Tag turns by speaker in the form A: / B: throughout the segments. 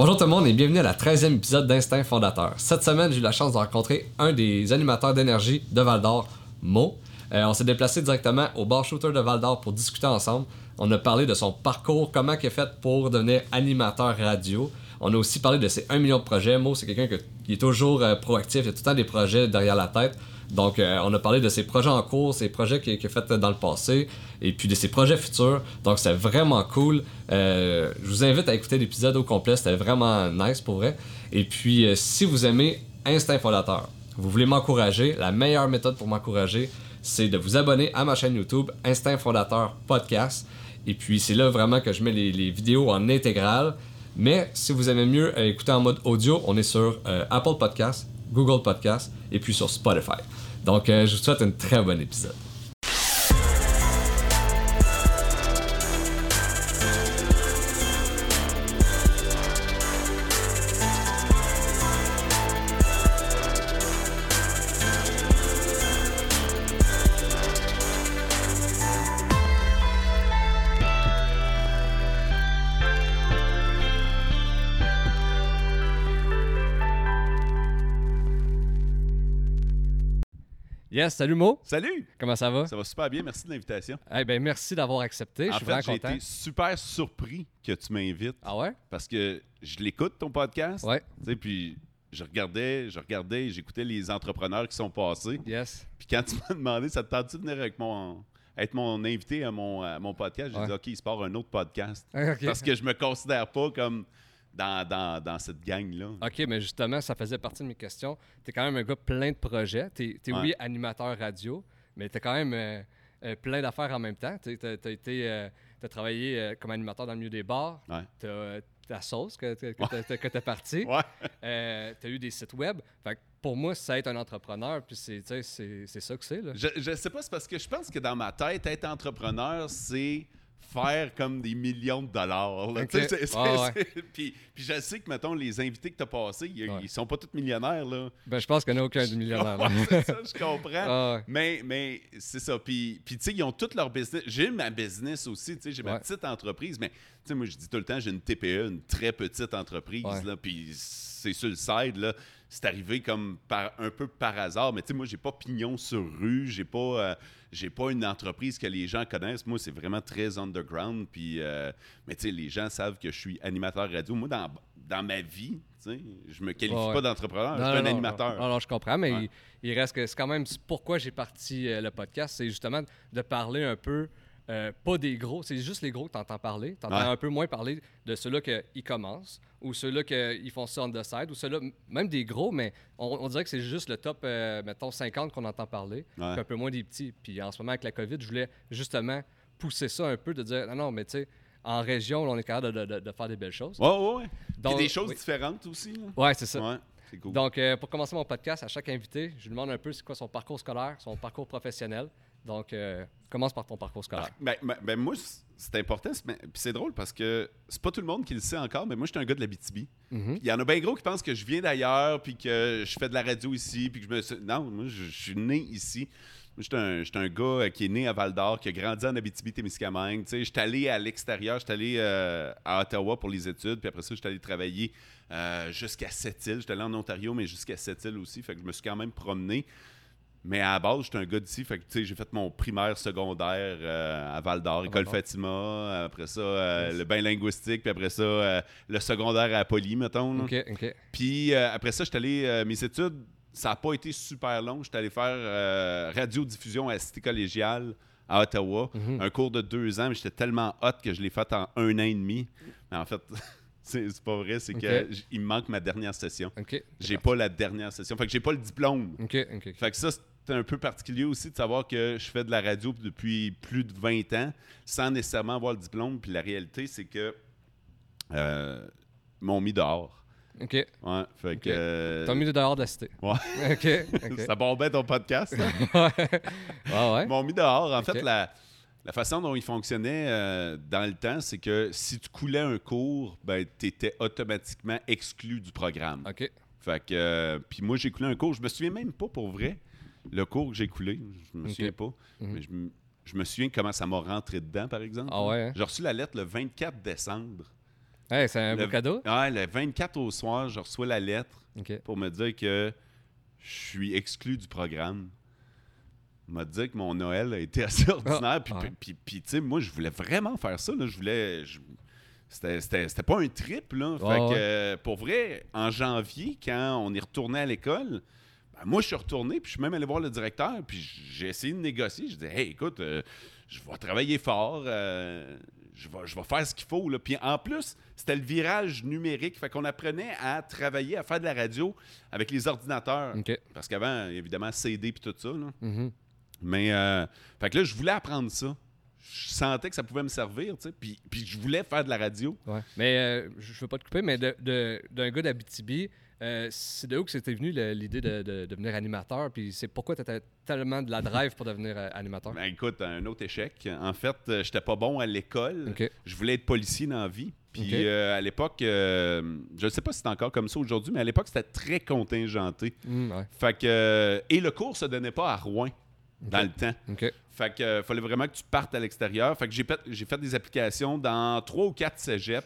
A: Bonjour tout le monde et bienvenue à la 13e épisode d'Instinct Fondateur. Cette semaine, j'ai eu la chance de rencontrer un des animateurs d'énergie de Val d'Or, Mo. Euh, on s'est déplacé directement au bar shooter de Val d'Or pour discuter ensemble. On a parlé de son parcours, comment il est fait pour devenir animateur radio. On a aussi parlé de ses 1 million de projets. Mo, c'est quelqu'un que- qui est toujours euh, proactif, il a tout le temps des projets derrière la tête. Donc, euh, on a parlé de ses projets en cours, ses projets qu'il qu'il a fait dans le passé, et puis de ses projets futurs. Donc, c'est vraiment cool. Euh, je vous invite à écouter l'épisode au complet. C'était vraiment nice pour vrai. Et puis, euh, si vous aimez Instinct Fondateur, vous voulez m'encourager, la meilleure méthode pour m'encourager, c'est de vous abonner à ma chaîne YouTube Instinct Fondateur Podcast. Et puis, c'est là vraiment que je mets les, les vidéos en intégrale. Mais si vous aimez mieux euh, écouter en mode audio, on est sur euh, Apple Podcast, Google Podcast et puis sur Spotify. Donc, euh, je vous souhaite un très bon épisode. Yes, salut Mo,
B: Salut!
A: comment ça va?
B: Ça va super bien, merci de l'invitation.
A: Eh ben, merci d'avoir accepté, je
B: En
A: suis
B: fait,
A: vraiment
B: j'ai
A: content.
B: été super surpris que tu m'invites
A: Ah ouais?
B: parce que je l'écoute ton podcast.
A: Ouais,
B: Tu sais, puis je regardais, je regardais, j'écoutais les entrepreneurs qui sont passés.
A: yes.
B: Puis quand tu m'as demandé, ça te tente de venir avec mon, être mon invité à mon, à mon podcast, j'ai
A: Ouais.
B: dit OK, il se part un autre podcast.
A: Ah, ok.
B: Parce que je me considère pas comme dans, dans, dans cette gang-là.
A: OK, mais justement, ça faisait partie de mes questions. T'es quand même un gars plein de projets. T'es, t'es,
B: Ouais.
A: oui, animateur radio, mais t'es quand même euh, euh, plein d'affaires en même temps. T'es- T'as, t'as été, euh, t'as travaillé euh, comme animateur dans le milieu des bars.
B: Ouais.
A: T'as euh, ta sauce que, que, que t'as- que t'as partie.
B: Ouais.
A: Euh, t'as eu des sites web. Fait que pour moi, c'est être un entrepreneur, puis c'est, tu sais, c'est, c'est ça que c'est. Là.
B: Je, je sais pas, c'est parce que je pense que dans ma tête, être entrepreneur, c'est faire comme des millions de dollars. là.
A: Ok.
B: Tu sais, c'est- c'est-
A: Ouais,
B: c'est- puis, puis je sais que, mettons, les invités que tu as passés, ils,
A: Ouais.
B: ils sont pas tous millionnaires. Là.
A: Ben, je pense qu'il n'y en a aucun du millionnaire. là.
B: Ouais, c'est ça, je comprends.
A: Ah ouais.
B: Mais, mais c'est ça. Puis, puis tu sais, ils ont tout leur business. J'ai ma business aussi, tu sais, j'ai
A: Ouais.
B: ma petite entreprise. Mais, tu sais, moi, je dis tout le temps, j'ai une TPE, une très petite entreprise.
A: Ouais.
B: Là, puis c'est sur le side, là. C'est arrivé comme par, un peu par hasard. Mais, tu sais, moi, j'ai pas pignon sur rue. J'ai pas, euh, j'ai pas une entreprise que les gens connaissent. Moi, c'est vraiment très underground. Puis, euh, mais, tu sais, les gens savent que je suis animateur radio. Moi, dans, dans ma vie, tu sais, je me qualifie
A: Ouais.
B: pas d'entrepreneur. Ah, Je
A: Non,
B: suis
A: non,
B: un
A: non,
B: animateur.
A: Non, non, je comprends, mais
B: Ouais.
A: il, il reste que c'est quand même c'est pourquoi j'ai parti euh, le podcast, c'est justement de parler un peu, euh, pas des gros, c'est juste les gros que tu entends parler. Tu entends
B: Ouais.
A: un peu moins parler de ceux-là qu'ils commencent, ou ceux-là qu'ils font ça on the side, ou ceux-là, m- même des gros, mais on, on dirait que c'est juste le top, euh, mettons, 50 qu'on entend parler,
B: Ouais.
A: puis un peu moins des petits. Puis en ce moment, avec la COVID, je voulais justement pousser ça un peu, de dire, non, non, mais tu sais, en région, là, on est capable de, de- de faire des belles choses.
B: Ouais, ouais, ouais.
A: Donc,
B: Puis des choses
A: oui.
B: différentes aussi. là.
A: Ouais, c'est ça.
B: Ouais, c'est cool.
A: Donc, euh, pour commencer mon podcast, à chaque invité, je lui demande un peu c'est quoi son parcours scolaire, son parcours professionnel. Donc, euh, commence par ton parcours scolaire.
B: ben, ben- ben, moi, c- c'est important, c'est- mais- puis c'est drôle parce que c'est pas tout le monde qui le sait encore, mais moi, je suis un gars de la BTB.
A: Mhm.
B: Il y en a bien gros qui pensent que je viens d'ailleurs, puis que je fais de la radio ici, puis que je me suis... Non, moi, je, je suis né ici. Moi, j'étais un, j'étais un gars euh, qui est né à Val-d'Or, qui a grandi en Abitibi-Témiscamingue. Tu sais, j'étais allé à l'extérieur, j'étais allé euh, à Ottawa pour les études, puis après ça, j'étais allé travailler euh, jusqu'à Sept-Îles. J'étais allé en Ontario, mais jusqu'à Sept-Îles aussi, fait que je me suis quand même promené. Mais à la base, j'étais un gars d'ici, fait que tu sais, j'ai fait mon primaire, secondaire euh, à Val-d'Or, École
A: Val-d'Or.
B: Fatima, après ça, euh,
A: Yes.
B: le bain linguistique, puis après ça, euh, le secondaire à Poly, mettons. là.
A: OK, OK.
B: Puis euh, après ça, j'étais allé, euh, mes études, ça n'a pas été super long. J'étais allé faire euh, radiodiffusion à la Cité collégiale à Ottawa.
A: Mhm.
B: Un cours de deux ans, mais j'étais tellement hot que je l'ai fait en un an et demi. Mais en fait, c'est c'est pas vrai, c'est
A: Ok.
B: que j- il me manque ma dernière session.
A: OK.
B: J'ai pas la dernière session. Fait que j'ai pas le diplôme.
A: OK, OK. ok.
B: Fait que ça, c'est un peu particulier aussi de savoir que je fais de la radio depuis plus de 20 ans sans nécessairement avoir le diplôme. Puis la réalité, c'est que euh, ils m'ont mis dehors.
A: OK.
B: Ouais, fait
A: Ok.
B: que. euh,
A: T'as mis de dehors de la cité.
B: Ouais.
A: OK, OK.
B: Ça bombait ton podcast. hein?
A: Ah ouais?
B: Ils m'ont mis dehors. En
A: Ok.
B: fait, la, la façon dont ils fonctionnaient euh, dans le temps, c'est que si tu coulais un cours, ben, tu étais automatiquement exclu du programme.
A: OK.
B: Fait que, euh, puis moi, j'ai coulé un cours. Je me souviens même pas pour vrai le cours que j'ai coulé. Je me
A: Ok.
B: souviens pas.
A: Mhm.
B: Mais je, me- je me souviens comment ça m'a rentré dedans, par exemple.
A: Ah ouais, hein?
B: J'ai reçu la lettre le 24 décembre.
A: Hey, c'est un
B: Le-
A: beau cadeau.
B: Ouais, le 24 au soir, je reçois la lettre
A: OK.
B: pour me dire que je suis exclu du programme. M'a dit que mon Noël a été assez ordinaire. Puis,
A: ah.
B: puis- puis- puis, tu sais, moi, je voulais vraiment faire ça. Là. Je voulais. je- C'était, c'était- c'était pas un trip, là. Fait
A: Ouais,
B: que,
A: ouais.
B: euh, pour vrai, en janvier, quand on est retourné à l'école, ben, moi, je suis retourné, puis je suis même allé voir le directeur, puis j'ai essayé de négocier. Je dis, hey, écoute, euh, je vais travailler fort, euh, je, vais, je vais faire ce qu'il faut. Là. Puis en plus, c'était le virage numérique. Fait qu'on apprenait à travailler, à faire de la radio avec les ordinateurs.
A: OK.
B: Parce qu'avant, évidemment, CD puis tout ça. là.
A: Mhm.
B: Mais, euh, fait que là, je voulais apprendre ça. Je sentais que ça pouvait me servir, tu sais. Puis, puis je voulais faire de la radio.
A: Ouais. Mais euh, je je veux pas te couper, mais de- de- d'un gars d'Abitibi, euh, c'est de où que c'était venu le- l'idée de, de devenir animateur? Puis c'est pourquoi tu as tellement de la drive pour devenir euh, animateur?
B: Ben, écoute, un autre échec. En fait, euh, j'étais pas bon à l'école.
A: OK.
B: Je voulais être policier dans la vie. Puis
A: OK.
B: euh, à l'époque, euh, je ne sais pas si c'est encore comme ça aujourd'hui, mais à l'époque, c'était très contingenté.
A: Mm, ouais.
B: Fait que, euh, et le cours se donnait pas à Rouen dans le temps.
A: OK.
B: Fait que euh, fallait vraiment que tu partes à l'extérieur. Fait que j'ai fait, j'ai fait des applications dans trois ou quatre cégeps.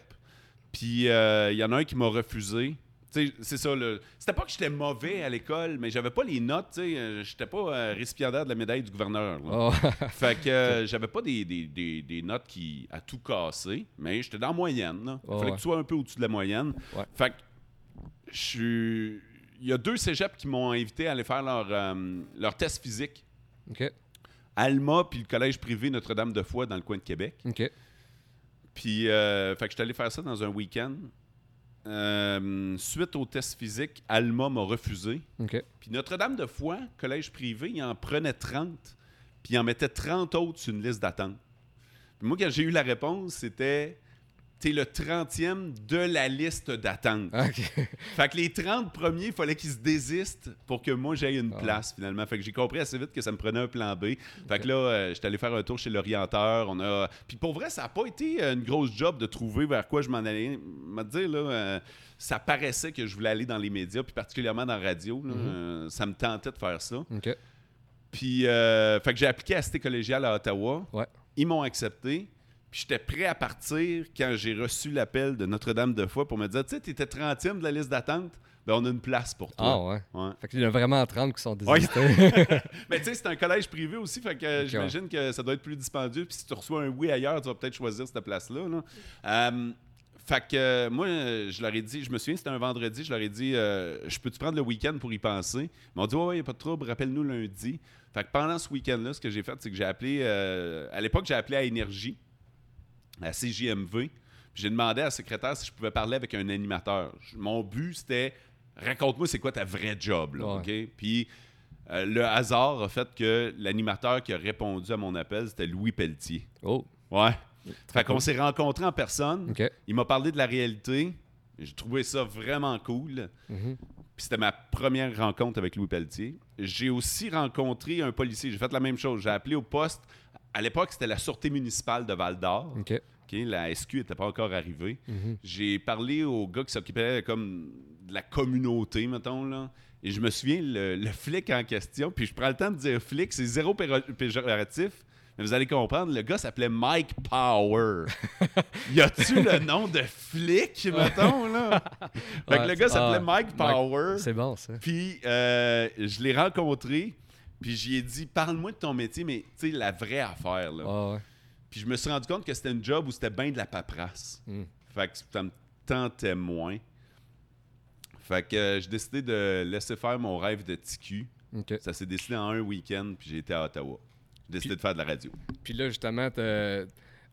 B: Puis euh, il y en a un qui m'a refusé. Tu sais, c'est ça. Le... C'était pas que j'étais mauvais à l'école, mais j'avais pas les notes. tu sais, euh, J'étais pas euh, récipiendaire de la médaille du gouverneur. là.
A: Oh,
B: Fait que euh, j'avais pas des, des- des- des notes qui à tout casser, mais j'étais dans la moyenne. là.
A: Ouais,
B: Fallait
A: ouais.
B: que tu sois un peu au-dessus de la moyenne.
A: Ouais.
B: Fait que je suis. Il y a deux cégeps qui m'ont invité à aller faire leur, euh, leur test physique.
A: OK.
B: Alma puis le collège privé Notre-Dame de Foix dans le coin de Québec.
A: OK.
B: Puis, euh, fait que je suis allé faire ça dans un week-end. Euh, suite au test physique, Alma m'a refusé.
A: OK.
B: Puis Notre-Dame de Foix, collège privé, il en prenait 30, puis il en mettait 30 autres sur une liste d'attente. Puis moi, quand j'ai eu la réponse, c'était T'es le 30e de la liste d'attente.
A: Ah, OK.
B: Fait que les 30 premiers, il fallait qu'ils se désistent pour que moi j'aille une
A: Ah.
B: place finalement. Fait que j'ai compris assez vite que ça me prenait un plan B. Fait que là, euh, j'étais allé faire un tour chez l'orienteur. On a. Puis pour vrai, ça n'a pas été euh, une grosse job de trouver vers quoi je m'en allais. Me dire là, euh, ça paraissait que je voulais aller dans les médias, puis particulièrement dans la radio. là. Euh, ça me tentait de faire ça.
A: OK.
B: Puis, euh, fait que j'ai appliqué à la Cité collégiale à Ottawa.
A: Ouais.
B: Ils m'ont accepté. Puis j'étais prêt à partir quand j'ai reçu l'appel de Notre-Dame de Foix pour me dire Tu sais, t'étais 30e de la liste d'attente. Ben, on a une place pour
A: Ah
B: toi.
A: ouais.
B: Ouais.
A: Fait qu'il y en a vraiment 30 qui sont
B: Ouais.
A: désistés.
B: Mais tu sais, c'est un collège privé aussi, fait que euh,
A: Ok,
B: j'imagine que ça doit être plus dispendieux. Puis si tu reçois un oui ailleurs, tu vas peut-être choisir cette place-là. là. Euh, fait que euh, moi, euh, je leur ai dit, je me souviens, c'était un vendredi, je leur ai dit, euh, je peux-tu prendre le week-end pour y penser? Ils m'ont dit, ouais, ouais, y a pas de trouble, rappelle-nous lundi. Fait que pendant ce week-end-là, ce que j'ai fait, c'est que j'ai appelé, euh, à l'époque, j'ai appelé à Énergie, à CJMV, puis j'ai demandé à la secrétaire si je pouvais parler avec un animateur. Je- Mon but, c'était raconte-moi c'est quoi ta vraie job. Là,
A: Ouais.
B: OK? Puis euh, le hasard a fait que l'animateur qui a répondu à mon appel, c'était Louis Pelletier.
A: Oh.
B: Ouais. Fait qu'on
A: cool.
B: s'est rencontrés en personne.
A: OK.
B: Il m'a parlé de la réalité. J'ai trouvé ça vraiment cool.
A: Mhm.
B: Puis c'était ma première rencontre avec Louis Pelletier. J'ai aussi rencontré un policier. J'ai fait la même chose. J'ai appelé au poste. À l'époque, c'était la Sûreté municipale de Val-d'Or.
A: OK.
B: OK, la SQ n'était pas encore arrivée.
A: Mhm.
B: J'ai parlé au gars qui s'occupait comme de la communauté, mettons, là. Et je me souviens, le, le flic en question, puis je prends le temps de dire flic, c'est zéro péro- péjoratif, mais vous allez comprendre, le gars s'appelait Mike Power. y a-tu le nom de flic, mettons, là? Fait que
A: Ouais.
B: le gars s'appelait
A: Ah,
B: Mike Power.
A: C'est bon, ça.
B: Puis euh, je l'ai rencontré, puis j'y ai dit, parle-moi de ton métier, mais tu sais, la vraie affaire, là.
A: Ah ouais.
B: Puis je me suis rendu compte que c'était une job où c'était bien de la paperasse.
A: Mm.
B: Fait que ça me tentait moins. Fait que euh, j'ai décidé de laisser faire mon rêve de TQ.
A: OK.
B: Ça s'est décidé en un week-end, puis j'ai été à Ottawa. J'ai décidé de faire de la radio.
A: Puis là, justement, t'as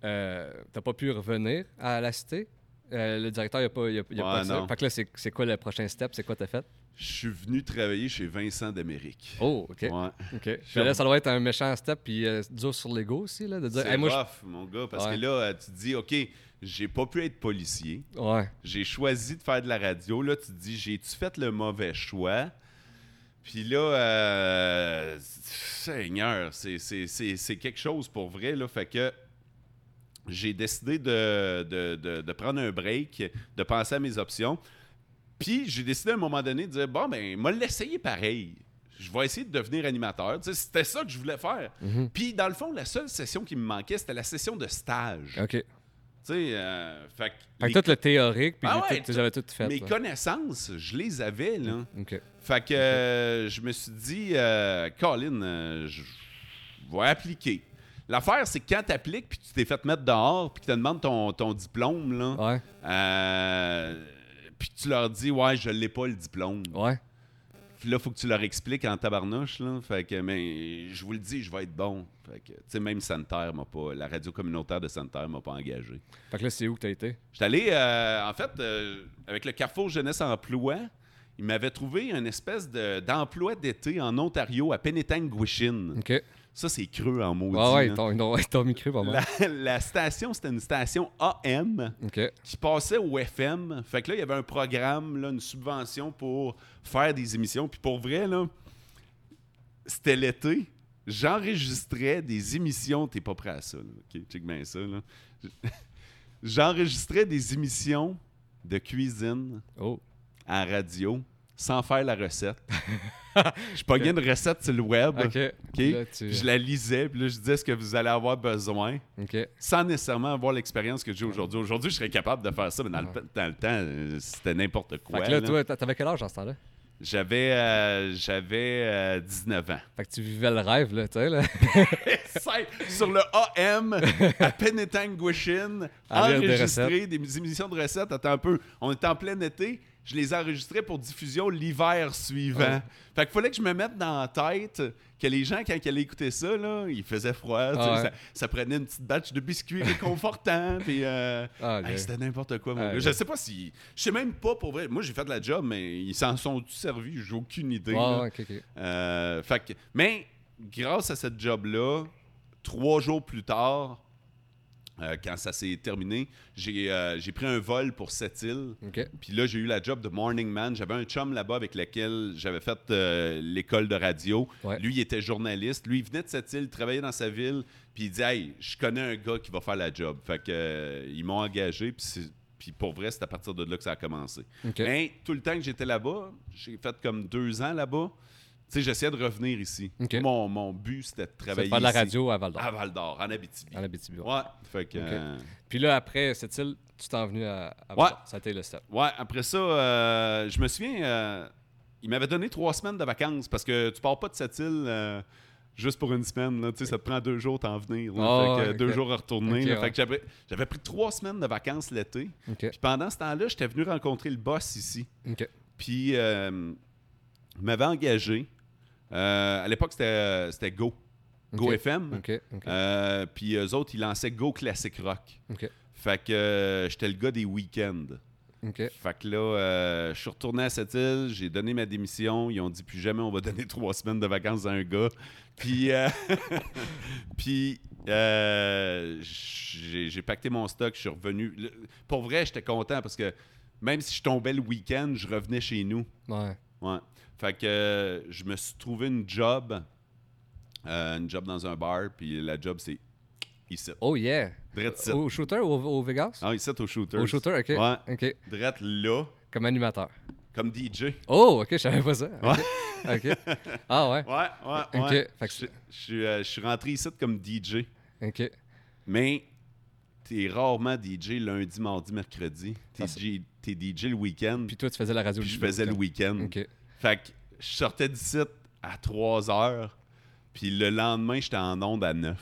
A: euh, t'as pas pu revenir à la cité. Euh, le directeur, il a pas, il a, il a
B: Ouais,
A: pas ça.
B: non.
A: Fait que là, c'est c'est quoi le prochain step? C'est quoi t'as fait?
B: Je suis venu travailler chez Vincent d'Amérique.
A: Oh, OK.
B: Ouais.
A: OK. Puis là, ça doit être un méchant step, puis euh, dur sur l'ego aussi, là, de dire...
B: C'est
A: Hey, moi, je-
B: rough, mon gars, parce
A: Ouais.
B: que là, euh, tu te dis, OK, j'ai pas pu être policier.
A: Ouais.
B: j'ai choisi de faire de la radio. Là, tu te dis, j'ai-tu fait le mauvais choix? Puis là, euh, Seigneur, c'est- c'est c'est- c'est quelque chose pour vrai. Là, fait que j'ai décidé de, de- de- de prendre un break, de penser à mes options. Puis j'ai décidé à un moment donné de dire, bon, ben, moi, l'essayer pareil. Je vais essayer de devenir animateur. Tu sais, c'était ça
A: Mhm.
B: que je voulais faire. Puis dans le fond, la seule session qui me manquait, c'était la session de stage.
A: OK.
B: Tu Tu sais, euh, fait que
A: Ah. Fait
B: les-
A: que tout le théorique, puis
B: Ah
A: tout-
B: ouais,
A: tu les avais toutes faites.
B: mes
A: là. Mm.
B: connaissances, je les avais, là.
A: Ok.
B: Fait que euh, je me suis dit, euh, Colin, euh, je je vais appliquer. L'affaire, c'est que quand tu appliques, puis tu t'es fait mettre dehors, puis que tu demandes ton, ton diplôme, là,
A: Ouais,
B: euh, puis que tu leur dis, ouais, je l'ai pas le diplôme.
A: ouais.
B: Puis là, faut que tu leur expliques en tabarnouche, là. Fait que, mais je vous le dis, je vais être bon. Fait que, tu sais, même Santerre m'a pas, la radio communautaire de Santerre m'a pas engagé.
A: Fait que là, c'est où que t'as été?
B: J'étais allé, euh, en fait, euh, avec le Carrefour Jeunesse Emploi, il m'avait trouvé une espèce de- d'emploi d'été en Ontario à Penetanguishin.
A: Ok. Ouais,
B: Ça, c'est creux en maudit.
A: Ah ouais, ils
B: là.
A: t'ont- ils t'ont- ils t'ont micré pas mal.
B: la, la station, c'était une station AM
A: Ok.
B: qui passait au FM. Fait que là, il y avait un programme, là, une subvention pour faire des émissions. Puis pour vrai, là, c'était l'été. J'enregistrais des émissions. T'es pas prêt à ça, là. OK, check bien ça, là. J'enregistrais des émissions de cuisine
A: Oh.
B: à radio sans faire la recette. je pognais une recette sur le web.
A: Ok.
B: OK?
A: Là, tu-
B: Puis Je la lisais, puis là, je disais ce que vous allez avoir besoin
A: Ok.
B: sans nécessairement avoir l'expérience que j'ai aujourd'hui. Aujourd'hui, je serais capable de faire ça, mais dans, le, dans le temps, euh, c'était n'importe quoi.
A: Fait que là,
B: là.
A: toi, t'a- t'avais quel âge en ce temps-là?
B: J'avais euh, j'avais euh, 19 ans.
A: Fait que tu vivais le rêve, là, tu sais, là.
B: C'est- Sur le AM, à Penetanguishin,
A: À lire des
B: enregistré des, émissions de recettes. Attends un peu, on était en plein été, je les enregistrais pour diffusion l'hiver suivant.
A: Ouais.
B: Fait qu'il fallait que je me mette dans la tête que les gens, quand ils allaient écouter ça, là, il faisait froid, tu sais,
A: Ah ouais.
B: ça, ça prenait une petite batch de biscuits réconfortants, puis... euh,
A: Ah,
B: Hey,
A: là.
B: c'était n'importe quoi, mon
A: Ah,
B: gars.
A: ouais.
B: Je sais pas si. Je sais même pas pour vrai. Moi, j'ai fait de la job, mais ils s'en sont-tu servis? J'ai aucune idée. là.
A: Ouais, ouais, ok, ok.
B: Euh, fait que- Mais grâce à cette job-là, trois jours plus tard, euh, quand ça s'est terminé, j'ai euh, j'ai pris un vol pour cette île.
A: Ok.
B: Puis là, j'ai eu la job de morning man. J'avais un chum là-bas avec lequel j'avais fait euh, l'école de radio.
A: Ouais.
B: Lui, il était journaliste. Lui, il venait de cette île, il travaillait dans sa ville. Puis il dit Hey, je connais un gars qui va faire la job. Fait que, euh, ils m'ont engagé. Puis, c'est- puis pour vrai, c'est à partir de là que ça a commencé.
A: Ok.
B: Mais tout le temps que j'étais là-bas, j'ai fait comme deux ans là-bas. Tu sais, j'essayais de revenir ici.
A: Ok.
B: Mon, mon but, c'était de
A: Tu vas
B: travailler.
A: faire de la
B: ici.
A: radio à Val d'Or,
B: À Val d'Or, en Abitibi.
A: en Abitibi. ouais.
B: Ouais. Fait que.
A: Ok.
B: euh,
A: Puis là, après cette île, tu t'en venu à, à
B: Ouais.
A: Ça a été le step.
B: Ouais, après ça, euh, je me souviens, euh, il m'avait donné trois semaines de vacances parce que tu pars pas de cette île euh, juste pour une semaine. Là, Tu sais, ça te prend deux jours t'en venir. là.
A: Ah,
B: Fait que,
A: ouais,
B: euh, Deux
A: ok.
B: jours à retourner.
A: Ok,
B: là. Fait
A: ouais.
B: que j'avais- j'avais pris trois semaines de vacances l'été.
A: OK.
B: Puis pendant ce temps-là, j'étais venu rencontrer le boss ici.
A: OK.
B: Puis euh, il m'avait engagé. Euh, à l'époque, c'était euh, c'était Go. Go
A: Ok.
B: FM.
A: OK. OK.
B: Euh, puis eux autres, ils lançaient Go Classic Rock.
A: OK.
B: Fait que euh, j'étais le gars des week-ends.
A: OK.
B: Fait que là, euh, je suis retourné à cette île, j'ai donné ma démission. Ils ont dit plus jamais on va donner trois semaines de vacances à un gars. Puis, euh, puis euh, j'ai j'ai pacté mon stock, je suis revenu. Le- Pour vrai, j'étais content parce que même si je tombais le week-end, je revenais chez nous.
A: Ouais.
B: Ouais. Fait que euh, je me suis trouvé une job, euh, une job dans un bar, puis la job c'est ici.
A: Oh yeah.
B: Drette ici.
A: Au shooter ou au, au Vegas?
B: Ah, ici au shooter.
A: au shooter, OK.
B: Ouais.
A: OK.
B: Drette là,
A: Comme animateur.
B: comme DJ.
A: Oh, OK, je savais pas ça. OK. OK. Ah ouais.
B: Ouais, ouais,
A: Ok,
B: ouais.
A: fait que
B: Je-
A: c'est-
B: je, suis, euh, je suis rentré ici comme DJ,
A: OK.
B: mais t'es rarement DJ lundi, mardi, mercredi. T'es,
A: Ça, c'est-
B: G- t'es DJ le week-end,
A: Puis
B: puis,
A: toi, tu faisais la radio.
B: je faisais le week-end.
A: OK.
B: Fait que je sortais d'ici à 3 heures, puis le lendemain, j'étais en onde à 9.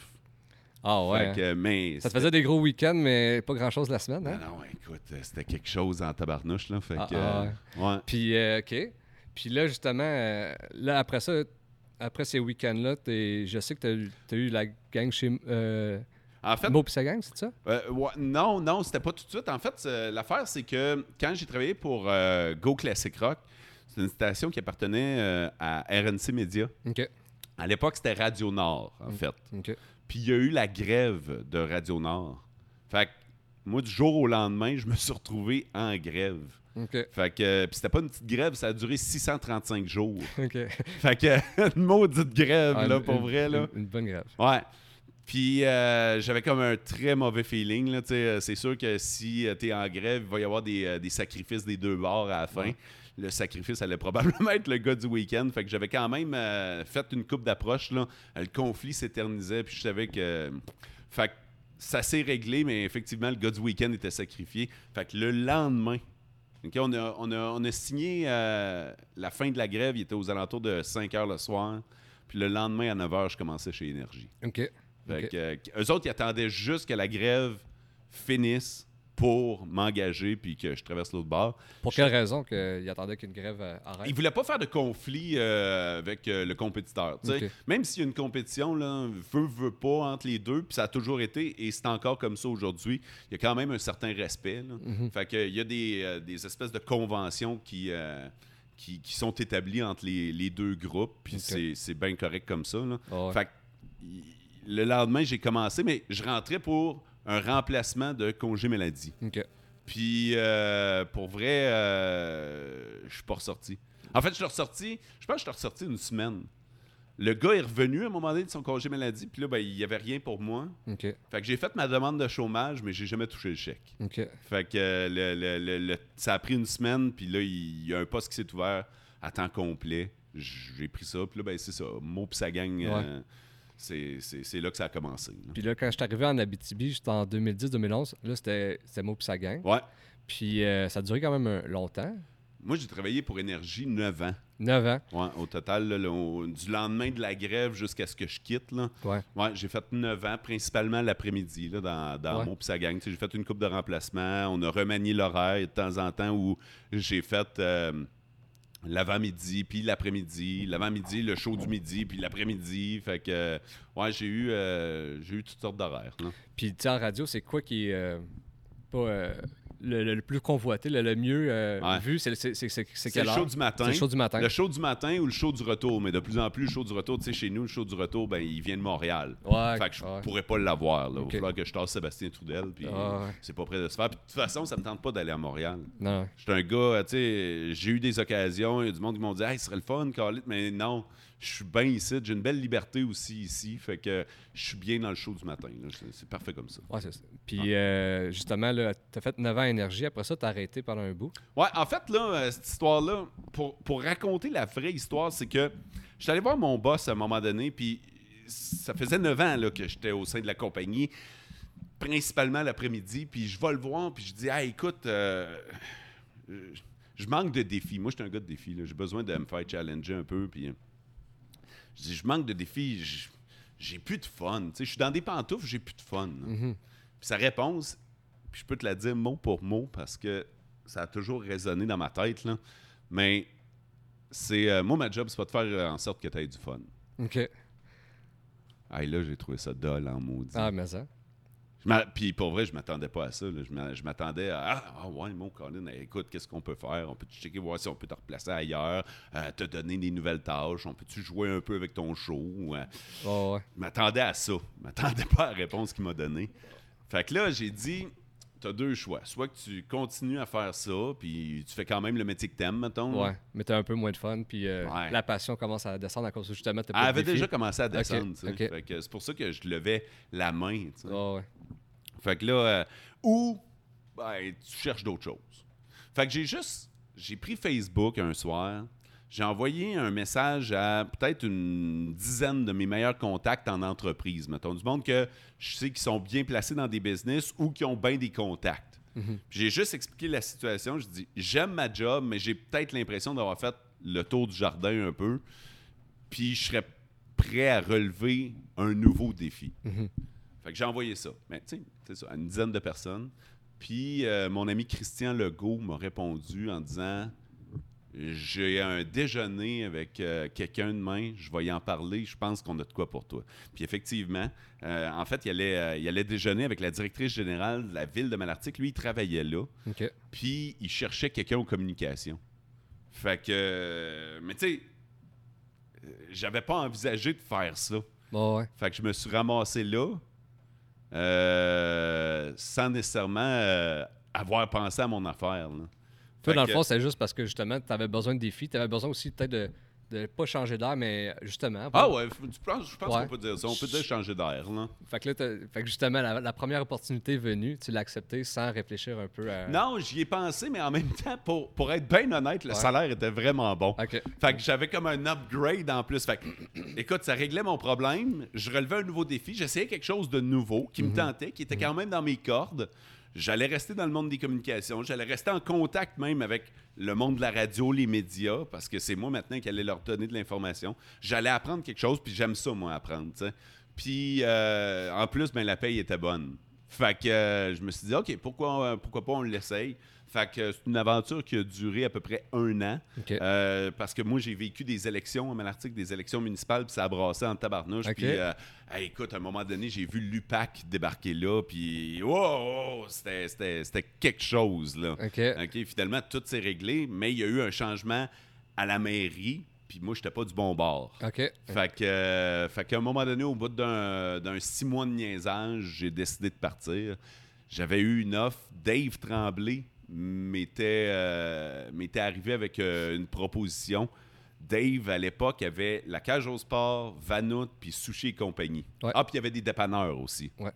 A: Ah ouais.
B: Fait que, mais...
A: Ça te
B: c'était-
A: faisait des gros week-ends, mais pas grand-chose la semaine,
B: Ah
A: hein?
B: non, écoute, euh, c'était quelque chose en tabarnouche, là. Fait
A: Ah,
B: que...
A: ah
B: euh, ouais.
A: Puis, euh, OK. Puis là, justement, euh, là, après ça, après ces week-ends-là, t'es- je sais que t'as eu- t'as eu la gang chez euh,
B: En fait,
A: Mo pis sa gang, c'est ça?
B: Euh, ouais, non, non, c'était pas tout de suite. En fait, euh, l'affaire, c'est que quand j'ai travaillé pour euh, Go Classic Rock, c'est une station qui appartenait euh, à RNC Media.
A: OK.
B: À l'époque, c'était Radio Nord,
A: Mm.
B: en fait.
A: OK.
B: Puis il y a eu la grève de Radio Nord. Fait que moi, du jour au lendemain, je me suis retrouvé en grève.
A: OK.
B: Fait que, euh, puis c'était pas une petite grève, ça a duré 635 jours.
A: OK.
B: fait que, une maudite grève,
A: Ah,
B: là,
A: une-
B: pour
A: une-
B: vrai, là.
A: Une, une bonne grève.
B: Ouais. Puis euh, j'avais comme un très mauvais feeling. Là, tu sais, euh, c'est sûr que si tu es en grève, il va y avoir des, euh, des sacrifices des deux bords à la fin. Le sacrifice allait probablement être le gars du week-end. Fait que j'avais quand même euh, fait une coupe d'approche. là. Le conflit s'éternisait, puis je savais que... Fait que ça s'est réglé, mais effectivement, le gars du week-end était sacrifié. Fait que le lendemain, ok, on, a, on, a, on a signé euh, la fin de la grève, il était aux alentours de 5 h le soir. Puis le lendemain, à 9 h, je commençais chez Énergie.
A: OK.
B: Fait
A: Ok.
B: que, euh, eux autres, ils attendaient juste que la grève finisse pour m'engager puis que je traverse l'autre bord.
A: Pour quelle raison qu'il attendait qu'une grève euh,
B: Ils
A: arrête?
B: voulaient pas faire de conflit euh, avec euh, le compétiteur. tu sais.
A: Ok.
B: Même s'il y a une compétition, là, veut, veut pas entre les deux, puis ça a toujours été, et c'est encore comme ça aujourd'hui, il y a quand même un certain respect. là.
A: Mhm.
B: Fait que, il y a des, euh, des espèces de conventions qui, euh, qui, qui sont établies entre les, les deux groupes, puis
A: Ok.
B: c'est- c'est bien correct comme ça. là.
A: Ah ouais.
B: Fait que, il- le lendemain, j'ai commencé, mais je rentrais pour un remplacement de congé maladie.
A: OK.
B: Puis, euh, pour vrai, euh, je suis pas ressorti. En fait, je suis ressorti, je pense que je suis ressorti une semaine. Le gars est revenu à un moment donné de son congé maladie, puis là, ben, il n'y avait rien pour moi.
A: OK.
B: Fait que j'ai fait ma demande de chômage, mais j'ai jamais touché le chèque.
A: OK.
B: Fait que euh, le- le- le- le- ça a pris une semaine, puis là, il il y a un poste qui s'est ouvert à temps complet. J'ai pris ça, puis là, ben, c'est ça. Mo pis sa gang, euh, c'est- c'est c'est là que ça a commencé. là.
A: Puis là, quand je suis arrivé en Abitibi, j'étais en 2010-2011. Là, c'était c'était Mo pis sa gang.
B: Ouais.
A: Puis euh, ça a duré quand même euh, longtemps.
B: Moi, j'ai travaillé pour Énergie 9 ans.
A: 9 ans.
B: Ouais, au total, là, le- au- du lendemain de la grève jusqu'à ce que je quitte, là.
A: Ouais.
B: Ouais, j'ai fait 9 ans, principalement l'après-midi, là, dans, dans
A: Ouais.
B: Mo pis sa gang. Tu sais, J'ai fait une coupe de remplacement, on a remanié l'horaire de temps en temps où j'ai fait euh, l'avant-midi, puis l'après-midi, l'avant-midi, le show du midi, puis l'après-midi. Fait que, euh, ouais, j'ai eu, euh, j'ai eu toutes sortes d'horaires. là.
A: Puis, tu sais, en radio, c'est quoi qui est euh, pas euh, le, le- le plus convoité, le, le mieux euh,
B: Ouais.
A: vu? C'est c'est- c'est- c'est- c'est
B: C'est
A: quelle
B: le
A: heure?
B: show du matin.
A: C'est le show du matin.
B: Le show du matin ou le show du retour, mais de plus en plus, le show du retour, tu sais, chez nous, le show du retour, ben, il vient de Montréal.
A: Ouais,
B: Fait que je
A: ouais.
B: pourrais pas l'avoir. Là. Il va
A: Ok.
B: falloir que je tasse Sébastien Trudel. Puis
A: Ah ouais.
B: c'est pas prêt de se faire. Puis de toute façon, ça me tente pas d'aller à Montréal.
A: Non.
B: J'étais un gars, tu sais, j'ai eu des occasions. Il y a du monde qui m'ont dit, hey, ce serait le fun, Carlit. Mais non, je suis bien ici. J'ai une belle liberté aussi ici. Fait que je suis bien dans le show du matin. là. C'est- C'est parfait comme ça.
A: Ouais, c'est ça. Puis, euh, justement, là, t'as fait 9 ans à énergie. Après ça, t'as arrêté pendant un bout.
B: Ouais, en fait, là, euh, cette histoire-là, pour, pour raconter la vraie histoire, c'est que je suis allé voir mon boss à un moment donné, puis ça faisait 9 ans là, que j'étais au sein de la compagnie, principalement l'après-midi, puis je vais le voir, puis je dis Ah, écoute, euh, euh, je manque de défis. Moi, je suis un gars de défis, là. j'ai besoin de me faire challenger un peu, puis. euh, Je dis, je manque de défis, j- j'ai plus de fun. Tu sais, je suis dans des pantoufles, j'ai plus de fun. là. Puis sa réponse, puis je peux te la dire mot pour mot parce que ça a toujours résonné dans ma tête, là. Mais c'est. euh, moi, ma job, c'est pas de faire euh, en sorte que tu aies du fun.
A: OK.
B: Ah, là, j'ai trouvé ça dole en maudit.
A: Ah, mais ça.
B: Je m'a- Puis pour vrai, je m'attendais pas à ça. là. Je m'a- Je m'attendais à Ah, ah ouais, mon Colin, eh, écoute, qu'est-ce qu'on peut faire On peut checker, voir si on peut te replacer ailleurs, euh, te donner des nouvelles tâches, on peut-tu jouer un peu avec ton show Euh,
A: Ouais, ouais.
B: Je m'attendais à ça. Je m'attendais pas à la réponse qu'il m'a donnée. Fait que là, j'ai dit, t'as deux choix. Soit que tu continues à faire ça, puis tu fais quand même le métier que t'aimes, mettons.
A: Ouais, mais t'as un peu moins de fun, puis euh,
B: Ouais. Ah,
A: la passion commence à descendre à cause justement t'as
B: Elle
A: pas de
B: avait
A: défi.
B: déjà commencé à descendre.
A: Ok,
B: tu sais.
A: ok.
B: Fait que c'est pour ça que je levais la main. tu sais.
A: Ouais, ouais.
B: Fait que là, euh, ou ben, tu cherches d'autres choses. Fait que j'ai juste, j'ai pris Facebook un soir, j'ai envoyé un message à peut-être une dizaine de mes meilleurs contacts en entreprise, mettons, du monde que je sais qui sont bien placés dans des business ou qui ont bien des contacts. Puis J'ai juste expliqué la situation, je dis, j'aime ma job, mais j'ai peut-être l'impression d'avoir fait le tour du jardin un peu, puis je serais prêt à relever un nouveau défi. Fait que j'ai envoyé ça. Mais tu sais, c'est ça, à une dizaine de personnes. Puis euh, mon ami Christian Legault m'a répondu en disant J'ai un déjeuner avec euh, quelqu'un demain, je vais y en parler, je pense qu'on a de quoi pour toi. Puis effectivement, euh, en fait, il allait, euh, il allait déjeuner avec la directrice générale de la ville de Malartic. Lui, il travaillait là
A: OK.
B: puis il cherchait quelqu'un aux communications. Fait que. euh, Mais tu sais, euh, j'avais pas envisagé de faire ça.
A: Bon, ouais.
B: Fait que je me suis ramassé là euh, sans nécessairement euh, avoir pensé à mon affaire. là.
A: Toi,
B: Fait
A: dans
B: que-
A: le fond, c'est juste parce que justement, t'avais besoin de défis, t'avais besoin aussi peut-être de, de pas changer d'air, mais justement.
B: Ah ouais, f- tu penses- je pense
A: Ouais.
B: qu'on peut dire ça. On peut dire changer d'air, là.
A: Fait que là, t'as- fait que justement, la, la première opportunité venue, tu l'as acceptée sans réfléchir un peu à.
B: Non, j'y ai pensé, mais en même temps, pour, pour être bien honnête, le
A: Ouais.
B: salaire était vraiment bon.
A: Ok.
B: Fait que j'avais comme un upgrade en plus. Fait que, écoute, ça réglait mon problème. Je relevais un nouveau défi. J'essayais quelque chose de nouveau
A: Mhm.
B: qui me tentait, qui était quand même dans mes cordes. J'allais rester dans le monde des communications. J'allais rester en contact même avec le monde de la radio, les médias, parce que c'est moi maintenant qui allais leur donner de l'information. J'allais apprendre quelque chose, puis j'aime ça, moi, apprendre. tu sais. Puis, euh, en plus, ben, la paye était bonne. Fait que euh, je me suis dit, OK, pourquoi, euh, pourquoi pas on l'essaye? Fait que euh, c'est une aventure qui a duré à peu près un an.
A: Ok.
B: Euh, parce que moi, j'ai vécu des élections à Malartic, des élections municipales, puis ça a brassé en tabarnouche.
A: Ok.
B: Puis, euh, hey, écoute, à un moment donné, j'ai vu l'UPAC débarquer là, puis wow, wow, c'était- c'était c'était quelque chose, là.
A: Ok.
B: OK, finalement, tout s'est réglé, mais il y a eu un changement à la mairie, puis moi, j'étais pas du bon bord.
A: Ok.
B: Fait que, euh, fait qu'à un moment donné, au bout d'un d'un six mois de niaisage, j'ai décidé de partir. J'avais eu une offre. Dave Tremblay m'était, euh, m'était arrivé avec euh, une proposition. Dave, à l'époque, avait la cage au sport, Vanout, puis Sushi et compagnie.
A: Ouais.
B: Ah, puis il y avait des dépanneurs aussi.
A: Ouais.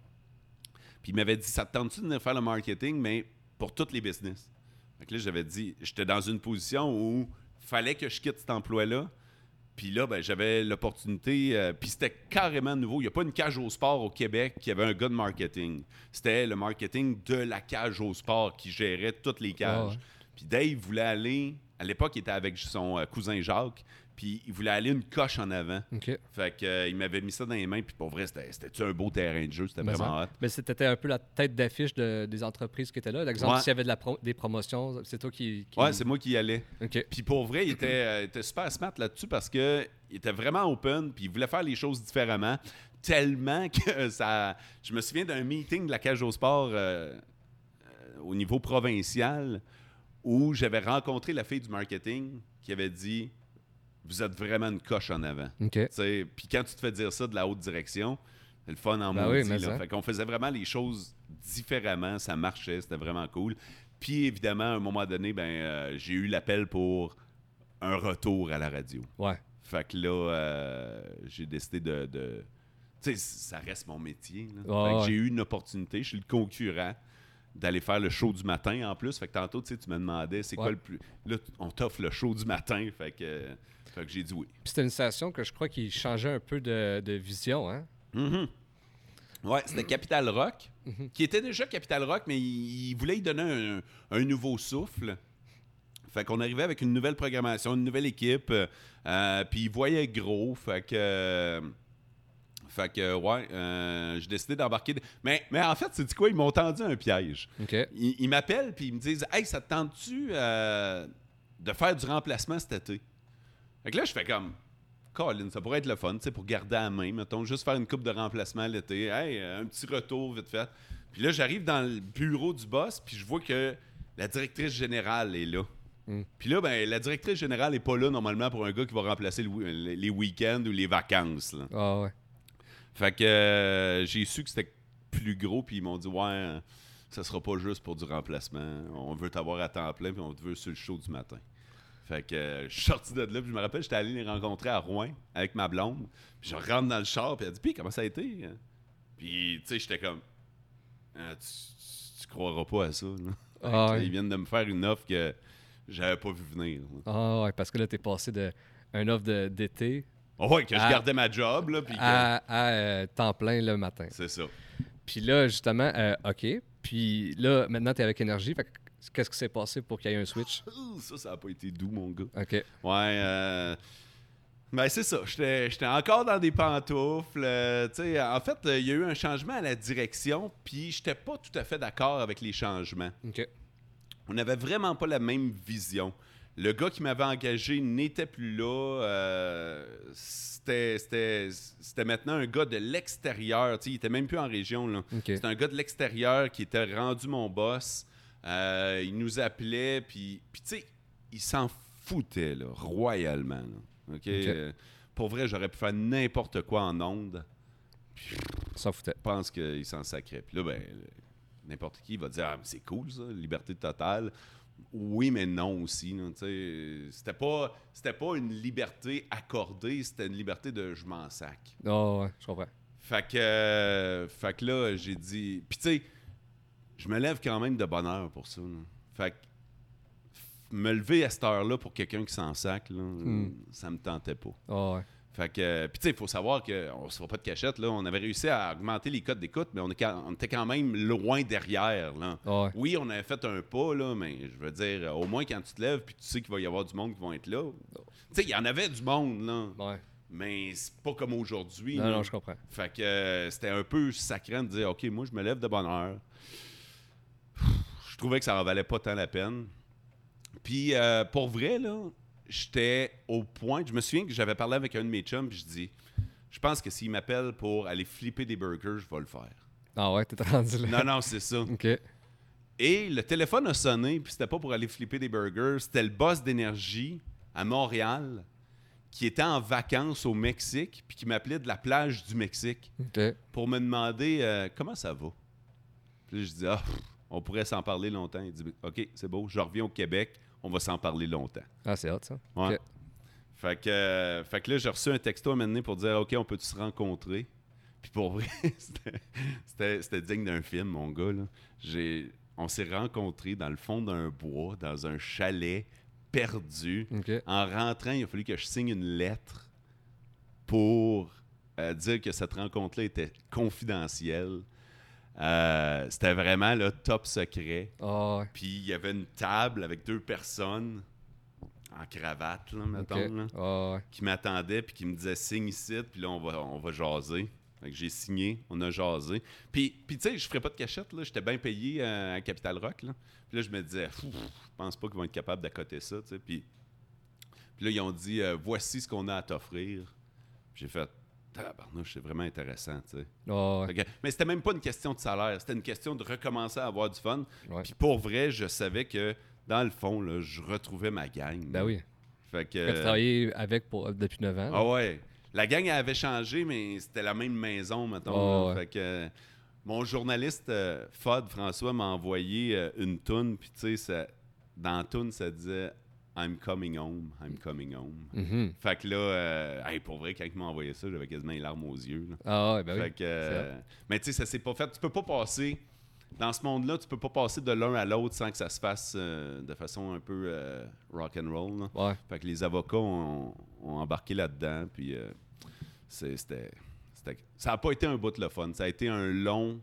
B: Puis il m'avait dit, ça te tente-tu de venir faire le marketing, mais pour tous les business? Fait que là, j'avais dit, j'étais dans une position où fallait que je quitte cet emploi-là. Puis là, ben, j'avais l'opportunité, euh, puis c'était carrément nouveau. Il n'y a pas une cage au sport au Québec qui avait un gars de marketing. C'était le marketing de la cage au sport qui gérait toutes les cages.
A: Ouais.
B: Puis Dave voulait aller, à l'époque, il était avec son euh, cousin Jacques, puis il voulait aller une coche en avant.
A: Ok.
B: Fait que, euh, il m'avait mis ça dans les mains, puis pour vrai, c'était- c'était-tu un beau terrain de jeu? C'était
A: Mais
B: vraiment
A: Ben, ça-
B: hot.
A: Mais c'était un peu la tête d'affiche de- des entreprises qui étaient là. L'exemple,
B: Ouais.
A: s'il y avait de la pro- des promotions, c'est toi qui. qui-
B: Ouais, c'est moi qui y allais.
A: Ok.
B: Puis pour vrai, il était, euh, il était super smart là-dessus parce que il était vraiment open, puis il voulait faire les choses différemment, tellement que ça... Je me souviens d'un meeting de la cage au sport euh, euh, au niveau provincial où j'avais rencontré la fille du marketing qui avait dit « Vous êtes vraiment une coche en avant ».
A: Ok.
B: Tu sais, Puis quand tu te fais dire ça de la haute direction, c'est le fun en
A: Ben
B: maudit.
A: oui, mais
B: là.
A: ça.
B: Fait qu'on faisait vraiment les choses différemment, ça marchait, c'était vraiment cool. Puis évidemment, à un moment donné, ben, euh, j'ai eu l'appel pour un retour à la radio.
A: Ouais.
B: Fait que là, euh, j'ai décidé de... de- Tu sais, ça reste mon métier. là.
A: Ouais,
B: Fait que
A: Ah ouais.
B: j'ai eu une opportunité, je suis le concurrent d'aller faire le show du matin en plus. Fait que tantôt, tu sais, tu me demandais, c'est
A: Ouais.
B: quoi le plus... Là, t- on t'offre le show du matin, fait que, fait que j'ai dit oui.
A: Puis c'était une station que je crois qui changeait un peu de, de vision, hein.
B: Ouais, c'était Capital Rock, qui était déjà Capital Rock, mais il, il voulait y donner un, un nouveau souffle. Fait qu'on arrivait avec une nouvelle programmation, une nouvelle équipe, euh, euh, puis il voyait gros, fait que... euh, fait que, ouais, euh, j'ai décidé d'embarquer. de- Mais, mais en fait, c'est du quoi? Ils m'ont tendu un piège.
A: Ok.
B: Ils, ils m'appellent puis ils me disent Hey, ça te tente-tu euh, de faire du remplacement cet été Fait que là, je fais comme Colin, ça pourrait être le fun, tu sais, pour garder à main, mettons, juste faire une coupe de remplacement l'été. Hey, euh, un petit retour vite fait. Puis là, j'arrive dans le bureau du boss, puis je vois que la directrice générale est là. Puis là, ben, la directrice générale n'est pas là normalement pour un gars qui va remplacer le wi- les week-ends ou les vacances. là.
A: Ah ouais.
B: Fait que euh, j'ai su que c'était plus gros, puis ils m'ont dit Ouais, euh, ça sera pas juste pour du remplacement. On veut t'avoir à temps plein, puis on te veut sur le show du matin. Fait que euh, je suis sorti de là, puis je me rappelle, j'étais allé les rencontrer à Rouen avec ma blonde. Puis je rentre dans le char, puis elle dit Puis comment ça a été Puis tu sais, j'étais comme Ah, tu, tu croiras pas à ça. là.
A: Ah
B: Fait que,
A: ouais.
B: Ils viennent de me faire une offre que j'avais pas vu venir. là.
A: Ah ouais, parce que là, t'es passé de un offre de- d'été
B: Oh, ouais, que je
A: Ah.
B: gardais ma job, là, puis que-
A: à, à, euh, temps plein le matin.
B: C'est ça.
A: Puis là, justement, euh, OK. Puis là, maintenant, t'es avec énergie. Fait que qu'est-ce qui s'est passé pour qu'il y ait un switch?
B: Ouh, Ça, ça a pas été doux, mon gars.
A: OK.
B: Ouais. Euh... Ben, c'est ça. J'étais j'étais encore dans des pantoufles. euh, tu sais, en fait, euh, il y a eu un changement à la direction, puis j'étais pas tout à fait d'accord avec les changements.
A: OK.
B: On n'avait vraiment pas la même vision. Le gars qui m'avait engagé n'était plus là. euh, c'était- C'était c'était maintenant un gars de l'extérieur. Tu sais, Il était même plus en région. Là.
A: OK.
B: C'est un gars de l'extérieur qui était rendu mon boss. Euh, il nous appelait, puis, puis tu sais, il s'en foutait, là, royalement. là. OK? Euh, pour vrai, j'aurais pu faire n'importe quoi en ondes.
A: S'en foutait.
B: Je pense qu'il s'en sacrait. Puis là, ben, le- n'importe qui va dire Ah, mais c'est cool, ça, liberté totale. oui, mais non aussi. là, tu sais. C'était pas, c'était pas une liberté accordée, c'était une liberté de je m'en sac.
A: Oh, ouais, je comprends.
B: Fait que, euh, fait que là, j'ai dit. Puis tu sais, je me lève quand même de bonne heure pour ça. là. Fait que f- me lever à cette heure-là pour quelqu'un qui s'en sac, là, ça me tentait pas.
A: Oh, ouais.
B: Fait que, euh, puis tu sais, il faut savoir qu'on se fera pas de cachette, là. On avait réussi à augmenter les codes d'écoute, mais on, est quand- on était quand même loin derrière, là.
A: Ah ouais.
B: Oui, on avait fait un pas, là, mais je veux dire, euh, au moins quand tu te lèves, puis tu sais qu'il va y avoir du monde qui vont être là. Tu sais, il y en avait du monde, là.
A: ouais.
B: Mais c'est pas comme aujourd'hui.
A: Non,
B: là.
A: non, je comprends.
B: Fait que euh, c'était un peu sacrant de dire OK, moi, je me lève de bonne heure. Je trouvais que ça en valait pas tant la peine. Puis euh, pour vrai, là, j'étais au point. Je me souviens que j'avais parlé avec un de mes chums, puis je dis Je pense que s'il m'appelle pour aller flipper des burgers, je vais le faire.
A: Ah ouais, t'es rendu là.
B: Non, non, c'est ça.
A: Ok.
B: Et le téléphone a sonné, puis c'était pas pour aller flipper des burgers, c'était le boss d'énergie à Montréal qui était en vacances au Mexique, puis qui m'appelait de la plage du Mexique
A: Ok.
B: pour me demander euh, comment ça va. Puis là, je dis, ah, pff, on pourrait s'en parler longtemps. Il dit, OK, c'est beau, je reviens au Québec, on va s'en parler longtemps.
A: Ah, c'est hot, ça.
B: Ouais.
A: Ok.
B: Fait, que, euh, fait que là, j'ai reçu un texto à un moment donné pour dire, OK, on peut-tu se rencontrer? Puis pour vrai, c'était- c'était c'était digne d'un film, mon gars. là. J'ai- On s'est rencontrés dans le fond d'un bois, dans un chalet perdu.
A: Ok.
B: En rentrant, il a fallu que je signe une lettre pour euh, dire que cette rencontre-là était confidentielle. Euh, C'était vraiment le top secret.
A: Ah ouais.
B: Puis il y avait une table avec deux personnes en cravate, là,
A: Ok.
B: mettons, là,
A: Ah ouais.
B: qui m'attendaient puis qui me disaient signe ici, puis là on va, on va jaser. Fait que j'ai signé, on a jasé. Puis, puis tu sais, je ferais pas de cachette, là, j'étais bien payé euh, à Capital Rock. Là. Puis là, je me disais, Pff, je pense pas qu'ils vont être capables d'accoter ça. tu sais. Puis, puis là, ils ont dit, euh, voici ce qu'on a à t'offrir. Puis J'ai fait, tabarnouche, c'est vraiment intéressant. tu sais.
A: Ah ouais.
B: Fait que- mais c'était même pas une question de salaire, c'était une question de recommencer à avoir du fun.
A: Ouais.
B: Puis pour vrai, je savais que dans le fond, là, je retrouvais ma gang.
A: Ben oui.
B: Fait que.
A: Tu travaillé avec pour, depuis 9 ans. là.
B: Euh, Ah ouais. La gang elle avait changé, mais c'était la même maison, mettons.
A: Oh,
B: là.
A: ouais.
B: Fait que euh, mon journaliste euh, Fod François m'a envoyé euh, une toune, puis tu sais, ça- dans la toune, ça disait I'm coming home, I'm coming home.
A: Mhm.
B: Fait que là, euh, hey, pour vrai, quand il m'a envoyé ça, j'avais quasiment les larmes aux yeux. là.
A: Ah ouais, ben oui.
B: Fait que, euh, mais tu sais, ça s'est pas fait. Tu peux pas passer. Dans ce monde-là, tu peux pas passer de l'un à l'autre sans que ça se fasse euh, de façon un peu euh, rock and roll. là.
A: Ouais.
B: Fait que les avocats ont, ont embarqué là-dedans. Puis euh, c'est- c'était, c'était- ça a pas été un bout de le fun. Ça a été un long,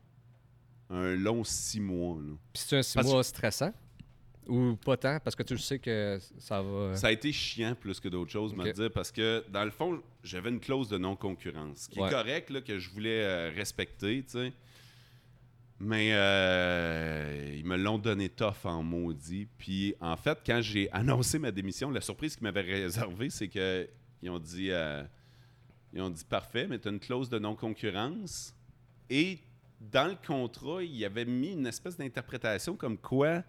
B: un long six mois. là.
A: Puis c'est un 6
B: Parce
A: mois stressant ou pas tant parce que tu le sais que ça va. euh,
B: Ça a été chiant plus que d'autres choses, me
A: Ok.
B: dire, parce que dans le fond, j'avais une clause de non-concurrence, qui
A: Ouais.
B: est correcte, là, que je voulais euh, respecter, tu sais. Mais euh, ils me l'ont donné tough en maudit. Puis en fait, quand j'ai annoncé ma démission, la surprise qu'ils m'avaient réservée, c'est que ils ont dit, euh, ils ont dit parfait, mais tu as une clause de non-concurrence. Et dans le contrat, il avait mis une espèce d'interprétation comme quoi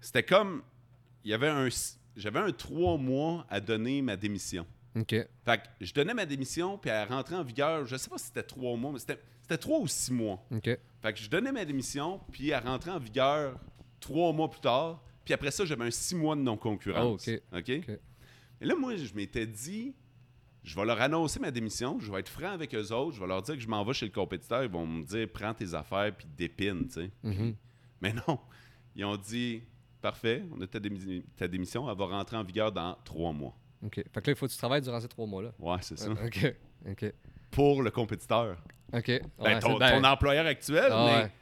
B: c'était comme il y avait un s- j'avais un trois mois à donner ma démission.
A: Ok.
B: Fait que je donnais ma démission puis elle rentrait en vigueur. Je sais pas si c'était trois mois, mais c'était c'était trois ou six mois.
A: Ok.
B: Fait que je donnais ma démission puis elle rentrait en vigueur trois mois plus tard. Puis après ça, j'avais un six mois de non-concurrence.
A: Ah, ok.
B: OK? Et là, moi, je m'étais dit, je vais leur annoncer ma démission, je vais être franc avec eux autres, je vais leur dire que je m'en vais chez le compétiteur, ils vont me dire, prends tes affaires puis dépine, tu sais.
A: Mhm.
B: Mais non, ils ont dit, parfait, on a ta, démi- ta démission, elle va rentrer en vigueur dans trois mois.
A: Ok. Fait que là, il faut que tu travailles durant ces trois mois-là.
B: Ouais, c'est ça.
A: Ok. Ok.
B: Pour le compétiteur.
A: Ok.
B: Ben,
A: Ouais,
B: ton,
A: c'est- ben,
B: ton employeur actuel,
A: ah
B: mais-
A: ouais.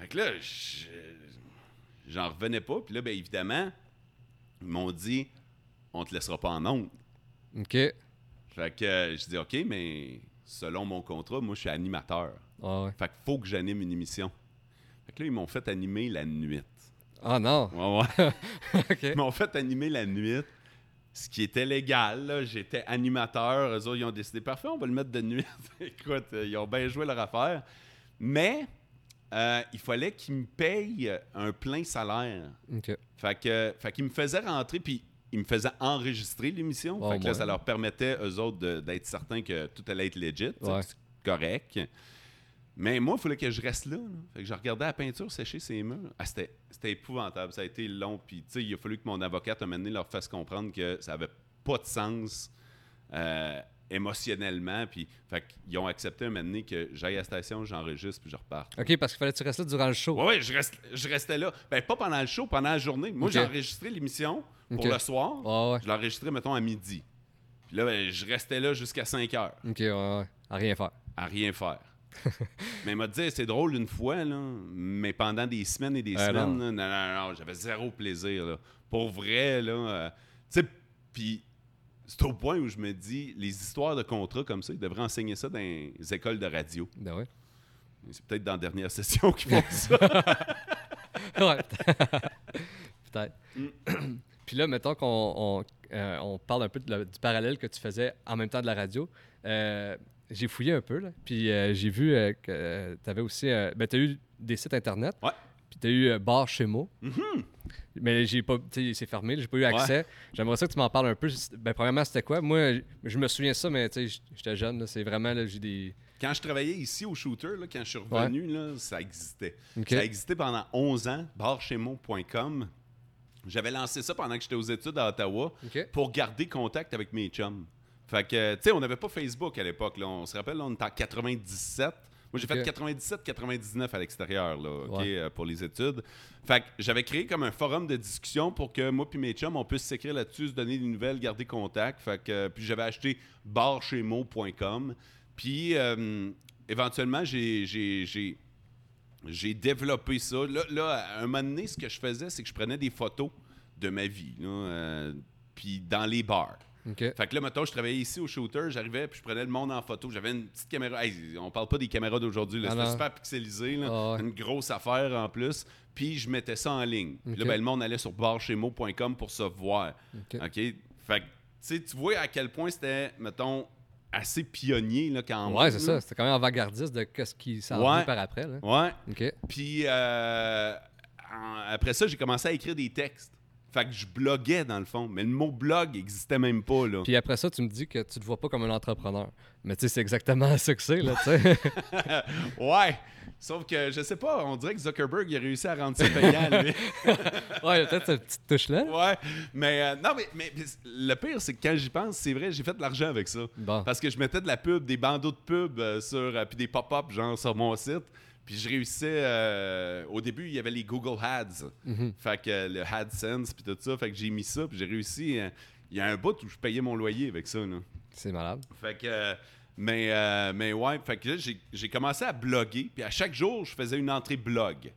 B: Fait que là, je- j'en revenais pas. Puis là, ben évidemment, ils m'ont dit, on te laissera pas en ondes.
A: Ok. Ouais,
B: Fait que euh, je dis, OK, mais selon mon contrat, moi, je suis animateur.
A: Ah ouais.
B: Fait que faut que j'anime une émission. Fait que là, ils m'ont fait animer la nuit.
A: Ah non.
B: Ouais, ouais.
A: ok.
B: Ils m'ont fait animer la nuit, ce qui était légal. là. J'étais animateur. Eux autres, ils ont décidé, parfait, on va le mettre de nuit. Écoute, euh, ils ont bien joué leur affaire. Mais euh, il fallait qu'ils me payent un plein salaire.
A: Ok.
B: Fait que, fait qu'ils me faisaient rentrer, puis ils me faisaient enregistrer l'émission.
A: Oh,
B: fait que là,
A: ouais.
B: ça leur permettait, eux autres, de- d'être certains que tout allait être legit, tu sais,
A: Ouais.
B: que c'est correct. Mais moi, il fallait que je reste là. là. Fait que je regardais la peinture sécher ses murs. Ah, c'était, c'était épouvantable. Ça a été long. Puis, tu sais, il a fallu que mon avocate, un moment donné, leur fasse comprendre que ça avait pas de sens euh, émotionnellement. Puis, fait qu'ils ont accepté un moment donné que j'aille à la station, j'enregistre, puis je repars.
A: OK, parce qu'il fallait que tu restes là durant le show.
B: Ouais, ouais, je, reste, je restais là. Ben, pas pendant le show, pendant la journée. Moi,
A: Ok.
B: j'ai enregistré l'émission pour
A: Ok.
B: le soir.
A: Ah Ouais, ouais.
B: Je l'enregistrais, mettons, à midi. Puis là, ben, je restais là jusqu'à 5 heures
A: OK, ouais, ouais. À rien faire.
B: à rien faire. mais il m'a dit, c'est drôle une fois, là, mais pendant des semaines et des
A: Ah,
B: semaines, là, non, non, non, j'avais zéro plaisir. là. Pour vrai, là. euh, tu sais, puis c'est au point où je me dis, les histoires de contrats comme ça, ils devraient enseigner ça dans les écoles de radio.
A: Ben ouais.
B: C'est peut-être dans la dernière session qu'ils font ça.
A: ouais. Mm. Peut-être. Puis là, mettons qu'on on, euh, on parle un peu de la- du parallèle que tu faisais en même temps de la radio. Euh, j'ai fouillé un peu, là. Puis euh, j'ai vu euh, que tu avais aussi. euh, ben, tu as eu des sites Internet.
B: Ouais. Mm-hmm.
A: Puis tu as eu euh, Bar chez Mo. Mais j'ai pas. Tu sais, c'est fermé, j'ai pas eu accès. J'aimerais ça que tu m'en parles un peu. Ben, premièrement, c'était quoi Moi, je- je me souviens ça, mais tu sais, j'étais jeune, là. C'est vraiment, là, j'ai des.
B: Quand je travaillais ici au shooter, là, quand je suis revenu, là, ça existait.
A: Ok.
B: Ça a existé pendant 11 ans, barchemo.com. J'avais lancé ça pendant que j'étais aux études à Ottawa
A: Ok.
B: pour garder contact avec mes chums. Fait que, tu sais, on n'avait pas Facebook à l'époque. là. On se rappelle, là, on était en 97. Moi, j'ai
A: Ok.
B: fait 97-99 à l'extérieur, là, OK,
A: Ouais.
B: euh, pour les études. Fait que j'avais créé comme un forum de discussion pour que moi puis mes chums, on puisse s'écrire là-dessus, se donner des nouvelles, garder contact. Fait que, euh, puis j'avais acheté barchemo.com. Puis, euh, éventuellement, j'ai- j'ai- j'ai j'ai développé ça. Là, là, à un moment donné, ce que je faisais, c'est que je prenais des photos de ma vie, là, euh, puis dans les bars.
A: OK.
B: Fait que là, mettons, je travaillais ici au shooter, j'arrivais, puis je prenais le monde en photo. J'avais une petite caméra. Hey, on parle pas des caméras d'aujourd'hui, là.
A: Ah
B: C'était
A: non.
B: super pixelisé, là.
A: Ah ouais.
B: Une grosse affaire en plus. Puis je mettais ça en ligne. Puis là,
A: Ok.
B: ben, le monde allait sur barchemo.com pour se voir.
A: Ok.
B: OK? Fait que, tu sais, tu vois à quel point c'était, mettons, assez pionnier, là, quand
A: Ouais,
B: même,
A: c'est
B: là.
A: ça. C'était quand même avant-gardiste de ce qui s'en
B: mm. Ouais.
A: vient par après, là.
B: Ouais.
A: OK.
B: Puis euh, en- après ça, j'ai commencé à écrire des textes. Fait que je bloguais dans le fond, mais le mot blog existait même pas là.
A: Puis après ça, tu me dis que tu te vois pas comme un entrepreneur. Mais tu sais, c'est exactement ça que c'est, là, tu sais.
B: ouais. Sauf que je sais pas, on dirait que Zuckerberg il a réussi à rendre ça payant lui.
A: ouais, il y a peut-être cette petite touche-là.
B: ouais. Mais euh, non mais, mais- mais le pire c'est que quand j'y pense, c'est vrai, j'ai fait de l'argent avec ça.
A: Bon.
B: Parce que je mettais de la pub, des bandeaux de pub euh, sur euh, puis des pop-up genre sur mon site. Puis je réussissais. euh, au début, il y avait les Google Ads. Fait que euh, le AdSense puis tout ça. Fait que j'ai mis ça puis j'ai réussi. euh, Il y a un bout où je payais mon loyer avec ça. Là.
A: C'est malade.
B: Fait que. euh, mais, euh, mais ouais, fait que là, j'ai- j'ai commencé à bloguer. Puis à chaque jour, je faisais une entrée blog.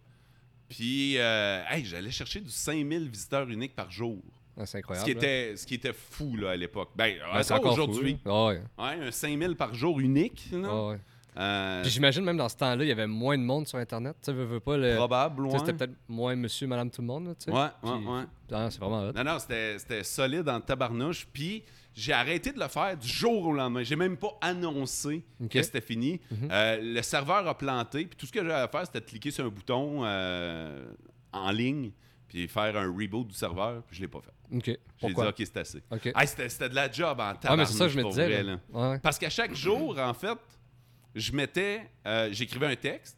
B: Puis, euh, hey, j'allais chercher du 5000 visiteurs uniques par jour.
A: Ouais, Ah, c'est
B: Ce
A: incroyable.
B: qui,
A: là.
B: était, ce qui était fou là, à l'époque. Ben,
A: Ouais,
B: ça
A: ben. encore fou,
B: aujourd'hui.
A: là. Ouais,
B: Ouais, un 5000 par jour unique. là.
A: ouais, ouais.
B: Euh,
A: Ah. Puis j'imagine même dans ce temps-là, il y avait moins de monde sur Internet. Tu sais, veux, veux pas le.
B: probable,
A: tu
B: ouais.
A: sais, C'était peut-être moins monsieur, madame, tout le monde, là, tu sais.
B: Ouais,
A: Puis-
B: ouais, ouais.
A: Ah, non, c'est vraiment hot.
B: Non, non, c'était c'était solide en tabarnouche. Puis j'ai arrêté de le faire du jour au lendemain. J'ai même pas annoncé
A: Ok. Mhm.
B: que c'était fini. Euh, le serveur a planté. Puis tout ce que j'avais à faire, c'était de cliquer sur un bouton euh, en ligne. Puis faire un reboot du serveur. Puis je l'ai pas fait.
A: OK.
B: J'ai dit,
A: Pourquoi?
B: OK, c'est assez.
A: OK.
B: Ah, c'était c'était de la job en tabarnouche.
A: ouais, mais c'est ça que je me
B: pour
A: disais.
B: vrai,
A: là.
B: là.
A: Ouais.
B: Parce qu'à chaque jour, en fait, je mettais, euh, j'écrivais un texte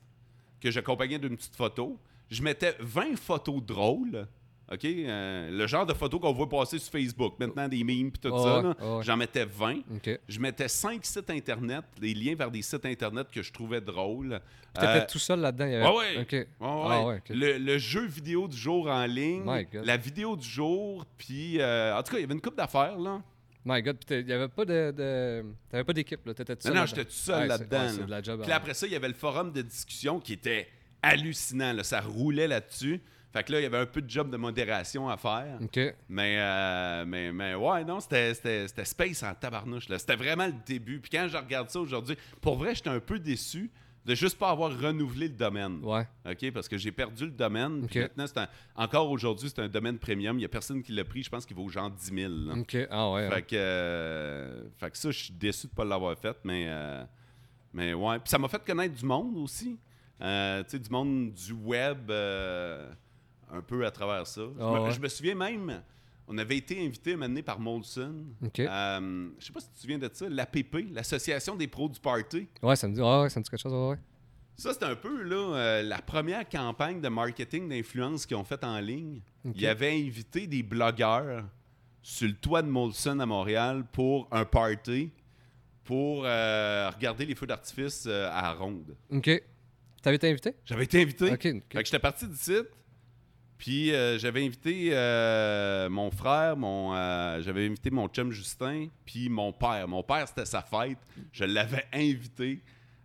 B: que j'accompagnais d'une petite photo. Je mettais 20 photos drôles. OK? euh, le genre de photos qu'on voit passer sur Facebook. Maintenant, des memes et tout
A: Ouais,
B: ça.
A: ouais,
B: là.
A: ouais.
B: J'en mettais 20.
A: OK.
B: Je mettais 5 sites Internet, des liens vers des sites Internet que je trouvais drôles. Euh,
A: T'étais tout seul là-dedans. il y avait-
B: Ouais, ouais.
A: OK.
B: Ouais, ouais.
A: Ah, ouais, OK.
B: Le, le jeu vidéo du jour en ligne,
A: My God.
B: la vidéo du jour, puis... euh, en tout cas, il y avait une coupe d'affaires, là.
A: My God, puis t'es- il y avait pas de, de... t'avais pas d'équipe là, t'étais tout seul.
B: Non, non,
A: là-dedans.
B: j'étais tout seul
A: Ouais, c'est-
B: là-dedans.
A: ouais, c'est
B: là.
A: de la job.
B: Puis là,
A: hein.
B: après ça, il y avait le forum de discussion qui était hallucinant. là. Ça roulait là-dessus. Fait que là, il y avait un peu de job de modération à faire.
A: Ok.
B: Mais, euh, mais, mais ouais, non, c'était- c'était c'était space en tabarnouche. là. C'était vraiment le début. Puis quand je regarde ça aujourd'hui, pour vrai, j'étais un peu déçu de juste pas avoir renouvelé le domaine.
A: Ouais.
B: OK? Parce que j'ai perdu le domaine. Puis
A: OK.
B: maintenant, c'est un- encore aujourd'hui, c'est un domaine premium. Il n'y a personne qui l'a pris. Je pense qu'il vaut genre 10 000. là.
A: Ok. Ah ouais.
B: Fait que, euh, fait que ça, je suis déçu de ne pas l'avoir fait, mais, euh, mais ouais. Puis ça m'a fait connaître du monde aussi. Euh, tu sais, du monde du web, euh, un peu à travers ça. je,
A: Ah
B: me,
A: ouais.
B: je me souviens même, on avait été invité un année par Molson.
A: OK.
B: Euh, je sais pas si tu te souviens de ça, l'APP, l'Association des pros du party.
A: Ouais, ça me dit. Ouais, ouais, ça me dit quelque chose. Ouais. ouais.
B: Ça, c'est un peu là, euh, la première campagne de marketing d'influence qu'ils ont faite en ligne.
A: Ok.
B: Ils avaient invité des blogueurs sur le toit de Molson à Montréal pour un party pour euh, regarder les feux d'artifice euh, à Ronde.
A: OK. T'avais été invité?
B: J'avais été invité.
A: OK. ok.
B: Fait que j'étais parti du site, puis euh, j'avais invité euh, mon frère, mon, euh, j'avais invité mon chum Justin, puis mon père. Mon père, c'était sa fête. Je l'avais invité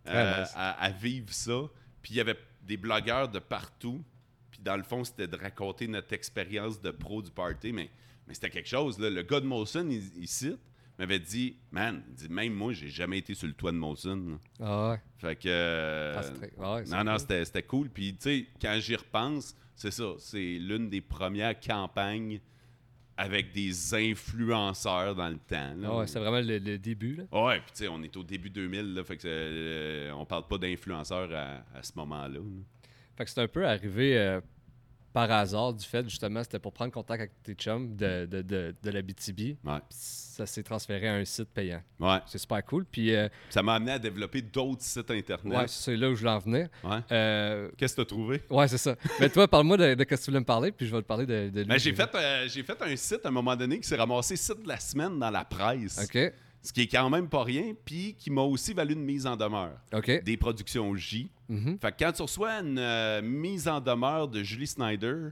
B: euh,
A: Très nice.
B: à, à vivre ça. Puis il y avait des blogueurs de partout. Puis dans le fond, c'était de raconter notre expérience de pro du party. Mais, mais c'était quelque chose. là. Le gars de Molson, il, il cite, m'avait dit Man, il dit, même moi, j'ai jamais été sur le toit de Molson. là.
A: Ah ouais.
B: Fait que. euh,
A: Ah, c'est très- ah ouais, c'est
B: non, non,
A: cool.
B: c'était c'était cool. Puis, tu sais, quand j'y repense, c'est ça. C'est l'une des premières campagnes avec des influenceurs dans le temps. là. Ah
A: Ah ouais, c'est vraiment le, le début, là.
B: Ouais, puis tu sais, on est au début 2000, là, fait que euh, on parle pas d'influenceurs à, à ce moment-là. là.
A: Fait que c'est un peu arrivé euh, par hasard du fait, justement, c'était pour prendre contact avec tes chums de, de, de, de la BTB.
B: Ouais.
A: Ça s'est transféré à un site payant.
B: Ouais.
A: C'est super cool. Puis, euh,
B: Ça m'a amené à développer d'autres sites internet.
A: ouais, c'est là où je voulais en venir.
B: Ouais.
A: Euh,
B: Qu'est-ce que t'as trouvé?
A: ouais, c'est ça. Mais toi, parle-moi de, de ce que tu voulais me parler, puis je vais te parler de, de lui.
B: Ben, j'ai fait, euh, j'ai fait un site à un moment donné qui s'est ramassé site de la semaine dans la presse.
A: OK.
B: Ce qui est quand même pas rien, puis qui m'a aussi valu une mise en demeure.
A: OK.
B: des productions J.
A: Mhm.
B: Fait que quand tu reçois une euh, mise en demeure de Julie Snyder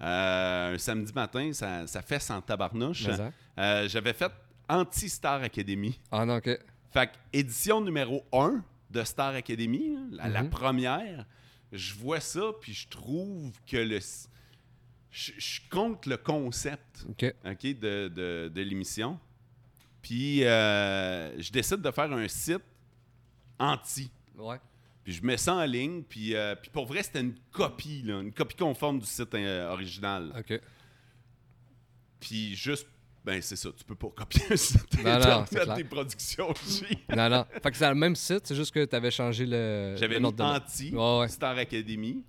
B: euh, un samedi matin, ça, ça fait sans tabarnouche.
A: Mais, hein.
B: Euh, J'avais fait Anti-Star Academy.
A: Ah non, OK.
B: Fait que édition numéro 1 de Star Academy, hein, la, la
A: Mhm.
B: première, je vois ça, puis je trouve que le. s- Je je compte le concept.
A: OK.
B: OK, de, de- de l'émission. Puis euh, je décide de faire un site anti.
A: Ouais.
B: Puis je mets ça en ligne, puis, euh, puis pour vrai, c'était une copie, là, une copie conforme du site euh, original.
A: OK.
B: Puis juste, ben c'est ça, tu peux pas copier un site
A: Non, non,
B: Internet
A: c'est clair. Euh,
B: des productions J.
A: Non, non. Fait que c'est dans le même site, c'est juste que t'avais changé le.
B: J'avais
A: le
B: mis
A: nom de domaine.
B: anti,
A: Ouais, ouais.
B: Star Academy,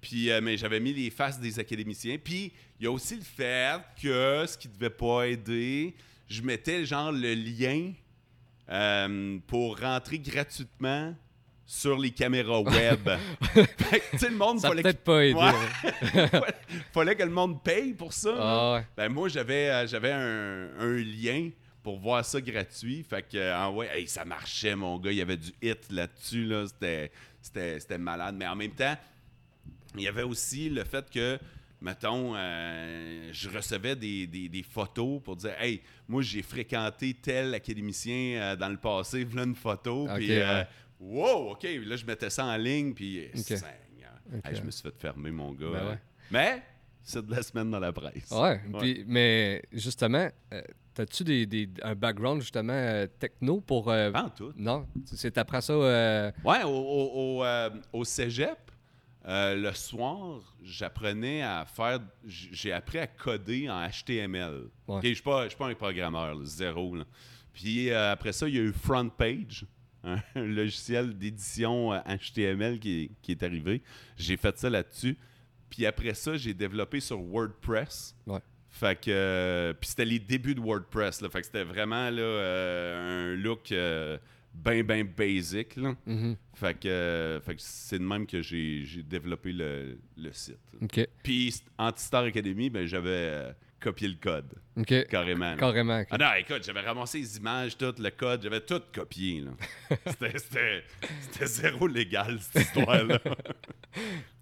B: puis euh, mais j'avais mis les faces des académiciens. Puis il y a aussi le fait que ce qui devait pas aider, je mettais genre le lien euh, pour rentrer gratuitement sur les caméras web. fait que, tu sais, le monde
A: Ça a
B: fallait
A: peut-être
B: que-
A: pas aidé.
B: Ouais.
A: ouais.
B: fallait- fallait que le monde paye pour ça. là.
A: Ah ouais.
B: Ben moi j'avais euh, j'avais un, un lien pour voir ça gratuit. Fait que euh, ah ouais, hey, ça marchait mon gars, il y avait du hit là-dessus là, c'était c'était c'était malade mais en même temps, il y avait aussi le fait que mettons euh, je recevais des, des- des photos pour dire hey, moi j'ai fréquenté tel académicien euh, dans le passé, voilà une photo
A: Ok,
B: puis euh,
A: ouais.
B: wow, OK, là je mettais ça en ligne puis euh, Seigneur.
A: Ok.
B: Hey, je me suis fait fermer mon gars.
A: Ben
B: hein.
A: ouais. Ah,
B: Mais c'est de la semaine dans la presse.
A: Ouais, puis- mais justement, euh, t'as-tu des, des- un background justement euh, techno pour. euh,
B: Pas en tout.
A: Non, tu- c'est après ça. euh,
B: Ouais, au, au- au, euh, au cégep, euh, le soir, j'apprenais à faire. j- J'ai appris à coder en HTML.
A: Ouais.
B: Ok, Je ne suis pas je suis pas un programmeur, là, zéro. là. Puis euh, après ça, il y a eu Front Page, un logiciel d'édition euh, HTML qui, qui est arrivé. J'ai fait ça là-dessus. Puis après ça, j'ai développé sur WordPress.
A: Ouais.
B: Fait que. euh, puis c'était les débuts de WordPress. Là, fait que c'était vraiment là, euh, un look euh, ben, ben basic. Là.
A: mhm,
B: Fait que, euh, fait que c'est de même que j'ai j'ai développé le, le site.
A: Ok,
B: Puis st- Antistar Academy, ben, j'avais euh, copié le code,
A: ok.
B: carrément. là.
A: Carrément. ok.
B: Ah non, écoute, j'avais ramassé les images, tout le code, j'avais tout copié. là. C'était- C'était c'était zéro légal, cette histoire-là. Ah.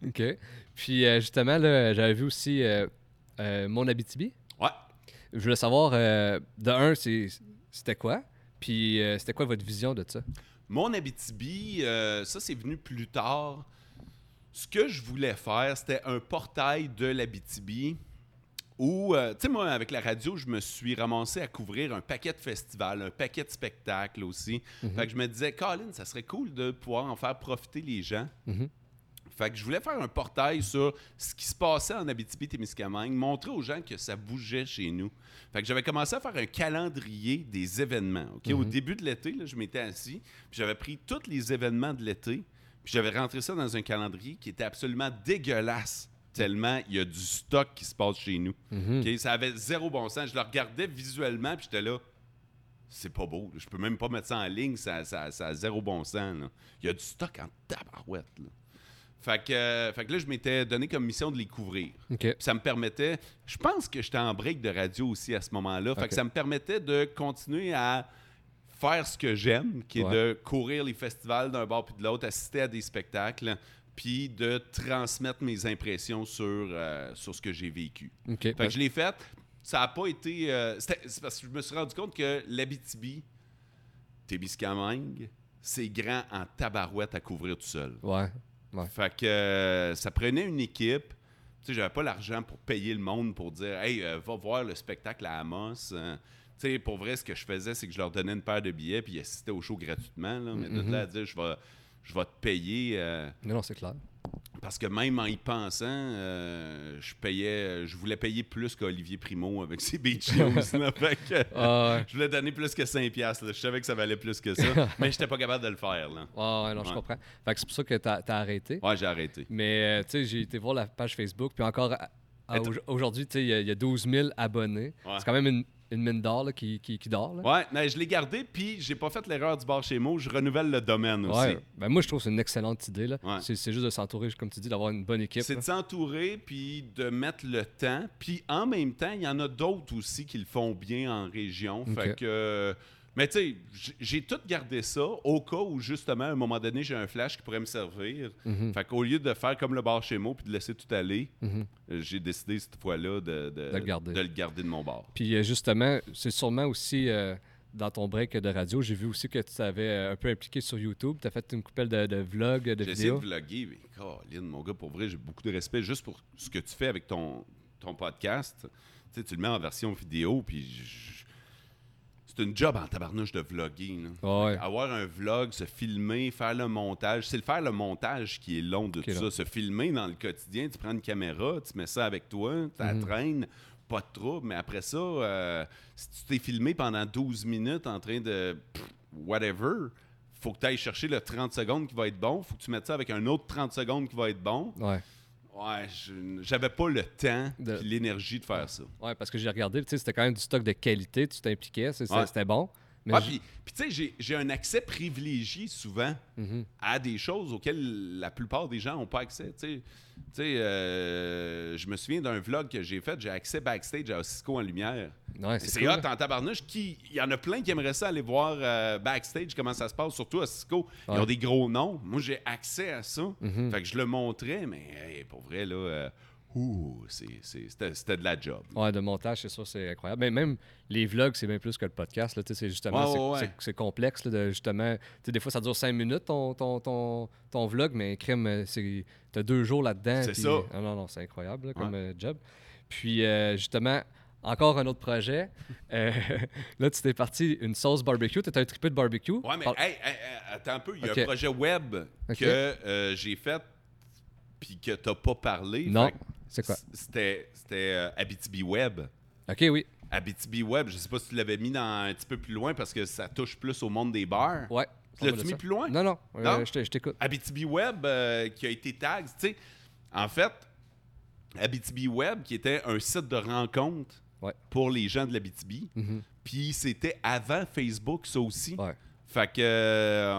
A: Ok. Puis euh, justement, là, j'avais vu aussi euh, euh, mon Abitibi.
B: Ouais.
A: Je voulais savoir, euh, de un, c'est- c'était quoi? Puis euh, c'était quoi votre vision de ça?
B: Mon Abitibi, euh, ça, c'est venu plus tard. Ce que je voulais faire, c'était un portail de l'Abitibi où, euh, tu sais, moi, avec la radio, je me suis ramassé à couvrir un paquet de festivals, un paquet de spectacles aussi. Fait que je me disais, Colin, ça serait cool de pouvoir en faire profiter les gens.
A: Mhm.
B: Fait que je voulais faire un portail sur ce qui se passait en Abitibi-Témiscamingue, montrer aux gens que ça bougeait chez nous. Fait que j'avais commencé à faire un calendrier des événements. OK? Au début de l'été, là, je m'étais assis, puis j'avais pris tous les événements de l'été, puis j'avais rentré ça dans un calendrier qui était absolument dégueulasse, tellement il y a du stock qui se passe chez nous.
A: Mhm.
B: OK? Ça avait zéro bon sens. Je le regardais visuellement, puis j'étais là, c'est pas beau. là. Je peux même pas mettre ça en ligne, ça, ça, ça a zéro bon sens. là. Il y a du stock en tabarouette. Là. Fait, que, euh, fait que là, je m'étais donné comme mission de les couvrir.
A: OK.
B: Puis ça me permettait. Je pense que j'étais en break de radio aussi à ce moment-là. Fait
A: Ok.
B: que ça me permettait de continuer à faire ce que j'aime, qui est
A: Ouais.
B: de courir les festivals d'un bord puis de l'autre, assister à des spectacles, puis de transmettre mes impressions sur, euh, sur ce que j'ai vécu.
A: OK.
B: Fait que je l'ai fait. Ça n'a pas été. euh, c'était- c'est parce que je me suis rendu compte que l'Abitibi, Témiscamingue, c'est grand en tabarouette à couvrir tout seul.
A: Ouais. Ouais.
B: Fait que euh, ça prenait une équipe. Tu sais, j'avais pas l'argent pour payer le monde pour dire Hey, euh, va voir le spectacle à Amos. Euh, tu sais, pour vrai, ce que je faisais, c'est que je leur donnais une paire de billets puis ils assistaient au show gratuitement. là. Mais de là à dire je vais, je vais te payer. euh,
A: Mais non, c'est clair.
B: parce que même en y pensant, euh, je payais, je voulais payer plus qu'Olivier Primo avec ses beach shoes. là. Fait que,
A: Ah, ouais.
B: je voulais donner plus que 5 piastres. là. Je savais que ça valait plus que ça, mais j'étais pas capable de le faire. Là.
A: Ah, ouais, non, je
B: Ouais.
A: comprends. Fait que c'est pour ça que t'as t'as arrêté.
B: Ouais, j'ai arrêté.
A: Mais euh, tu sais, j'ai été voir la page Facebook, puis encore à- à au- aujourd'hui, tu sais, il y, a- il y a 12 000 abonnés.
B: Ouais.
A: C'est quand même une, une mine d'or là, qui, qui, qui dort. Là.
B: Ouais, mais je l'ai gardé, puis j'ai pas fait l'erreur du bar chez moi. Je renouvelle le domaine aussi.
A: Ouais. Ben, moi, je trouve que c'est une excellente idée. là.
B: Ouais.
A: C'est c'est juste de s'entourer, comme tu dis, d'avoir une bonne équipe.
B: C'est
A: là.
B: de s'entourer, puis de mettre le temps. Puis en même temps, il y en a d'autres aussi qui le font bien en région. Fait
A: Ok.
B: que. Mais tu sais, j- j'ai tout gardé ça au cas où, justement, à un moment donné, j'ai un flash qui pourrait me servir.
A: Mhm.
B: Fait qu'au lieu de faire comme le bar chez moi puis de laisser tout aller, euh, j'ai décidé cette fois-là de,
A: De le garder.
B: de le garder de mon bar.
A: Puis euh, justement, c'est sûrement aussi euh, dans ton break de radio, j'ai vu aussi que tu t'avais euh, un peu impliqué sur YouTube. Tu as fait une couple de, de vlogs, de
B: J'ai essayé de
A: vidéos.
B: vlogger, mais Colin, mon gars, pour vrai, j'ai beaucoup de respect juste pour ce que tu fais avec ton, ton podcast. Tu sais, tu le mets en version vidéo, puis je- c'est une job en tabarnouche de vlogger. là.
A: Ouais.
B: Avoir un vlog, se filmer, faire le montage. C'est le faire le montage qui est long de
A: Qui est
B: tout
A: long.
B: ça. Se filmer dans le quotidien, tu prends une caméra, tu mets ça avec toi, tu la traînes, pas de trouble. Mais après ça, euh, si tu t'es filmé pendant 12 minutes en train de pff, whatever, faut que tu ailles chercher le 30 secondes qui va être bon. faut que tu mettes ça avec un autre 30 secondes qui va être bon.
A: Ouais.
B: Ouais, je- j'avais pas le temps
A: De-
B: et l'énergie de faire ça.
A: Ouais, parce que j'ai regardé, tu sais, c'était quand même du stock de qualité, tu t'impliquais, c'est-
B: Ouais.
A: c'était bon. Mais
B: Ouais,
A: j-
B: puis, puis tu sais, j'ai- j'ai un accès privilégié souvent
A: Mhm.
B: à des choses auxquelles la plupart des gens n'ont pas accès. Tu sais, Tu sais, euh, je me souviens d'un vlog que j'ai fait, j'ai accès backstage à Cisco en Lumière.
A: ouais,
B: C'est
A: Ben, cool, hein.
B: hot en tabarnouche. qui- Il y en a plein qui aimeraient ça aller voir euh, backstage, comment ça se passe, surtout à Cisco. Ils
A: Ouais. Mhm.
B: ont des gros noms. Moi, j'ai accès à ça. Fait que je le montrais, mais hey, pour vrai, là, euh, ouh, c'est- c'est- c'était c'était de la job.
A: Ouais, de montage, c'est sûr, c'est incroyable. Mais même les vlogs, c'est bien plus que le podcast. là, tu sais, C'est justement,
B: Ouais,
A: c'est-
B: ouais, ouais.
A: c'est- c'est complexe. là, de, justement, tu sais, des fois, ça dure cinq minutes ton, ton, ton, ton vlog, mais crime, euh, c'est- t'as deux jours là-dedans.
B: C'est
A: puis-
B: ça.
A: Ah non, non, c'est incroyable là, comme euh, job. Puis, euh, justement, encore un autre projet. Euh, là, tu t'es parti une sauce barbecue. T'étais un tripé de barbecue. Ah,
B: Ouais, mais
A: Par-
B: hey, hey, hey, attends un peu. Il y a
A: Ok.
B: un projet web
A: Ok.
B: que euh, j'ai fait puis que t'as pas parlé.
A: Non.
B: Fait que
A: C'est quoi?
B: c- C'était c'était, euh, Abitibi Web.
A: OK, oui.
B: Abitibi Web, je sais pas si tu l'avais mis dans un petit peu plus loin parce que ça touche plus au monde des bars.
A: Ouais. Ça
B: Tu l'as-tu
A: va de
B: mis
A: ça.
B: plus loin?
A: Non, non. euh,
B: Non?
A: je t'ai- je t'écoute.
B: Abitibi Web euh, qui a été tag, tu sais. En fait, Abitibi Web qui était un site de rencontre
A: Ouais. Mm-hmm.
B: pour les gens de l'Abitibi. Puis c'était avant Facebook, ça aussi.
A: Ouais.
B: Fait que euh,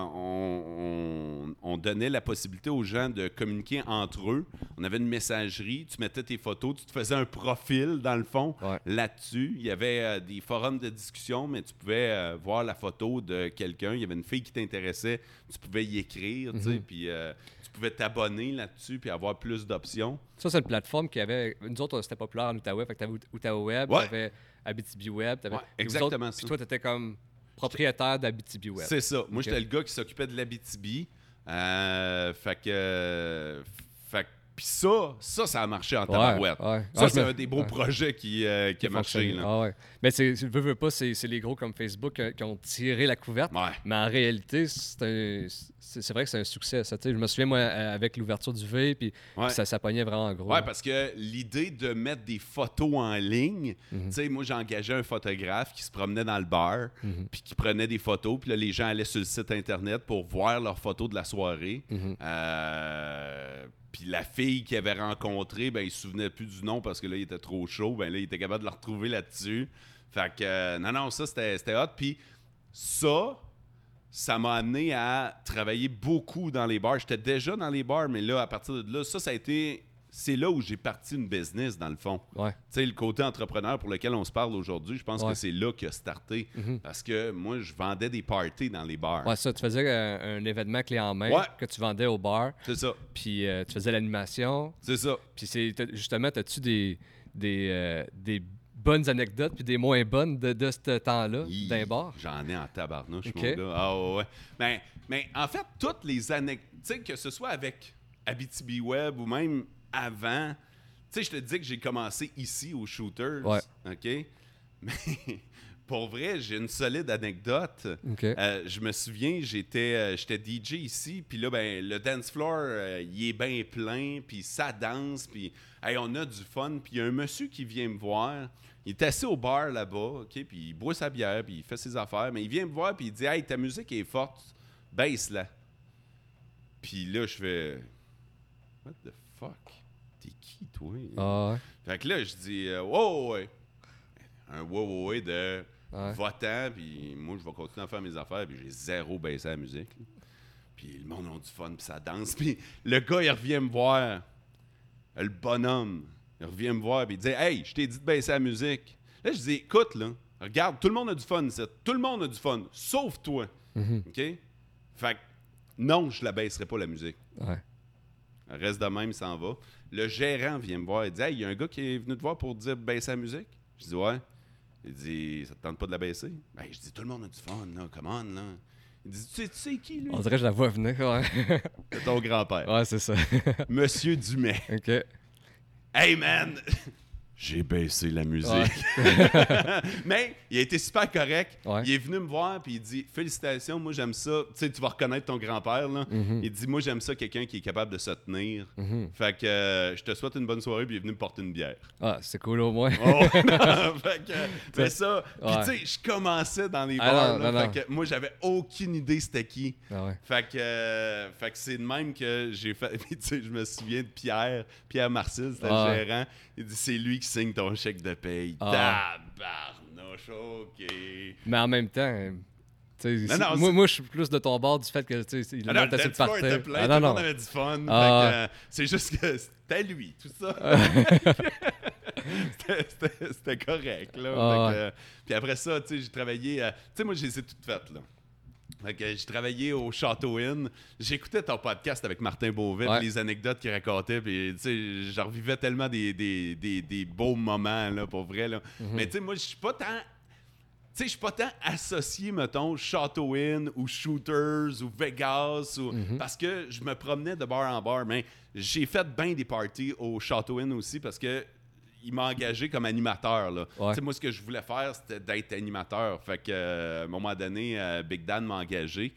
B: on, on- on donnait la possibilité aux gens de communiquer entre eux. On avait une messagerie, tu mettais tes photos, tu te faisais un profil dans le fond
A: Ouais.
B: là-dessus. Il y avait euh, des forums de discussion, mais tu pouvais euh, voir la photo de quelqu'un. Il y avait une fille qui t'intéressait, tu pouvais y écrire, tu sais, puis euh, tu pouvais t'abonner là-dessus puis avoir plus d'options.
A: Ça, c'est une plateforme qui avait. Nous autres, c'était populaire en Outaouais. Fait que t'avais Out- Outaouais Web,
B: Ouais.
A: t'avais Abitibi Web. T'avais...
B: Ouais,
A: puis vous
B: exactement
A: autres-
B: ça.
A: Puis toi, t'étais comme propriétaire d'Abitibi Web.
B: C'est ça. Moi,
A: Ok.
B: j'étais le gars qui s'occupait de l'Abitibi. Euh, fait que. Fait que- Puis ça, ça, ça a marché en tabarouette.
A: ouais.
B: Ça,
A: Ah,
B: c'est
A: je me-
B: un des beaux
A: ouais.
B: projets qui, euh, qui a marché.
A: fonctionné.
B: là.
A: Ah ouais. Mais c'est, je veux, veux pas, c'est, c'est les gros comme Facebook euh, qui ont tiré la couverte.
B: Ouais.
A: Mais en réalité, c'est, un- c'est, c'est vrai que c'est un succès. Ça, Tu sais, je me souviens, moi, euh, avec l'ouverture du V, puis,
B: Ouais.
A: puis ça, ça pognait vraiment en gros.
B: Ouais, parce que l'idée de mettre des photos en ligne, tu sais, moi, j'ai engagé un photographe qui se promenait dans le bar, puis qui prenait des photos, puis là, les gens allaient sur le site Internet pour voir leurs photos de la soirée. Euh, puis la fille qu'il avait rencontrée, ben, il se souvenait plus du nom parce que là, il était trop chaud, ben là, il était capable de la retrouver là-dessus. Fait que, euh, non, non, ça, c'était c'était hot, puis ça, ça m'a amené à travailler beaucoup dans les bars. J'étais déjà dans les bars, mais là, à partir de là, ça, ça a été. C'est là où j'ai parti une business, dans le fond.
A: Ouais.
B: Tu sais, le côté entrepreneur pour lequel on se parle aujourd'hui, je pense
A: Ouais. Mhm.
B: que c'est là qu'il a starté. Parce que moi, je vendais des parties dans les bars.
A: Ouais, ça, tu faisais euh, un événement clé en main
B: Ouais.
A: que tu vendais au bar,
B: C'est ça.
A: puis euh, tu faisais l'animation,
B: C'est ça.
A: puis c'est t'as- justement, as-tu des, des, euh, des bonnes anecdotes puis des moins bonnes de, de ce temps-là
B: Hi,
A: d'un bar?
B: J'en ai en tabarnouche,
A: Ok.
B: mon gars. Ah ouais, ouais. Mais, mais en fait, toutes les anecdotes, tu sais, que ce soit avec Abitibi Web ou même avant, tu sais, je te dis que j'ai commencé ici au Shooters.
A: Ouais.
B: OK? Mais pour vrai, j'ai une solide anecdote.
A: OK.
B: Euh, je me souviens, j'étais euh, j'étais DJ ici, puis là, ben, le dance floor, euh, il est bien plein, puis ça danse, puis hey, on a du fun. Puis il y a un monsieur qui vient me voir, il est assis au bar là-bas, OK, puis il boit sa bière, puis il fait ses affaires, mais il vient me voir, puis il dit Hey, ta musique est forte, baisse-la. Puis là, je fais What the fuck? T'es qui, toi?
A: Ah, ouais.
B: Fait que là, je dis euh, Wow, ouais. Un wow, ouais, ouais de
A: Ouais.
B: votant, puis moi, je vais continuer à faire mes affaires, puis j'ai zéro baissé la musique. Puis le monde a du fun, puis ça danse. Puis le gars, il revient me voir. Le bonhomme, il revient me voir, puis il dit Hey, je t'ai dit de baisser la musique. Là, je dis Écoute, là, regarde, tout le monde a du fun, ça. Tout le monde a du fun, sauf toi. OK? Fait que non, je la baisserai pas, la musique.
A: ouais.
B: Reste de même, il s'en va. Le gérant vient me voir et dit Hey, il y a un gars qui est venu te voir pour dire baisser la musique. Je dis Ouais. Il dit Ça te tente pas de la baisser Ben, je dis Tout le monde a du fun, là, come on, là. Il dit Tu sais, tu sais qui, lui
A: On dirait que je la vois venir. Ouais,
B: C'est ton grand-père.
A: ouais c'est ça.
B: Monsieur Dumais.
A: OK.
B: Hey, man J'ai baissé la musique.
A: Ouais.
B: Mais il a été super correct.
A: Ouais.
B: Il est venu me voir puis il dit Félicitations, moi j'aime ça. Tu sais, tu vas reconnaître ton grand-père. là. Il dit Moi j'aime ça, quelqu'un qui est capable de se tenir. Fait que euh, je te souhaite une bonne soirée puis il est venu me porter une bière.
A: Ah, c'est cool au moins.
B: Oh, non, fait que, mais ça, puis
A: Ouais.
B: tu sais, je commençais dans les
A: Ah
B: bars,
A: non,
B: là,
A: non,
B: fait
A: non.
B: que moi, j'avais aucune idée c'était qui.
A: Ah ouais.
B: Fait que, euh, fait que c'est de même que j'ai fait. Tu sais, je me souviens de Pierre, Pierre Marcel, c'était
A: Ah.
B: le gérant. Il dit c'est lui qui signe ton chèque de paye.
A: Ah.
B: Tabarnouche, ok.
A: Mais en même temps, euh, tu sais,
B: Non, non,
A: si-
B: c'est-
A: moi, moi je suis plus de ton bord du fait que tu sais, il
B: Ah non,
A: a sur
B: le
A: le
B: dance floor était
A: parterre.
B: plein,
A: Ah,
B: tout
A: non,
B: le monde
A: non.
B: avait du fun. Fait
A: Ah.
B: que, euh, c'est juste que c'était lui, tout ça. C'était- c'était- c'était correct, là.
A: Ah.
B: Fait que, euh, puis après ça, tu sais, j'ai travaillé... euh, tu sais, moi, je les ai toutes faites, là. Fait que j'ai travaillé au Château Inn. J'écoutais ton podcast avec Martin Beauvais,
A: Ouais.
B: puis les anecdotes qu'il racontait, puis tu sais, je revivais tellement des, des, des, des beaux moments, là, pour vrai, là.
A: Mm-hmm.
B: Mais tu sais, moi, je suis pas tant... Tu sais, je suis pas tant associé, mettons, Château Inn ou Shooters ou Vegas ou... parce que je me promenais de bar en bar. Mais j'ai fait bien des parties au Château Inn aussi parce que il m'a engagé comme animateur. Là.
A: Ouais.
B: Tu sais, Moi, ce que je voulais faire, c'était d'être animateur. Fait que, euh, à un moment donné, euh, Big Dan m'a engagé.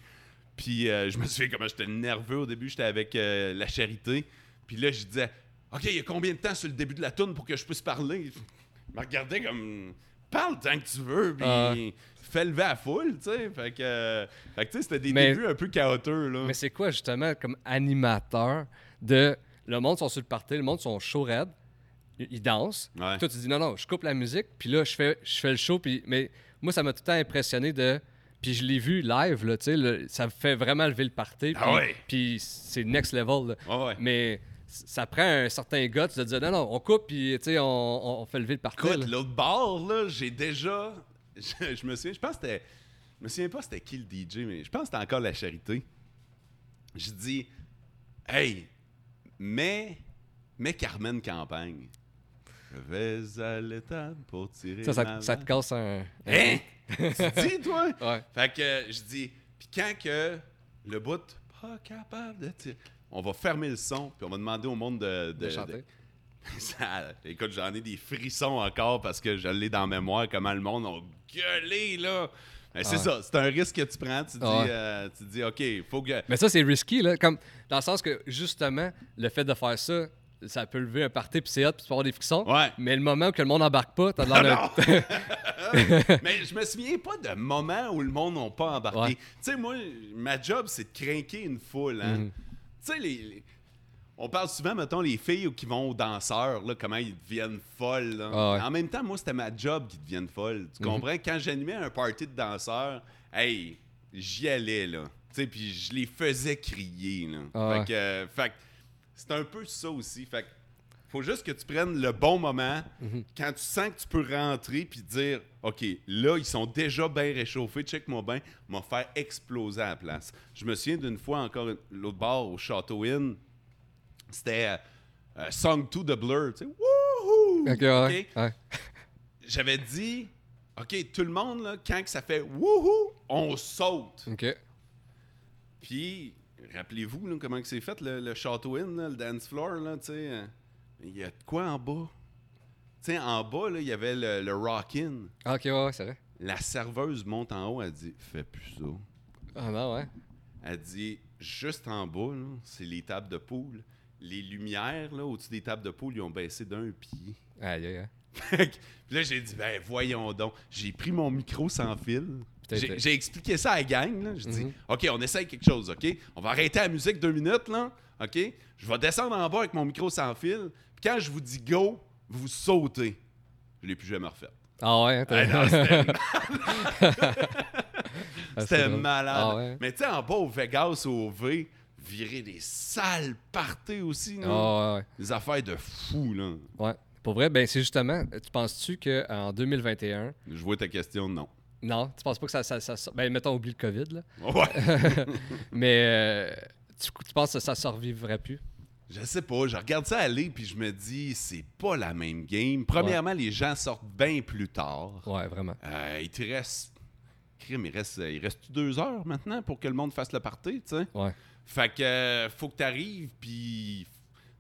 B: Puis euh, je me souviens comment j'étais nerveux au début. J'étais avec euh, la charité. Puis là, je disais OK, il y a combien de temps sur le début de la tourne pour que je puisse parler Il me regardait comme Parle tant que tu veux. Puis
A: Ah.
B: fais lever la foule. tu sais. Fait que, euh, fait que, tu sais, c'était des
A: Mais-
B: débuts un peu chaotiques. Là.
A: Mais c'est quoi, justement, comme animateur de le monde sont sur le party, le monde sont chaud raide, ils ils dansent.
B: Ouais.
A: Toi, tu dis non, non, je coupe la musique, puis là, je fais, je fais le show. Puis, mais moi, ça m'a tout le temps impressionné de. Puis je l'ai vu live, là, tu sais, le- ça me fait vraiment lever le party.
B: Ah
A: puis-
B: ouais.
A: Puis c'est next level. là.
B: Ouais, ouais.
A: Mais c- ça prend un certain guts de dire non, non, on coupe, puis tu sais, on, on fait lever le party.
B: Écoute,
A: là.
B: l'autre bord, là, j'ai déjà. Je, je me souviens, je pense que c'était. Je me souviens pas c'était qui le DJ, mais je pense que c'était encore la charité. Je dis Hey, mais. Mais Carmen Campagne. Je vais à l'étable pour tirer.
A: Ça, ça,
B: ma
A: ça te
B: balle.
A: casse un.
B: Hein? tu dis, toi?
A: Ouais.
B: Fait que euh, je dis, puis quand que le bout, pas capable de tirer, on va fermer le son, puis on va demander au monde de, de-
A: De chanter.
B: de- Ça- écoute, j'en ai des frissons encore parce que je l'ai dans la mémoire, comment le monde a gueulé, là. Mais c'est
A: ouais.
B: ça, c'est un risque que tu prends. Tu dis,
A: Ah ouais.
B: euh, tu dis OK, faut que.
A: Mais ça, c'est risky, là. Comme, dans le sens que, justement, le fait de faire ça, ça peut lever un party, puis c'est hot, puis tu peux avoir des frissons.
B: Ouais.
A: Mais le moment où que le monde embarque pas, t'as l'air
B: Ah
A: de.
B: non! Mais je me souviens pas de moment où le monde n'a pas embarqué.
A: Ouais. Mhm.
B: Tu sais, moi, ma job, c'est de craquer une foule. hein. Tu sais, les, les- On parle souvent, mettons, les filles qui vont aux danseurs, là, comment ils deviennent folles. là.
A: Ah ouais. Mhm.
B: En même temps, moi, c'était ma job qu'ils deviennent folles. Tu comprends? Quand j'animais un party de danseurs, hey, j'y allais, là. Tu sais, puis je les faisais crier, là.
A: Ah
B: fait
A: ouais.
B: que, euh, fait que c'est un peu ça aussi. Fait que faut juste que tu prennes le bon moment
A: Mhm.
B: quand tu sens que tu peux rentrer puis dire OK, là, ils sont déjà bien réchauffés, check-moi bien, m'en faire exploser à la place. Je me souviens d'une fois encore une- l'autre bord au Château Inn, c'était euh, Song 2 de Blur, tu sais, wouhou!
A: Ok, ouais,
B: OK?
A: ouais.
B: J'avais dit OK, tout le monde, là, quand que ça fait wouhou, on saute.
A: Ok.
B: Puis, rappelez-vous là, comment que c'est fait, le, le Château Inn, là, le dance floor, là, tu sais. euh, Il y a de quoi en bas? Tu sais, en bas, là, il y avait le, le Rockin.
A: Ah, ok, ouais, ouais, c'est vrai.
B: La serveuse monte en haut, elle dit « Fais plus ça ».
A: Ah non, ouais.
B: Elle dit « Juste en bas, là, c'est les tables de poule. Les lumières, là, au-dessus des tables de poule, ils ont baissé d'un pied. »
A: Aïe, aïe, aïe.
B: Fait que- Puis là, j'ai dit, ben voyons donc. J'ai pris mon micro sans fil.
A: Putain, t'es-
B: J'ai j'ai expliqué ça à la gang. là. J'ai
A: Mhm.
B: dit, OK, on essaye quelque chose, OK? On va arrêter la musique deux minutes, là. OK? Je vais descendre en bas avec mon micro sans fil. Puis quand je vous dis go, vous sautez. Je l'ai plus jamais refait.
A: Ah ouais, hein, t'as-
B: Ah non, c'était
A: Ah, c'est
B: C'était
A: drôle.
B: malade.
A: Ah ouais.
B: Mais tu sais, en bas au Vegas, au V, virer des sales parties aussi, là.
A: Ah ouais, ouais.
B: Des affaires de fou, là.
A: Ouais. Pour vrai, ben c'est justement, tu penses-tu qu'en 2021,
B: Je vois ta question, non.
A: non, tu penses pas que ça, ça, ça- ben mettons, oublie le COVID, là,
B: Ouais.
A: mais euh, tu, tu penses que ça survivrait plus?
B: Je sais pas, je regarde ça aller puis je me dis c'est pas la même game. Premièrement, les gens sortent bien plus tard.
A: Ouais, vraiment.
B: Euh, il te reste crime, il reste il reste deux heures maintenant pour que le monde fasse le party, tu sais.
A: Ouais.
B: Fait que euh, faut que t'arrives puis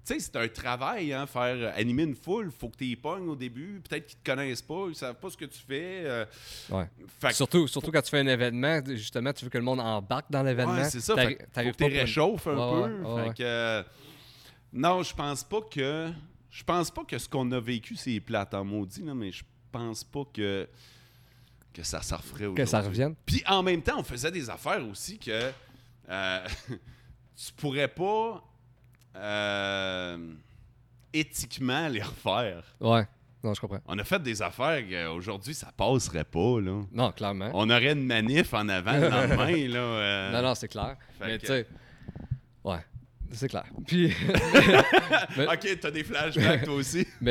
B: tu sais, c'est un travail, hein, faire euh, animer une foule. Faut que tu pognes au début. Peut-être qu'ils te connaissent pas, ils savent pas ce que tu fais. euh,
A: Ouais.
B: fait que-
A: surtout surtout quand tu fais un événement, justement, tu veux que le monde embarque dans l'événement.
B: Ouais, c'est ça.
A: T'arri-
B: Fait, que faut
A: t'arrives
B: que t'es
A: pas pour une-
B: réchauffe un
A: Ouais,
B: peu.
A: ouais, ouais,
B: Fait
A: ouais.
B: que, euh, non, je pense pas que. Je pense pas que ce qu'on a vécu, c'est plate en maudit, là, mais je pense pas que, que ça s'en referait aujourd'hui.
A: Que ça revienne.
B: Puis en même temps, on faisait des affaires aussi que euh, tu pourrais pas euh, éthiquement les refaire.
A: Ouais. Non, je comprends.
B: On a fait des affaires qu'aujourd'hui, ça passerait pas. Là.
A: Non, clairement.
B: On aurait une manif en avant le lendemain. Là, euh.
A: Non, non, c'est clair.
B: Fait
A: Mais
B: que-
A: tu sais, ouais, c'est clair. Puis, non.
B: Ok, t'as des flashbacks toi aussi.
A: mais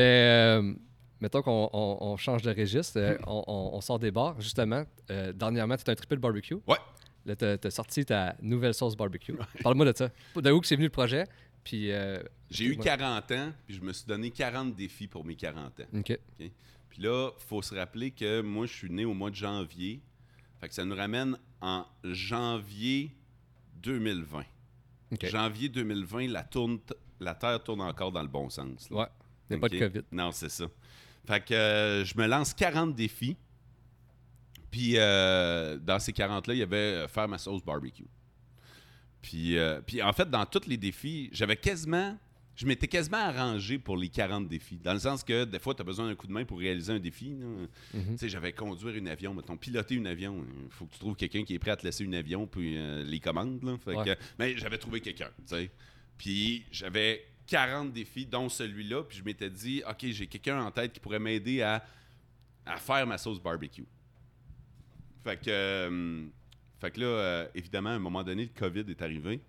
A: euh, mettons qu'on on- on change de registre, euh, on, on- on sort des bars, justement. euh, dernièrement, tu as un triple barbecue.
B: Ouais.
A: Là, t'as t'as sorti ta nouvelle sauce barbecue. Parle-moi de ça. De où que c'est venu le projet? Puis, euh,
B: J'ai eu
A: Ouais.
B: 40 ans, puis je me suis donné 40 défis pour mes 40 ans.
A: OK.
B: Puis là, faut se rappeler que moi, je suis né au mois de janvier. Fait que ça nous ramène en janvier 2020.
A: OK.
B: Janvier 2020, la, tourne, la Terre tourne encore dans le bon sens. là.
A: Ouais. Il n'y a pas de
B: Ok.
A: COVID.
B: Non, c'est ça. Fait que euh, je me lance 40 défis. Puis euh, dans ces 40-là, il y avait euh, faire ma sauce barbecue. Puis, euh, puis en fait, dans tous les défis, j'avais quasiment. Je m'étais quasiment arrangé pour les 40 défis. Dans le sens que des fois, tu as besoin d'un coup de main pour réaliser un défi. là. Tu sais, j'avais conduire une avion, mettons, piloter une avion. Il faut que tu trouves quelqu'un qui est prêt à te laisser une avion puis euh, les commandes. là. Fait
A: Ouais.
B: que- mais j'avais trouvé quelqu'un, tu sais. Puis j'avais 40 défis, dont celui-là. Puis je m'étais dit, OK, j'ai quelqu'un en tête qui pourrait m'aider à, à faire ma sauce barbecue. Fait que, euh, fait que là, euh, évidemment, à un moment donné, le COVID est arrivé.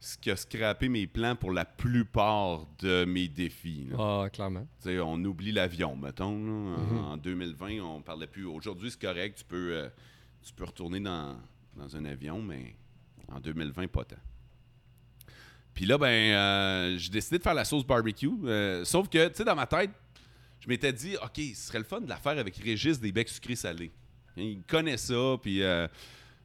B: Ce qui a scrappé mes plans pour la plupart de mes défis. là.
A: Ah, clairement.
B: Tu sais, on oublie l'avion, mettons. là. En 2020, on parlait plus. Aujourd'hui, c'est correct, tu peux, euh, tu peux retourner dans, dans un avion, mais en 2020, pas tant. Puis là, ben, euh, j'ai décidé de faire la sauce barbecue. euh, sauf que, tu sais, dans ma tête, je m'étais dit, OK, ce serait le fun de la faire avec Régis des becs sucrés salés. Il connaît ça, puis. euh,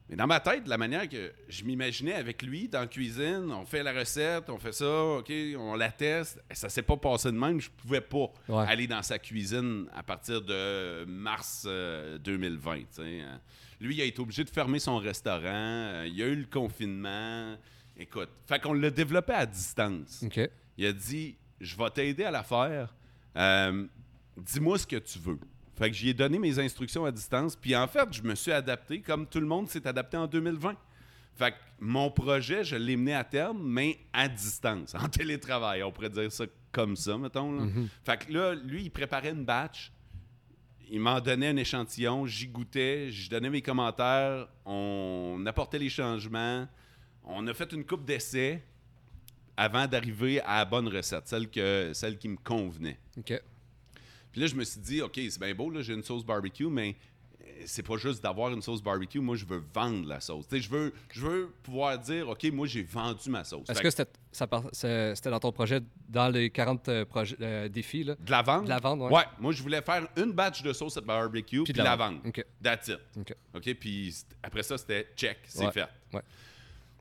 B: mais dans ma tête, la manière que je m'imaginais avec lui dans la cuisine, on fait la recette, on fait ça, OK, on la teste. Ça s'est pas passé de même. Je pouvais pas
A: Ouais.
B: aller dans sa cuisine à partir de mars euh, 2020. tu sais. Euh, Lui, il a été obligé de fermer son restaurant. euh, Il y a eu le confinement. Écoute, fait qu'on l'a développé à distance.
A: OK.
B: Il a dit Je vais t'aider à la faire. Euh, Dis-moi ce que tu veux. Fait que j'y ai donné mes instructions à distance. Puis en fait, je me suis adapté comme tout le monde s'est adapté en 2020. Fait que mon projet, je l'ai mené à terme, mais à distance, en télétravail. On pourrait dire ça comme ça, mettons. là. Fait que là, lui, il préparait une batch. Il m'en donnait un échantillon, j'y goûtais, je donnais mes commentaires, on apportait les changements. On a fait une coupe d'essais avant d'arriver à la bonne recette, celle, que, celle qui me convenait.
A: OK.
B: Puis là, je me suis dit, OK, c'est bien beau, là, j'ai une sauce barbecue, mais euh, c'est pas juste d'avoir une sauce barbecue. Moi, je veux vendre la sauce. Tu sais, je veux, je veux pouvoir dire, OK, moi, j'ai vendu ma sauce.
A: Est-ce
B: Fait
A: que c'était ça par- c'est- c'était dans ton projet, dans les 40 euh, projets, euh, défis, là?
B: de la vente?
A: de la vente, ouais.
B: Moi, je voulais faire une batch de sauce barbecue, puis
A: de
B: de la
A: la
B: vendre.
A: vente. OK.
B: That's it.
A: OK.
B: OK, puis c't- après ça, c'était check, c'est
A: Ouais.
B: fait.
A: Ouais.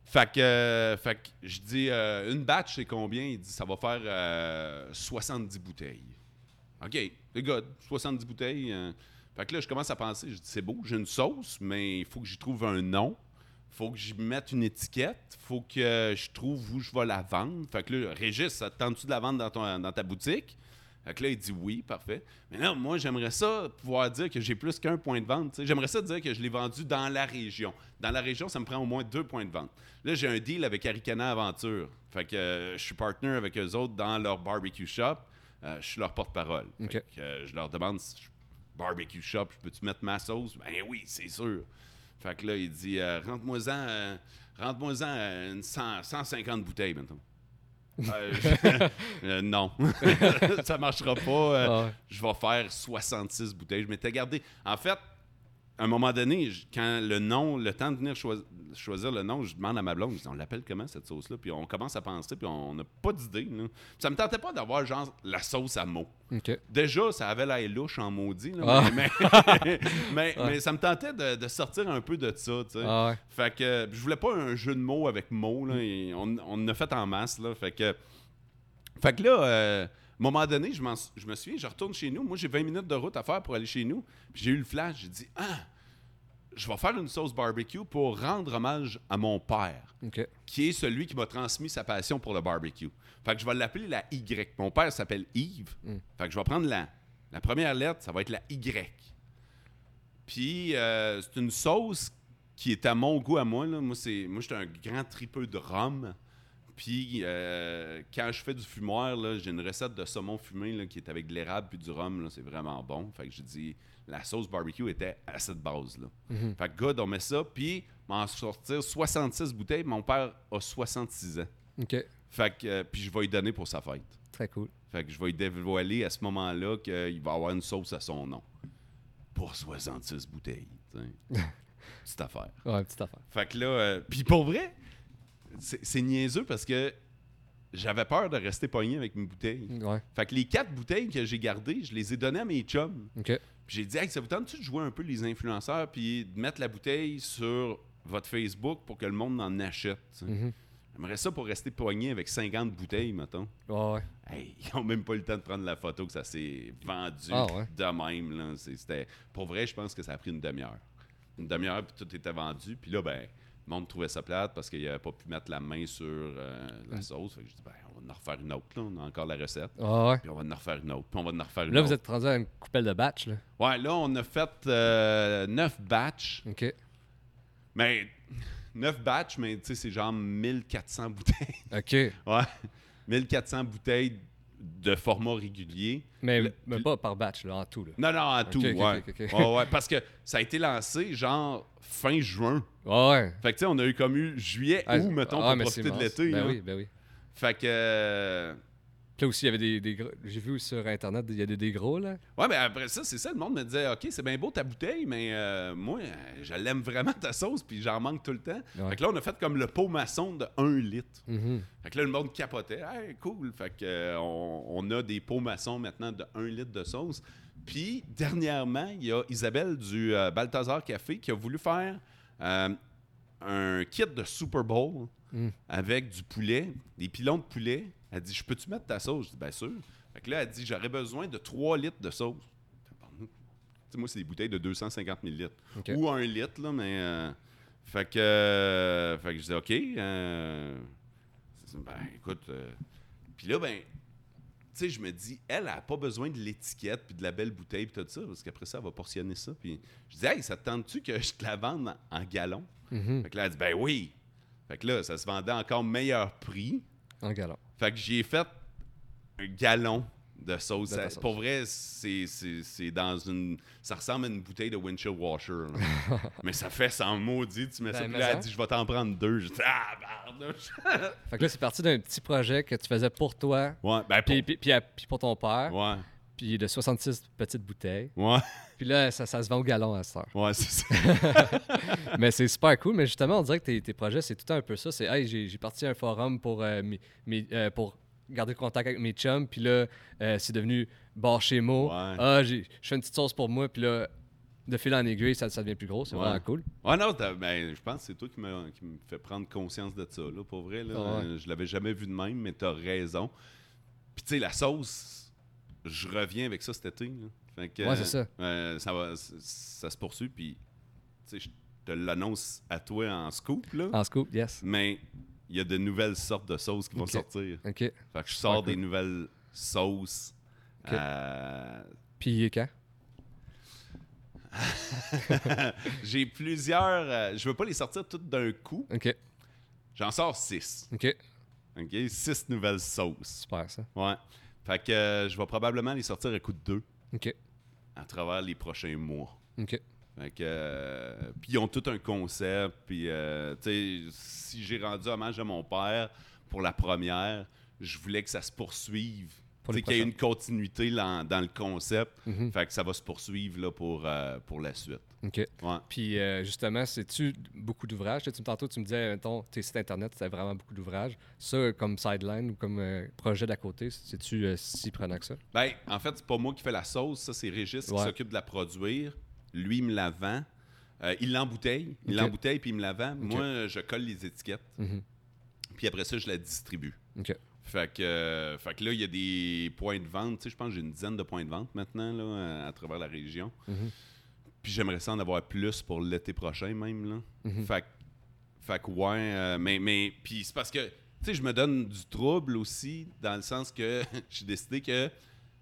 B: Fait que, euh, fait que je dis, euh, une batch, c'est combien? Il dit, ça va faire euh, 70 bouteilles. OK, c'est good, 70 bouteilles. euh. Fait que là, je commence à penser, je dis, c'est beau, j'ai une sauce, mais il faut que j'y trouve un nom. Faut que j'y mette une étiquette. Faut que je trouve où je vais la vendre. Fait que là, Régis, ça te tente-tu de la vendre dans, ton- dans ta boutique? Fait que là, il dit oui, parfait. Mais là, moi, j'aimerais ça pouvoir dire que j'ai plus qu'un point de vente. tu sais. J'aimerais ça dire que je l'ai vendu dans la région. Dans la région, ça me prend au moins deux points de vente. Là, j'ai un deal avec Aricana Aventure. Fait que euh, je suis partner avec eux autres dans leur barbecue shop. Euh, je suis leur porte-parole. Fait
A: Ok.
B: que, euh, je leur demande si je- barbecue shop, je peux-tu mettre ma sauce? Ben oui, c'est sûr. Fait que là, il dit euh, rentre-moi-en euh, rentre-moi-en, euh, une 100 150 bouteilles maintenant. Euh, je- euh, non, ça marchera pas. Euh,
A: Ah ouais.
B: Je vais faire 66 bouteilles. Je m'étais gardé. En fait, à un moment donné, je- quand le nom, le temps de venir choi- choisir le nom, je demande à ma blonde, je dis, on l'appelle comment cette sauce-là? Puis on commence à penser, puis on n'a pas d'idée. là. Ça me tentait pas d'avoir genre la sauce à mots.
A: OK.
B: Déjà, ça avait l'air louche en maudit, là,
A: Ah.
B: mais, mais- mais- mais ça me tentait de, de sortir un peu de ça, tu sais.
A: Ah ouais. Mm.
B: Fait que euh, je voulais pas un jeu de mots avec mots, là, et on, on en a fait en masse, là, fait que... Fait que là, euh, à un moment donné, je, m'en- je me souviens, je retourne chez nous, moi j'ai 20 minutes de route à faire pour aller chez nous, puis j'ai eu le flash, j'ai dit « Ah, je vais faire une sauce barbecue pour rendre hommage à mon père. »
A: OK.
B: qui est celui qui m'a transmis sa passion pour le barbecue. Fait que je vais l'appeler la Y. Mon père s'appelle Yves. Fait que je vais prendre la, la première lettre, ça va être la Y. Puis euh, c'est une sauce qui est à mon goût à moi. Là. Moi, c'est, moi, j'étais un grand tripeux de rhum. Puis euh, quand je fais du fumoir, là, j'ai une recette de saumon fumé là, qui est avec de l'érable puis du rhum. là. c'est vraiment bon. Fait que j'ai dit, la sauce barbecue était à cette base-là. Fait que good, on met ça. Puis m'en sortir 66 bouteilles. Mon père a 66 ans.
A: OK.
B: Fait que, euh, puis je vais lui donner pour sa fête.
A: Très cool.
B: Fait que je vais lui dévoiler à ce moment-là qu'il va avoir une sauce à son nom. Pour 66 bouteilles. tu sais. Petite affaire.
A: Ouais, petite affaire.
B: Fait que là, euh, puis pour vrai, c'est c'est niaiseux parce que j'avais peur de rester pogné avec mes bouteilles.
A: Ouais.
B: Fait que les quatre bouteilles que j'ai gardées, je les ai données à mes chums.
A: OK.
B: Puis j'ai dit, hey, ça vous tente-tu de jouer un peu les influenceurs puis de mettre la bouteille sur votre Facebook pour que le monde en achète? tu sais? J'aimerais ça pour rester pogné avec 50 bouteilles, mettons.
A: Ouais, ouais.
B: Hey, ils n'ont même pas eu le temps de prendre la photo que ça s'est vendu
A: Ah ouais.
B: de même. Là. C'est- C'était, pour vrai, je pense que ça a pris une demi-heure. Une demi-heure, puis tout était vendu. Puis là, ben, le monde trouvait ça plate parce qu'il n'avait pas pu mettre la main sur euh, la sauce. Fait que je dis, ben, on va en refaire une autre. là. On a encore la recette.
A: Ouais, ouais.
B: Puis on va en refaire une autre. Puis on va en refaire une
A: Là,
B: autre.
A: vous êtes rendu à une coupelle de batch, là.
B: Ouais, là, on a fait euh, neuf batchs.
A: OK.
B: Mais neuf batchs, mais tu sais, c'est genre 1400 bouteilles.
A: OK.
B: Ouais. 1400 bouteilles de format régulier.
A: Mais,
B: Le-
A: mais pas par batch, là, en tout, là.
B: Non, non, à tout,
A: ok,
B: ouais.
A: ok, ok.
B: Ouais, ouais, Parce que ça a été lancé, genre, fin juin.
A: Ouais, ouais.
B: Fait que, tu sais, on a eu comme eu juillet
A: Ah,
B: ou, mettons,
A: ah,
B: pour
A: mais c'est
B: profiter de
A: immense.
B: l'été.
A: Ben
B: là.
A: oui, ben oui.
B: Fait que... euh,
A: Puis là aussi, il y avait des, des gros. J'ai vu sur Internet, il y a des, des gros, là.
B: Ouais, mais après ça, c'est ça, le monde me disait, OK, c'est bien beau ta bouteille, mais euh, moi, euh, je l'aime vraiment ta sauce, puis j'en manque tout le temps.
A: Ouais.
B: Fait que là, on a fait comme le pot maçon de 1 litre.
A: Mhm.
B: Fait que là, le monde capotait. Hey, cool. Fait que, euh, on, on a des pots maçons maintenant de 1 litre de sauce. Puis, dernièrement, il y a Isabelle du euh, Balthazar Café qui a voulu faire euh, un kit de Super Bowl avec du poulet, des pilons de poulet. Elle dit Je peux-tu mettre ta sauce Je dis Bien sûr. Fait que là, elle dit J'aurais besoin de 3 litres de sauce. Tu sais, moi, c'est des bouteilles de 250 ml.
A: OK.
B: Ou 1 litre, là, mais. euh, fait que. euh, fait que je dis OK. euh, ben, écoute. euh, Puis là, ben, tu sais, je me dis, elle, elle a pas besoin de l'étiquette, puis de la belle bouteille, puis tout ça, parce qu'après ça, elle va
A: Mhm.
B: portionner ça. Puis je dis, hey, ça te tente-tu que je te la vende en, en gallon? Fait que là, elle dit, ben oui. Fait que là, ça se vendait encore meilleur prix.
A: En galop.
B: Fait que j'ai fait un gallon de sauce.
A: De ta
B: à-
A: sauce.
B: Pour vrai, c'est c'est- c'est dans une. Ça ressemble à une bouteille de windshield washer. là. mais ça fait sans maudit. Tu mets
A: Ben,
B: ça. Puis
A: mais
B: là, elle
A: ça.
B: dit Je vais t'en prendre deux. Je dis Ah, barnouche.
A: Fait que là, c'est parti d'un petit projet que tu faisais pour toi,
B: Ouais, ben, pour-
A: puis, puis- puis à- puis pour ton père,
B: hein? Ouais,
A: puis de 66 petites bouteilles.
B: ouais,
A: Puis là, ça, ça se vend au galon à cette heure.
B: ouais, c'est ça.
A: Mais c'est super cool. Mais justement, on dirait que tes, tes projets, c'est tout le temps un peu ça. C'est, hey, j'ai, j'ai parti un forum pour, euh, mes- mes- euh, pour garder contact avec mes chums. Puis là, euh, c'est devenu bar chez Mo.
B: Ouais.
A: Ah, j'ai, je fais une petite sauce pour moi. Puis là, de fil en aiguille, ça, ça devient plus gros. C'est
B: Ouais.
A: vraiment cool.
B: Ouais, non, t'as- ben, je pense que c'est toi qui me, qui me fait prendre conscience de ça. Là, pour vrai, là,
A: Ah ouais.
B: Euh, je l'avais jamais vu de même, mais t'as raison. Puis, tu sais, la sauce, je reviens avec ça cet été. là. Fait que,
A: Ouais, c'est ça.
B: euh, ça, va, c- ça se poursuit, puis, tu sais, je te l'annonce à toi en scoop, là.
A: En scoop, yes.
B: Mais il y a de nouvelles sortes de sauces qui vont
A: Ok.
B: sortir.
A: OK.
B: Fait que je sors
A: cool.
B: des nouvelles sauces.
A: Ok.
B: Euh,
A: Puis quand?
B: J'ai plusieurs. euh, je veux pas les sortir toutes d'un coup.
A: OK.
B: J'en sors six.
A: OK.
B: OK? Six nouvelles sauces.
A: Super, ça.
B: Ouais. Fait que euh, je vais probablement les sortir à coup de deux
A: OK.
B: à travers les prochains mois.
A: OK.
B: Fait que, euh, puis ils ont tout un concept. Puis, euh, tu sais, si j'ai rendu hommage à mon père pour la première, je voulais que ça se poursuive.
A: Pour
B: Tu
A: les
B: sais, qu'il y
A: prochaines.
B: ait
A: Mm-hmm.
B: une continuité dans, dans le concept. Fait que ça va se poursuivre là, pour, euh, pour la suite.
A: OK.
B: Ouais.
A: Puis euh, justement, c'est-tu beaucoup d'ouvrages? Tu sais, tu- tantôt, tu me disais, mettons, tes sites Internet, c'était vraiment beaucoup d'ouvrages. Ça, euh, comme sideline ou comme euh, projet d'à côté, c'est-tu euh, si prenant que ça?
B: Ben, en fait, c'est pas moi qui fais la sauce, ça c'est Régis
A: Ouais.
B: qui s'occupe de la produire. Lui, il me la vend. Euh, il l'embouteille,
A: Ok.
B: il
A: Mhm.
B: l'embouteille puis il me la vend. Moi, je colle les étiquettes. Puis après ça, je la distribue.
A: OK.
B: Fait que, euh, fait que là, il y a des points de vente. Tu sais, je pense que j'ai une dizaine de points de vente maintenant là, à, à travers la région.
A: Mhm.
B: Puis j'aimerais ça en avoir plus pour l'été prochain même. Là.
A: Mhm.
B: Fait que fait que ouais, euh, mais, mais puis c'est parce que, tu sais, je me donne du trouble aussi, dans le sens que j'ai décidé que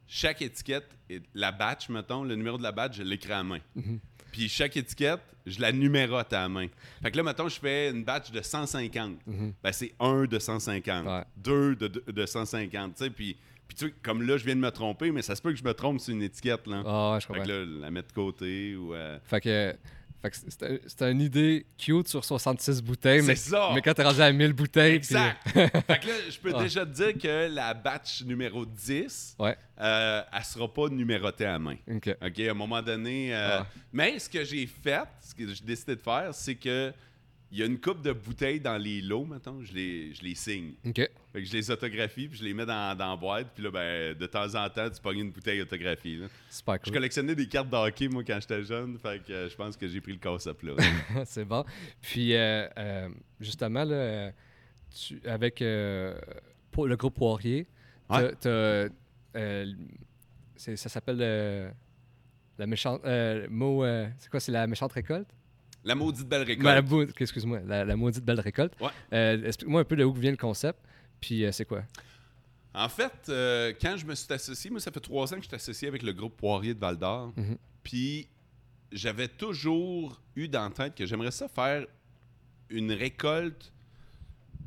B: chaque étiquette, et la batch, mettons, le numéro de la batch, je l'écris à la main.
A: Mhm.
B: Puis chaque étiquette, je la numérote à la main. Fait que là, mettons, je fais une batch de 150. Ben, c'est 1 de 150,
A: Mhm. Ouais.
B: 2 de, de, de 150, tu sais, puis... Puis tu sais, comme là, je viens de me tromper, mais ça se peut que je me trompe sur une étiquette, là.
A: Ah, ouais, je
B: fait
A: comprends.
B: que là, la mettre de côté ou... euh,
A: Fait que, fait que c'est- c'est un- c'est une idée cute sur 66 bouteilles, mais,
B: C'est ça!
A: mais quand t'es rendu à 1000 bouteilles, puis- euh,
B: Exact. fait que là, je peux
A: Ouais.
B: déjà te dire que la batch numéro 10,
A: ouais,
B: euh, elle sera pas numérotée à main.
A: OK.
B: OK, à un moment donné. euh,
A: Ah.
B: Mais ce que j'ai fait, ce que j'ai décidé de faire, c'est que il y a une coupe de bouteilles dans les lots, mettons, je les, je les signe.
A: OK.
B: Fait que je les autographie, puis je les mets dans, dans la boîte, puis là, ben, de temps en temps, tu pognes une bouteille autographiée. là.
A: Super
B: Je
A: cool.
B: collectionnais des cartes de hockey, moi, quand j'étais jeune, fait que euh, je pense que j'ai pris le concept là.
A: c'est bon. Puis, euh, euh, justement, là, euh, tu- avec euh, pour le groupe Poirier, t'as-
B: Ouais.
A: t'as, euh, c'est- ça s'appelle euh, la méchante. euh, mot, euh, c'est quoi C'est la méchante récolte
B: la maudite belle
A: Mais la
B: récolte.
A: mau- Excuse-moi, la, la maudite belle récolte.
B: Ouais.
A: Euh, Explique-moi un peu de où vient le concept. Puis, euh, c'est quoi
B: En fait, euh, quand je me suis associé, moi, ça fait trois ans que je suis associé avec le groupe Poirier de Val d'Or.
A: Mhm.
B: Puis j'avais toujours eu dans la tête que j'aimerais ça faire une récolte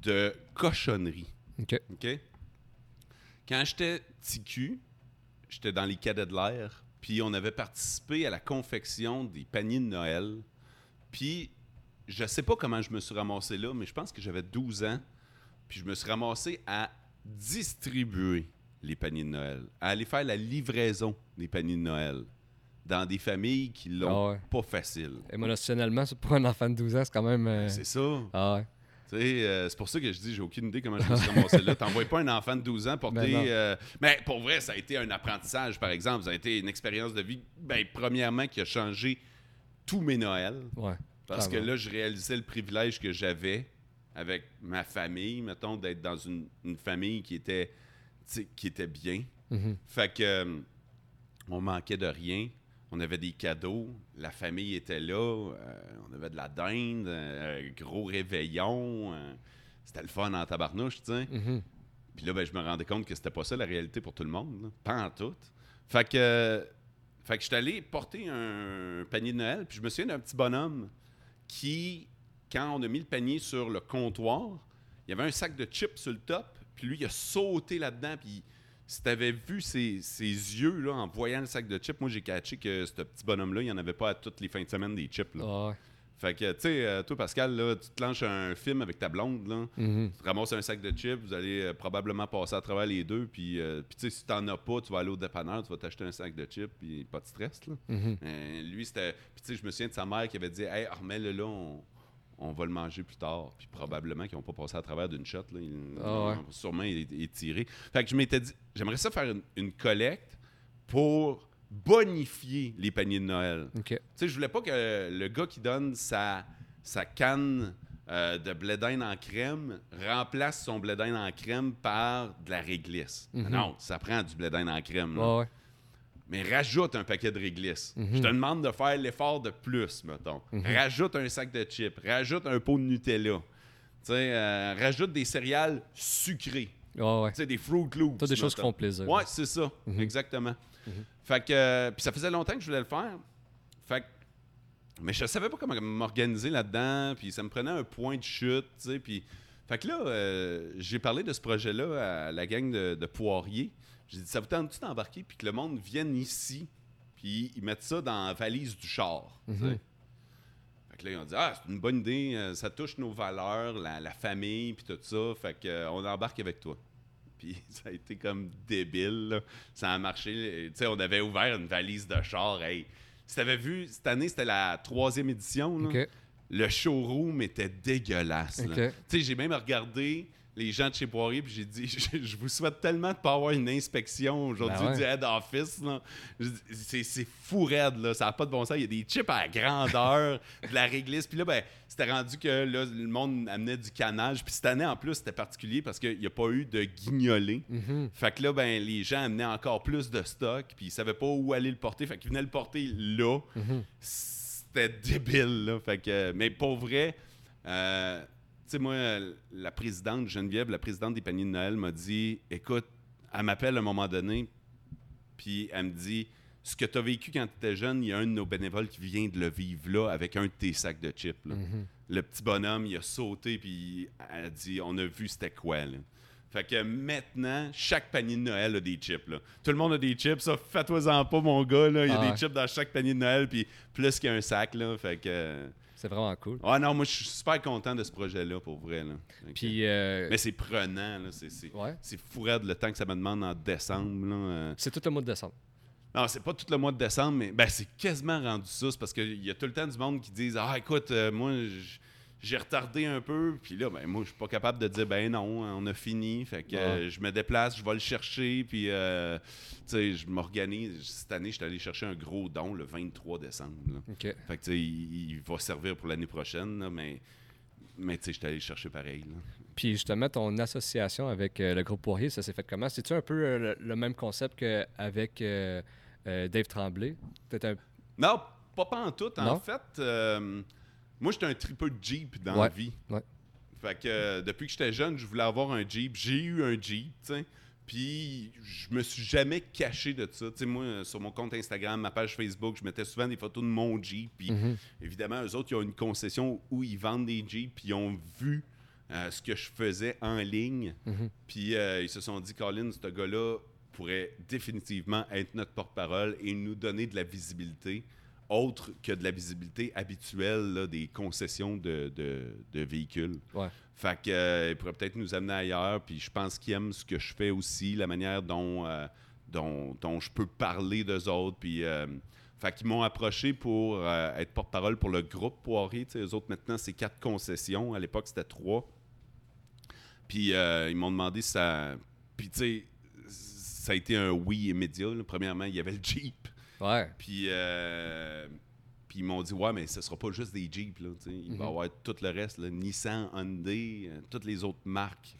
B: de cochonneries.
A: OK.
B: OK? Quand j'étais petit cul, j'étais dans les cadets de l'air, puis on avait participé à la confection des paniers de Noël. Puis je sais pas comment je me suis ramassé là, mais je pense que j'avais 12 ans, puis je me suis ramassé à distribuer les paniers de Noël, à aller faire la livraison des paniers de Noël dans des familles qui l'ont
A: Ah ouais.
B: pas facile.
A: Émotionnellement, c'est- pour un enfant de 12 ans, c'est quand même. euh,
B: C'est ça.
A: ah ouais.
B: Tu sais, euh, c'est pour ça que je dis, j'ai aucune idée comment je me suis ramassé là. T'envoies pas un enfant de 12 ans porter.
A: Ben non.
B: euh, mais pour vrai, ça a été un apprentissage, par exemple. Ça a été une expérience de vie, ben, premièrement, qui a changé tous mes Noëls.
A: Ouais.
B: Parce que
A: Clairement.
B: là, je réalisais le privilège que j'avais avec ma famille, mettons, d'être dans une, une famille qui était, tu sais, qui était bien.
A: Mhm.
B: Fait que euh, on manquait de rien. On avait des cadeaux. La famille était là. euh, on avait de la dinde. euh, gros réveillon. euh, c'était le fun en tabarnouche, tu sais.
A: Mhm.
B: Puis là, ben, je me rendais compte que c'était pas ça la réalité pour tout le monde. là. Pas en tout. Fait que, euh, fait que je suis allé porter un panier de Noël. Puis je me souviens d'un petit bonhomme qui quand on a mis le panier sur le comptoir, il y avait un sac de chips sur le top, puis lui, il a sauté là-dedans, puis si t'avais vu ses, ses yeux là, en voyant le sac de chips, moi j'ai catché que ce petit bonhomme-là, il n'y en avait pas à toutes les fins de semaine des chips. Là.
A: Ah ouais.
B: Fait que, tu sais, euh, toi, Pascal, là, tu te lances un film avec ta blonde, là,
A: Mm-hmm.
B: tu te ramasses un sac de chips, vous allez euh, probablement passer à travers les deux, puis, euh, puis tu sais, si t'en as pas, tu vas aller au dépanneur, tu vas t'acheter un sac de chips, puis pas de stress, là.
A: Mhm.
B: Euh, lui, c'était... Puis tu sais, je me souviens de sa mère qui avait dit « Hey, remets-le là, on, on va le manger plus tard. » Puis probablement qu'ils n'ont pas passé à travers d'une shot, là. Ils
A: Ah ouais.
B: l'ont sûrement é- étiré. Fait que je m'étais dit « J'aimerais ça faire une, une collecte pour bonifier les paniers de Noël. »
A: OK.
B: Tu sais, je voulais pas que le gars qui donne sa, sa canne euh, de blé d'Inde en crème remplace son blé d'Inde en crème par de la réglisse. Non, ça prend du blé d'Inde en crème. là.
A: Ah Ouais, ouais.
B: Mais rajoute un paquet de réglisse. Je te demande de faire l'effort de plus, mettons. Rajoute un sac de chips. Rajoute un pot de Nutella. Tu sais, euh, rajoute des céréales sucrées.
A: Ouais, Ah ouais.
B: Tu sais, des Fruit Loops.
A: Toutes des choses qui
B: mettons.
A: font plaisir. Mhm.
B: Ouais, c'est ça. Exactement. Fait que. euh, Puis ça faisait longtemps que je voulais le faire. Fait que. Mais je savais pas comment m'organiser là-dedans. Puis ça me prenait un point de chute, tu sais. Puis. Fait que là, euh, j'ai parlé de ce projet-là à la gang de, de Poirier. J'ai dit, ça vous tente-tu d'embarquer? Puis que le monde vienne ici. Puis ils mettent ça dans la valise du char. tu
A: Mhm.
B: sais. Fait que là, ils ont dit Ah, c'est une bonne idée, euh, ça touche nos valeurs, la, la famille, puis tout ça. Fait que euh, on embarque avec toi. Puis ça a été comme débile. là. Ça a marché. Tu sais, on avait ouvert une valise de char. Hey, si t'avais vu, cette année, c'était la troisième édition. là.
A: OK.
B: Le showroom était dégueulasse. là.
A: Ok.
B: Tu sais, j'ai même regardé les gens de chez Poirier, puis j'ai dit je, je vous souhaite tellement de pas avoir une inspection aujourd'hui
A: Ben ouais.
B: du head office. là. Je dis, C'est c'est fou raide, là. ça n'a pas de bon sens. Il y a des chips à la grandeur, de la réglisse. Puis là, ben, c'était rendu que là, le monde amenait du canage. Puis cette année, en plus, c'était particulier parce qu'il n'y a pas eu de guignolé.
A: Mm-hmm.
B: Fait que là, ben, les gens amenaient encore plus de stock, puis ils ne savaient pas où aller le porter. Fait qu'ils venaient le porter là.
A: Mm-hmm.
B: C'était débile, là. Fait que, mais pour vrai, euh, tu sais, moi, la présidente Geneviève, la présidente des paniers de Noël, m'a dit écoute, elle m'appelle à un moment donné, puis elle me dit ce que tu as vécu quand tu étais jeune, il y a un de nos bénévoles qui vient de le vivre là avec un de tes sacs de chips. là.
A: Mm-hmm.
B: Le petit bonhomme, il a sauté, puis elle a dit on a vu c'était quoi. là. Fait que maintenant, chaque panier de Noël a des chips. là. Tout le monde a des chips, ça, fais-toi-en pas, mon gars. là. Il y a
A: Ah
B: des
A: ouais.
B: chips dans chaque panier de Noël, puis plus qu'il y a un sac. Là. Fait que.
A: C'est vraiment cool.
B: Ah non, moi, je suis super content de ce projet-là, pour vrai. là. Fait que-
A: Puis, euh,
B: Mais c'est prenant. là. C'est c'est-
A: Ouais.
B: c'est fou raide le temps que ça me demande en décembre. là. Euh,
A: c'est tout le mois de décembre.
B: non, c'est pas tout le mois de décembre, mais ben, c'est quasiment rendu ça. C'est parce qu'il y a tout le temps du monde qui disent Ah, écoute, euh, moi, j- j'ai retardé un peu. Puis là, ben, moi, je suis pas capable de dire Ben non, hein, on a fini. Fait que euh, je me déplace, je vais le chercher. Puis, euh, tu sais, je m'organise. Cette année, je suis allé chercher un gros don le 23 décembre. là.
A: OK.
B: Fait que, tu sais, il, il va servir pour l'année prochaine, là, mais, mais tu sais, je suis allé le chercher pareil. là.
A: Puis justement, ton association avec euh, le groupe Poirier, ça s'est fait comment? C'est-tu un peu euh, le, le même concept qu'avec euh, euh, Dave Tremblay? Peut-être un...
B: Non, pas, pas en tout. En
A: Non?
B: fait, euh, moi, j'étais un tripeux de Jeep dans la
A: Ouais,
B: vie.
A: ouais.
B: Fait que euh, depuis que j'étais jeune, je voulais avoir un Jeep. J'ai eu un Jeep, tu sais. Puis je me suis jamais caché de ça. Tu sais, moi, euh, sur mon compte Instagram, ma page Facebook, je mettais souvent des photos de mon Jeep. Puis évidemment, eux autres, ils ont une concession où ils vendent des Jeeps. Puis ils ont vu euh, ce que je faisais en ligne. Puis euh, ils se sont dit, Colin, ce gars-là pourrait définitivement être notre porte-parole et nous donner de la visibilité, autre que de la visibilité habituelle là, des concessions de, de- de véhicules.
A: Ouais.
B: Fait que, euh, il pourrait peut-être nous amener ailleurs. Puis je pense qu'il aime ce que je fais aussi, la manière dont, euh, dont, dont je peux parler d'eux autres. Puis, euh, fait qu'ils m'ont approché pour euh, être porte-parole pour le groupe Poirier. Tu sais, eux autres, maintenant, c'est quatre concessions. À l'époque, c'était trois. Puis euh, ils m'ont demandé si ça. Puis tu sais, ça a été un oui immédiat. là. Premièrement, il y avait le Jeep.
A: Ouais.
B: Puis, euh, puis ils m'ont dit, ouais, mais ce sera pas juste des Jeeps, là, tu sais. Il va y avoir tout le reste, là, Nissan, Hyundai, euh, toutes les autres marques.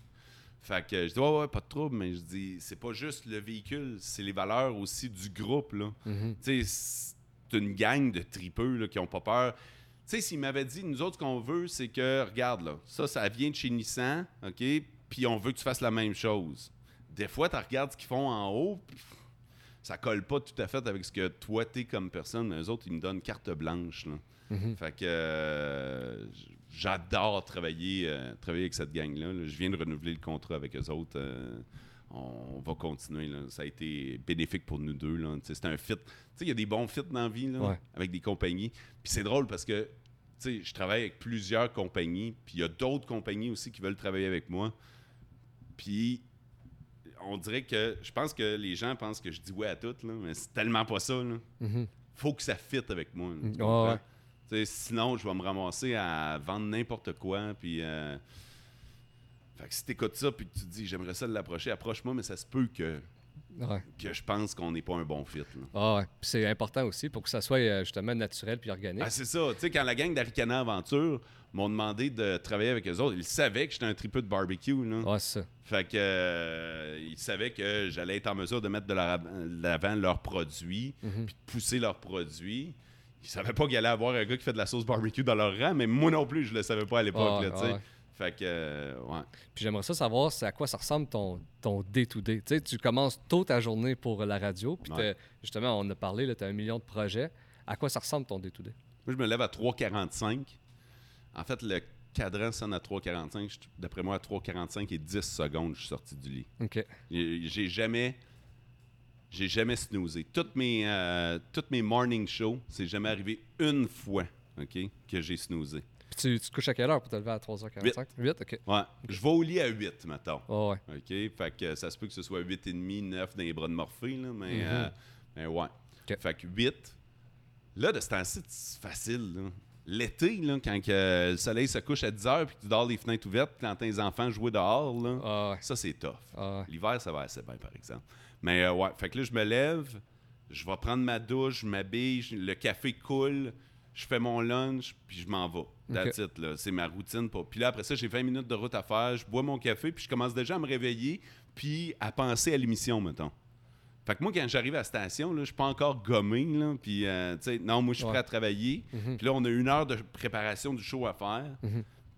B: Fait que je dis, ouais, ouais, pas de trouble, mais je dis, c'est pas juste le véhicule, c'est les valeurs aussi du groupe, là. Tu sais, c'est une gang de tripeux, là, qui ont pas peur. Tu sais, s'ils m'avaient dit, nous autres, ce qu'on veut, c'est que, regarde, là, ça, ça vient de chez Nissan, OK, puis on veut que tu fasses la même chose. Des fois, tu regardes ce qu'ils font en haut, puis ça colle pas tout à fait avec ce que toi t'es comme personne, mais eux autres, ils me donnent carte blanche. là.
A: Mhm.
B: Fait que euh, j'adore travailler, euh, travailler avec cette gang-là. là. Je viens de renouveler le contrat avec eux autres. euh, on va continuer. là. Ça a été bénéfique pour nous deux. là. Tu sais, C'est un fit. Tu sais, il y a des bons fits dans la vie là,
A: Ouais.
B: avec des compagnies. Puis c'est drôle parce que tu sais, je travaille avec plusieurs compagnies. Puis il y a d'autres compagnies aussi qui veulent travailler avec moi. Puis on dirait que je pense que les gens pensent que je dis ouais à tout, là, mais c'est tellement pas ça. Là.
A: Mhm.
B: Faut que ça fitte avec moi. là, tu
A: Ouais,
B: comprends?
A: ouais.
B: Tu sais, Sinon, je vais me ramasser à vendre n'importe quoi. Puis, euh, fait que si t'écoutes ça puis que tu te dis j'aimerais ça l'approcher, approche-moi, mais ça se peut que,
A: Ouais.
B: que je pense qu'on n'est pas un bon fit. là.
A: Ah ouais. Puis c'est important aussi pour que ça soit euh, justement naturel puis organique.
B: Ah, c'est ça. Tu sais, quand la gang d'Aricana Aventure m'ont demandé de travailler avec eux autres, ils savaient que j'étais un tripeux de barbecue. Là.
A: ouais, c'est ça.
B: Fait que euh, ils savaient que j'allais être en mesure de mettre de leur- de l'avant leurs produits, Mhm.
A: Mhm.
B: puis de pousser leurs produits. Ils savaient pas qu'il allait avoir un gars qui fait de la sauce barbecue dans leur rang, mais moi non plus, je le savais pas à l'époque.
A: Ouais,
B: là, tu sais.
A: Ah, ouais.
B: Fait que, euh, ouais.
A: Puis j'aimerais ça savoir c'est à quoi ça ressemble ton, ton day-to-day. Tu sais, tu commences tôt ta journée pour la radio, puis
B: Ouais.
A: t'as- justement, on a parlé, tu as un million de projets. À quoi ça ressemble ton day-to-day?
B: Moi, je me lève à 3,45. En fait, le cadran sonne à 3,45. Je- D'après moi, à 3,45 et 10 secondes, je suis sorti du lit.
A: OK.
B: J'ai j'ai jamais. J'ai jamais snoozé. Toutes mes, euh, toutes mes morning shows, c'est jamais arrivé une fois ok, que j'ai snoozé.
A: Puis tu, tu te couches à quelle heure pour te lever à 3h45? 8, OK.
B: Ouais. Je vais au lit à 8, mettons.
A: Ouais, ouais.
B: OK? Fait que ça se peut que ce soit 8,5, 9 dans les bras de Morphée, là, mais,
A: Mhm.
B: euh, mais ouais.
A: OK.
B: Fait que 8. Là, de ce temps-ci, c'est facile. là. L'été, là, quand que le soleil se couche à 10 heures puis que tu dors les fenêtres ouvertes, quand tes enfants jouent dehors, là,
A: Ah ouais.
B: ça, c'est tough.
A: Ah ouais.
B: L'hiver, ça va assez bien, par exemple. Mais euh, ouais, fait que là, je me lève, je vais prendre ma douche, je m'habille, je- le café coule, je fais mon lunch, puis je m'en vais. That's it, là. C'est ma routine. Pour... Puis là, après ça, j'ai 20 minutes de route à faire, je bois mon café, puis je commence déjà à me réveiller, puis à penser à l'émission, mettons. Fait que moi, quand j'arrive à la station, là, je suis pas encore gommé, là, puis euh, tu sais, non, moi, je suis
A: Ouais. Mhm.
B: prêt à travailler. Puis là, on a une heure de préparation du show à faire,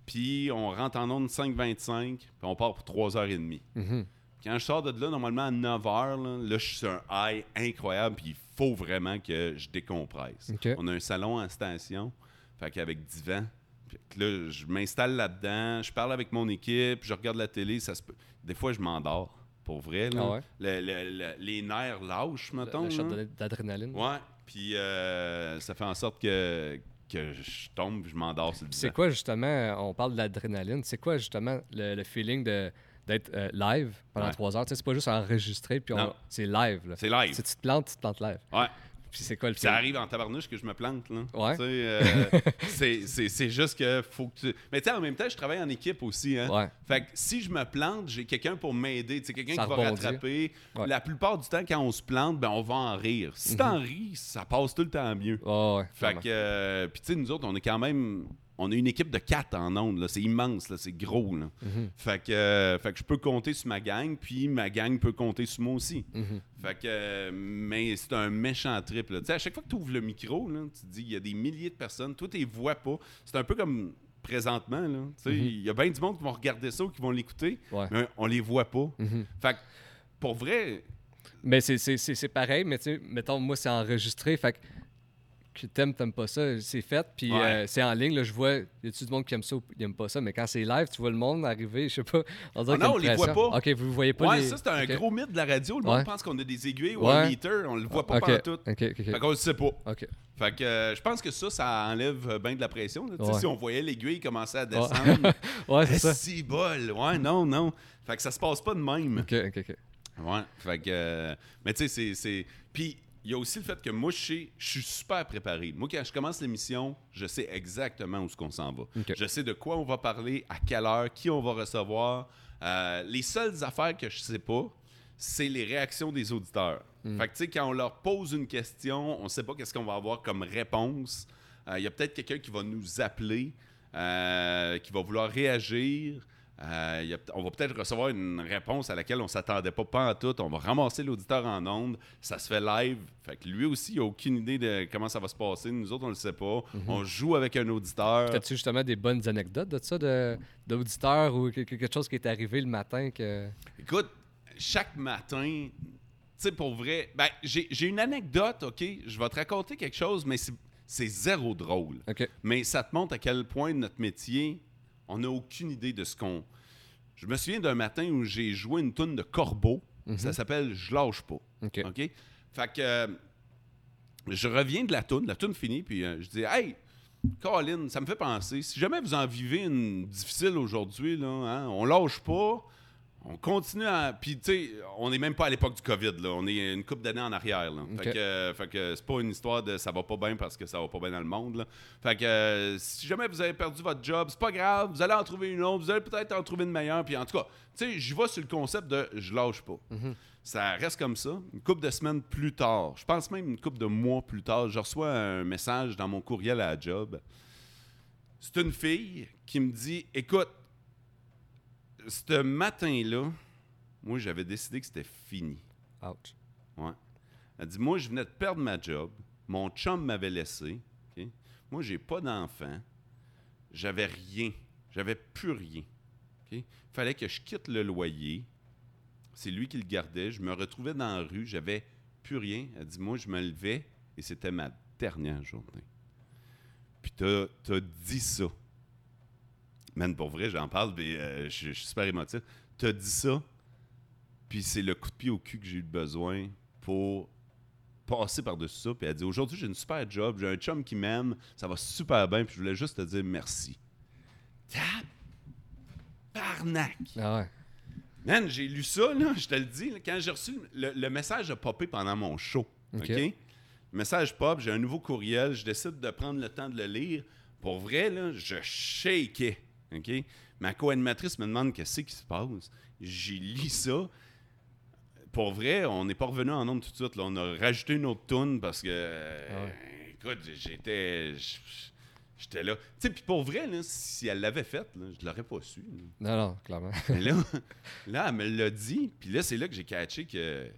B: puis on rentre en onde 5h25, puis on part pour 3h30.
A: Mhm.
B: Quand je sors de là, normalement à 9 h, là, là, je suis sur un high incroyable, puis il faut vraiment que je décompresse.
A: OK.
B: On a un salon en station, fait qu'avec divan. Fait que là, je m'installe là-dedans, je parle avec mon équipe, je regarde la télé, ça se peut. Des fois, je m'endors, pour vrai. là.
A: Ah ouais?
B: Le- le- le- les nerfs lâchent,
A: Le-
B: mettons.
A: le shot
B: là.
A: de- d'adrénaline.
B: euh, Ouais, puis euh, ça fait en sorte que, que je tombe, puis je m'endors sur le
A: Puis c'est
B: divan.
A: quoi justement, euh, on parle de l'adrénaline, c'est quoi justement le, le feeling de d'être euh, live pendant
B: Ouais.
A: trois heures? Tu sais, c'est pas juste enregistrer, puis on-
B: Non.
A: c'est live. là.
B: C'est live.
A: Si tu te plantes, tu te plantes live.
B: Ouais.
A: Puis c'est quoi le
B: Puis ça
A: feeling?
B: arrive en tabarnouche que je me plante, là.
A: Ouais.
B: Tu sais, euh, c'est- c'est c'est juste que faut que tu... Mais tu sais, en même temps, je travaille en équipe aussi, hein.
A: Ouais.
B: Fait que si je me plante, j'ai quelqu'un pour m'aider, tu sais, quelqu'un
A: Ça
B: qui va
A: rebondit.
B: rattraper.
A: Ouais. Mhm.
B: La plupart du temps, quand on se plante, ben on va en rire. Si t'en ris, ça passe tout le temps mieux.
A: Ouais, ouais,
B: Fait
A: vraiment.
B: que... euh, Puis tu sais, nous autres, on est quand même... On est une équipe de quatre en ondes, là. C'est immense, là. C'est gros, là.
A: Mhm.
B: Fait que... euh, fait que je peux compter sur ma gang, puis ma gang peut compter sur moi aussi.
A: Mhm.
B: Fait que, euh, mais c'est un méchant trip. là. Tu sais, à chaque fois que tu ouvres le micro, là, tu te dis, il y a des milliers de personnes, toi, tu les vois pas. C'est un peu comme présentement. là. Tu sais, Il y a bien du monde qui vont regarder ça ou qui vont l'écouter,
A: Mhm. Ouais. Mhm.
B: mais on les voit pas. Fait que, pour vrai,
A: Mais c'est- c'est c'est- c'est pareil, mais tu sais, mettons, moi, c'est enregistré, fait que que t'aimes, t'aimes pas ça, c'est fait, puis
B: Ouais.
A: euh, c'est en ligne, là, je vois, y a-tu du monde qui aime ça ou qui aime pas ça, mais quand c'est live, tu vois le monde arriver, je sais pas, on dirait
B: Ah non,
A: qu'il y a une
B: on les voit
A: pression.
B: pas.
A: OK, vous voyez pas
B: ouais,
A: les-
B: ça, c'est un
A: OK.
B: gros mythe de la radio. Le monde
A: Ouais.
B: pense qu'on a des aiguilles ou
A: Ouais.
B: un meter, on le voit pas
A: OK,
B: partout.
A: OK, OK,
B: Fait qu'on le sait pas.
A: OK.
B: Fait que euh, je pense que ça, ça enlève bien de la pression. là. Tu sais,
A: Ouais.
B: Si on voyait l'aiguille commencer à
A: Ouais.
B: descendre,
A: ouais, c'est
B: eh,
A: ça.
B: si bol, ouais, non, non. Fait que ça se passe pas de même.
A: OK, OK, OK.
B: Ouais, fait que. euh, mais tu sais, c'est- c'est. Puis, il y a aussi le fait que moi, je sais- je suis super préparé. Moi, quand je commence l'émission, je sais exactement où ce qu'on s'en va.
A: Ok.
B: Je sais de quoi on va parler, à quelle heure, qui on va recevoir. Euh, les seules affaires que je sais pas, c'est les réactions des auditeurs. Fait que, tu sais, quand on leur pose une question, on sait pas qu'est-ce qu'on va avoir comme réponse. Euh, Il y a peut-être quelqu'un qui va nous appeler, euh, qui va vouloir réagir. Euh, il y a peut- on va peut-être recevoir une réponse à laquelle on s'attendait pas, pas en tout. On va ramasser l'auditeur en ondes. Ça se fait live. Fait que lui aussi, il n'a aucune idée de comment ça va se passer. Nous autres, on le sait pas. On joue avec un auditeur.
A: T'as-tu justement des bonnes anecdotes de ça, de- d'auditeurs ou que- que- quelque chose qui est arrivé le matin que...
B: Écoute, chaque matin, tu sais, pour vrai, ben, j'ai j'ai une anecdote, OK? Je vais te raconter quelque chose, mais c'est- c'est zéro drôle.
A: OK.
B: Mais ça te montre à quel point notre métier, on n'a aucune idée de ce qu'on. Je me souviens d'un matin où j'ai joué une tune de Corbeau. Ça s'appelle Je lâche pas.
A: OK.
B: OK? Fait que euh, je reviens de la toune, la toune finie, puis euh, je dis Hey, Colin, ça me fait penser, si jamais vous en vivez une difficile aujourd'hui, là, hein, on lâche pas, on continue à. Puis tu sais, on n'est même pas à l'époque du COVID, là, on est une couple d'années en arrière. Là. Fait
A: Ok.
B: que, euh, fait que c'est pas une histoire de ça va pas bien parce que ça va pas bien dans le monde. là. Fait que euh, si jamais vous avez perdu votre job, c'est pas grave, vous allez en trouver une autre, vous allez peut-être en trouver une meilleure. Puis en tout cas, tu sais, j'y vais sur le concept de je lâche pas. Ça reste comme ça. Une couple de semaines plus tard, je pense même une couple de mois plus tard, je reçois un message dans mon courriel à la job. C'est une fille qui me dit Écoute, ce matin-là, moi j'avais décidé que c'était fini.
A: Ouch.
B: Ouais. Elle dit Moi, je venais de perdre ma job. Mon chum m'avait laissé. ok? Moi, j'ai pas d'enfant. J'avais rien. J'avais plus rien. Il fallait que je quitte le loyer. C'est lui qui le gardait. Je me retrouvais dans la rue. J'avais plus rien. Elle dit Moi, je me levais et c'était ma dernière journée. Puis t'as t'as dit ça. Man, pour vrai, j'en parle, mais euh, je je suis super émotif. T'as dit ça, puis c'est le coup de pied au cul que j'ai eu besoin pour passer par-dessus ça. Puis elle dit Aujourd'hui, j'ai une super job, j'ai un chum qui m'aime, ça va super bien, puis je voulais juste te dire merci. Tabarnak!
A: Ah ouais.
B: Man, j'ai lu ça, là, je te le dis. là, quand j'ai reçu le, le message a popé pendant mon show.
A: OK.
B: OK? Le message pop, j'ai un nouveau courriel, je décide de prendre le temps de le lire. Pour vrai, là, je shakeais. OK? Ma co-animatrice me demande qu'est-ce qui se passe. J'ai lu ça. Pour vrai, on n'est pas revenu en nombre tout de suite. là. On a rajouté une autre toune parce que. euh, Écoute, j'étais. J'étais là. Tu sais, puis pour vrai, là, si elle l'avait faite, là, je l'aurais pas su. là.
A: Non, non, clairement.
B: Mais là, là, elle me l'a dit, puis là, c'est là que j'ai catché que.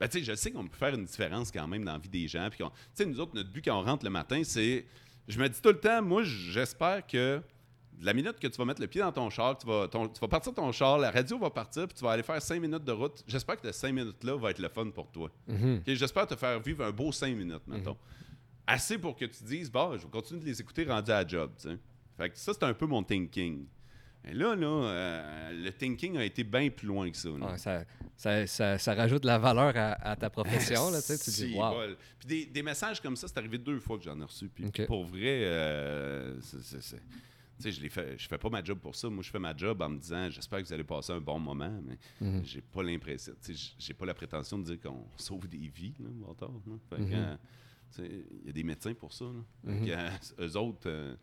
B: Ben, tu sais, je sais qu'on peut faire une différence quand même dans la vie des gens. Puis, qu'on- tu sais, nous autres, notre but quand on rentre le matin, c'est. Je me dis tout le temps, moi, j'espère que de la minute que tu vas mettre le pied dans ton char, que tu vas, ton- tu vas partir de ton char, la radio va partir, puis tu vas aller faire cinq minutes de route. J'espère que ces cinq minutes-là va être le fun pour toi.
A: Mhm.
B: Ok, J'espère te faire vivre un beau cinq minutes, mettons. Assez pour que tu dises, bon, je vais continuer de les écouter rendu à la job. tu sais. Fait que ça, c'est un peu mon thinking. Mais là, là, euh, le thinking a été bien plus loin que ça. là.
A: Ouais, ça, ça, ça, ça rajoute de la valeur à, à ta profession. Là, tu sais, tu
B: Si,
A: dis, wow.
B: bol. Puis des, des messages comme ça, c'est arrivé deux fois que j'en ai reçu. Puis
A: Ok.
B: pour vrai, euh, c'est- c'est- c'est- tu sais, je les fais, je fais pas ma job pour ça. Moi, je fais ma job en me disant, j'espère que vous allez passer un bon moment, mais
A: Mhm.
B: j'ai pas l'impression, tu sais, j- j'ai pas la prétention de dire qu'on sauve des vies, là, bon tard, là. Fait que,
A: Mhm.
B: euh, tu sais, il y a des médecins pour ça. là. Fait que, euh, eux autres, euh,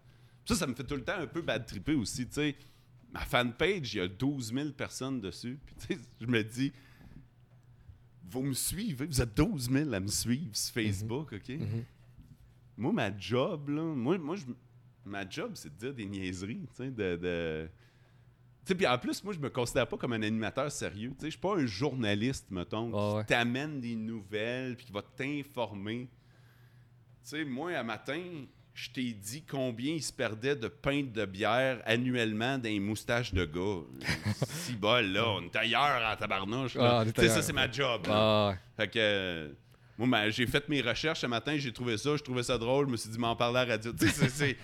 B: ça, ça me fait tout le temps un peu bad tripper aussi, tu sais. Ma fanpage, il y a 12 000 personnes dessus. Puis, tu sais, je me dis, vous me suivez, vous êtes 12 000 à me suivre sur Facebook, OK? Moi, ma job, là, moi, moi je, ma job, c'est de dire des niaiseries, tu sais, de... de- tu sais, puis en plus, moi, je me considère pas comme un animateur sérieux. Tu sais, Je suis pas un journaliste, mettons,
A: Ouais,
B: qui
A: ouais.
B: t'amène des nouvelles puis qui va t'informer. Tu sais, moi, à matin, je t'ai dit combien il se perdait de peintes de bière annuellement dans les moustaches de gars. si bol, là, on est ailleurs à tabarnouche. là.
A: Ah, on est
B: Tu sais, ça,
A: ailleurs.
B: c'est ma job. là.
A: Ah,
B: Fait que. euh, Moi, ma- j'ai fait mes recherches ce matin, j'ai trouvé ça, je trouvais ça drôle, je me suis dit, m'en parler à la radio. Tu sais, c'est- c'est-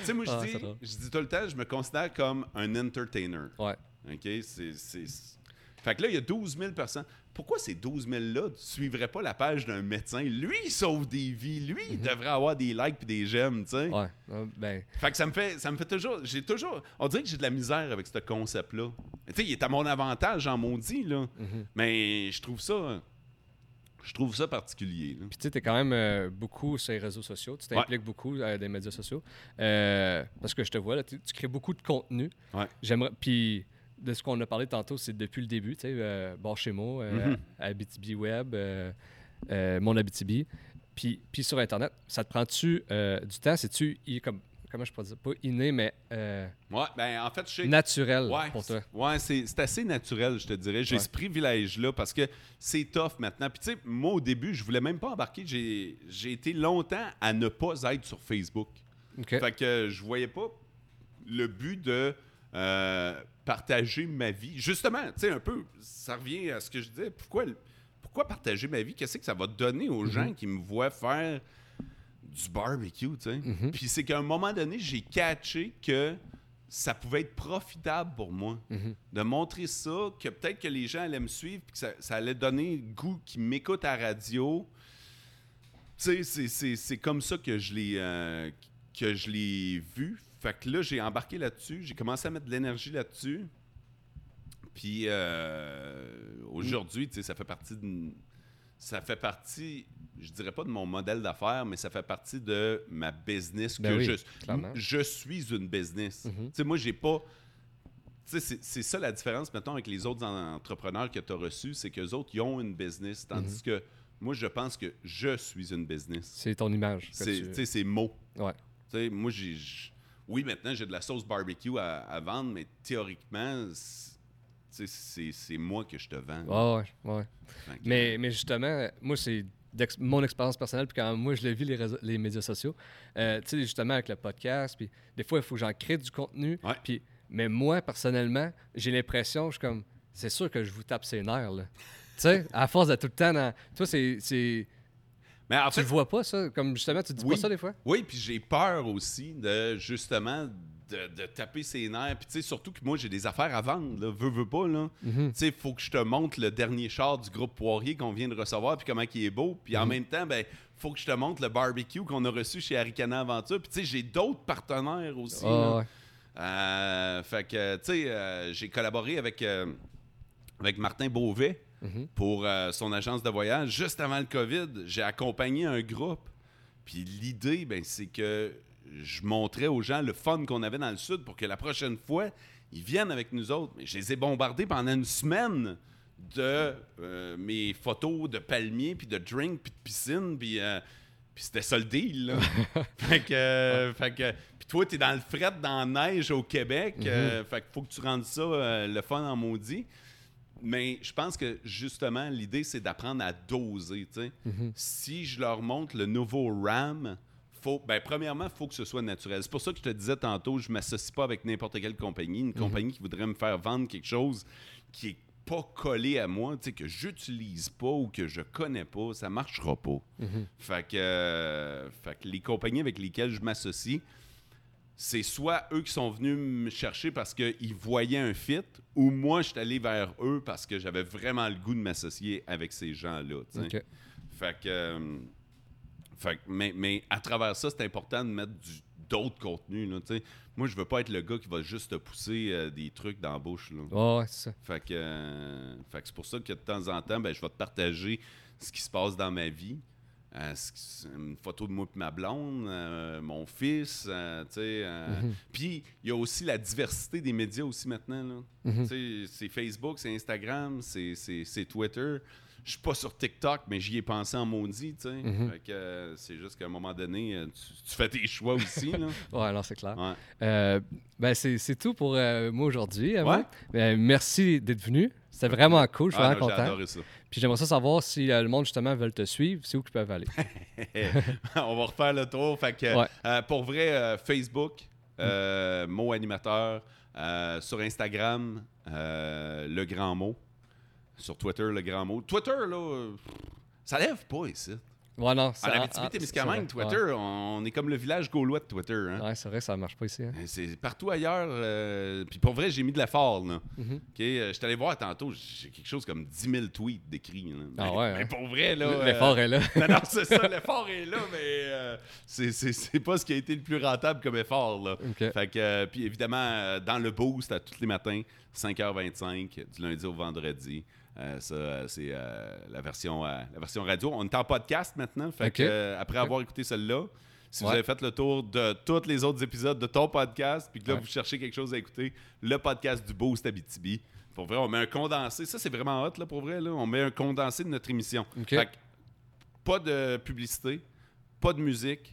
B: tu sais, moi,
A: Ah,
B: je dis,
A: c'est drôle.
B: je dis tout le temps, je me considère comme un entertainer.
A: ouais. ouais.
B: OK? C'est. c'est- c'est- Fait que là, il y a 12 000 personnes. Pourquoi ces 12 000-là ne suivraient pas la page d'un médecin? Lui, il sauve des vies. Lui, il devrait avoir des likes et des j'aime, tu sais.
A: Mhm. Ouais. Euh, Ben,
B: Fait que ça me fait, ça me fait toujours, j'ai toujours, on dirait que j'ai de la misère avec ce concept-là. Mais Tu sais, il est à mon avantage en maudit, là.
A: Mhm.
B: Mais je trouve ça, je trouve ça particulier. là.
A: Puis tu sais, t'es quand même euh, beaucoup sur les réseaux sociaux, tu t'impliques beaucoup euh, des médias sociaux. Euh, parce que je te vois, là, tu, tu crées beaucoup de contenu.
B: Ouais.
A: J'aimerais. Puis de ce qu'on a parlé tantôt, c'est depuis le début, tu sais, euh, Bar chez Mo, euh,
B: Mhm.
A: Abitibi Web, euh, euh, Mon Abitibi. Puis, puis sur Internet, ça te prend-tu euh, du temps? C'est-tu, i- comme, comment je pourrais dire, pas inné, mais euh,
B: Ouais, ben en fait, je sais.
A: naturel
B: Ouais,
A: pour toi?
B: ouais, c'est c'est assez naturel, je te dirais. J'ai
A: Ouais.
B: ce privilège-là parce que c'est tough maintenant. Puis tu sais, moi au début, je voulais même pas embarquer. J'ai j'ai été longtemps à ne pas être sur Facebook.
A: OK.
B: Fait que je voyais pas le but de euh, partager ma vie. Justement, tu sais, un peu, ça revient à ce que je disais.
A: Mhm.
B: Pourquoi, pourquoi partager ma vie? Qu'est-ce que ça va donner aux gens qui me voient faire du barbecue, tu sais.
A: Mhm.
B: Puis c'est qu'à un moment donné, j'ai catché que ça pouvait être profitable pour moi
A: Mhm.
B: de montrer ça, que peut-être que les gens allaient me suivre, puis que ça, ça allait donner le goût qu'ils m'écoutent à la radio. Tu sais, c'est- c'est- c'est comme ça que je l'ai euh, que je l'ai vu. Fait que là, j'ai embarqué là-dessus, j'ai commencé à mettre de l'énergie là-dessus. Puis euh,
A: Mm.
B: aujourd'hui, tu sais, ça fait partie de ça fait partie, je dirais pas de mon modèle d'affaires, mais ça fait partie de ma business
A: Ben
B: que
A: oui,
B: je,
A: clairement.
B: je suis une business.
A: Mhm.
B: Tu sais, moi j'ai pas tu sais, c'est- c'est ça la différence maintenant avec les autres en- entrepreneurs que tu as reçus, c'est qu'eux autres ils ont une business tandis
A: Mm-hmm.
B: que moi je pense que je suis une business.
A: C'est ton image. que
B: C'est
A: tu-
B: tu sais, c'est mot.
A: Ouais.
B: Tu sais, moi, j'ai. j'- Oui, maintenant, j'ai de la sauce barbecue à, à vendre, mais théoriquement, c'est- tu sais, c'est c'est moi que je te vends.
A: Ouais, ouais, ouais.
B: Fait que-
A: Mais, mais justement, euh, moi, c'est d'ex- mon expérience personnelle, puis quand moi, je le vis, les, réseaux- les médias sociaux, euh, tu sais, justement, avec le podcast, puis des fois, il faut que j'en crée du contenu.
B: Ouais.
A: Puis, mais moi, personnellement, j'ai l'impression, je suis comme, c'est sûr que je vous tape ses nerfs, là. tu sais, à force de tout le temps, dans- toi, c'est, c'est-
B: Mais en
A: tu
B: fait,
A: le vois pas, ça? Comme, justement, tu dis
B: Oui.
A: pas ça des fois?
B: oui, puis j'ai peur aussi de justement de, de taper ses nerfs. Puis tu sais, surtout que moi, j'ai des affaires à vendre. Là. Veux, veux pas, là.
A: Mhm.
B: Tu sais, faut que je te montre le dernier char du groupe Poirier qu'on vient de recevoir, puis comment il est beau. Puis
A: Mhm.
B: en même temps, ben, faut que je te montre le barbecue qu'on a reçu chez Aricana Aventure. Puis tu sais, j'ai d'autres partenaires aussi. là.
A: Ah, ouais.
B: Euh, fait que, tu sais, euh, j'ai collaboré avec, euh, avec Martin Beauvais pour euh, son agence de voyage. Juste avant le COVID, j'ai accompagné un groupe. Puis l'idée, ben, c'est que je montrais aux gens le fun qu'on avait dans le Sud pour que la prochaine fois, ils viennent avec nous autres. Mais je les ai bombardés pendant une semaine de euh, mes photos de palmiers, puis de drinks, puis de piscine, puis... euh, puis c'était ça le deal, là. fait que, euh, fait que, puis toi, t'es dans le fret, dans la neige au Québec. euh, fait que faut que tu rendes ça euh, le fun en maudit. Mais je pense que justement, l'idée, c'est d'apprendre à doser. tu sais. Si je leur montre le nouveau RAM, faut, ben, premièrement, il faut que ce soit naturel. C'est pour ça que je te disais tantôt, je ne m'associe pas avec n'importe quelle compagnie. Une compagnie qui voudrait me faire vendre quelque chose qui est pas collé à moi, tu sais, que j'utilise pas ou que je connais pas, ça marchera pas. fait, que, euh, fait que les compagnies avec lesquelles je m'associe, c'est soit eux qui sont venus me chercher parce qu'ils voyaient un fit, ou moi, je suis allé vers eux parce que j'avais vraiment le goût de m'associer avec ces gens-là. tu sais.
A: Ok.
B: Fait que, euh, fait que- mais, mais à travers ça, c'est important de mettre du- d'autres contenus. Là, tu sais. Moi, je veux pas être le gars qui va juste te pousser euh, des trucs dans la bouche. là.
A: Ouais, ouais, c'est ça.
B: Fait que, euh, fait que c'est pour ça que de temps en temps, ben, je vais te partager ce qui se passe dans ma vie. Euh, ce qui- une photo de moi et ma blonde, euh, mon fils, euh, tu sais. euh,
A: Mhm.
B: Puis, il y a aussi la diversité des médias aussi maintenant, là.
A: Mhm.
B: Tu sais, c'est Facebook, c'est Instagram, c'est- c'est c'est Twitter. Je suis pas sur TikTok, mais j'y ai pensé en maudit, tu sais.
A: Mhm.
B: Fait que euh, c'est juste qu'à un moment donné, euh, tu, tu fais tes choix aussi, là.
A: Ouais, alors c'est clair.
B: Ouais.
A: Euh, ben, c'est, c'est tout pour euh, moi aujourd'hui. Avant.
B: Ouais.
A: Ben, merci d'être venu. C'était vraiment cool. Je suis
B: Ah,
A: vraiment
B: non, j'ai
A: content.
B: adoré ça.
A: Puis j'aimerais ça savoir si euh, le monde justement veut te suivre, c'est où qu'ils peuvent aller.
B: on va refaire le tour. Fait que,
A: Ouais.
B: euh, pour vrai, euh, Facebook, euh, mot animateur, euh, sur Instagram, euh, le grand mot, sur Twitter, le grand mot. Twitter, là, euh, ça lève pas ici.
A: Ouais, non,
B: À
A: ça-
B: la
A: ah,
B: Abitibi-Témiscamingue,
A: c'est vrai.
B: Twitter, on est comme le village gaulois de Twitter. hein.
A: Ouais, Ouais, c'est vrai, ça marche pas ici. hein.
B: C'est partout ailleurs. euh, Puis pour vrai, j'ai mis de l'effort. Là.
A: Mm-hmm.
B: Ok, euh, je suis allé voir tantôt, j'ai quelque chose comme 10 000 tweets décrits. là.
A: Ah
B: mais,
A: ouais,
B: mais
A: hein.
B: pour vrai, là. euh,
A: L'effort est là.
B: non, non, c'est ça, l'effort est là, mais euh, c'est- c'est c'est pas ce qui a été le plus rentable comme effort. Là.
A: Ok.
B: Fait que, euh, puis évidemment, euh, dans le boost, à tous les matins, 5h25, du lundi au vendredi. Euh, ça, euh, c'est euh, la, version, euh, la version radio. On est en podcast maintenant. Fait
A: Ok.
B: que, euh, après avoir écouté celle-là, si vous
A: Ouais.
B: avez fait le tour de tous les autres épisodes de ton podcast, puis que là,
A: Ouais.
B: vous cherchez quelque chose à écouter, le podcast du Boost Abitibi. Pour vrai, on met un condensé. Ça, c'est vraiment hot, là, pour vrai. Là. On met un condensé de notre émission.
A: Ok.
B: Fait que pas de publicité, pas de musique,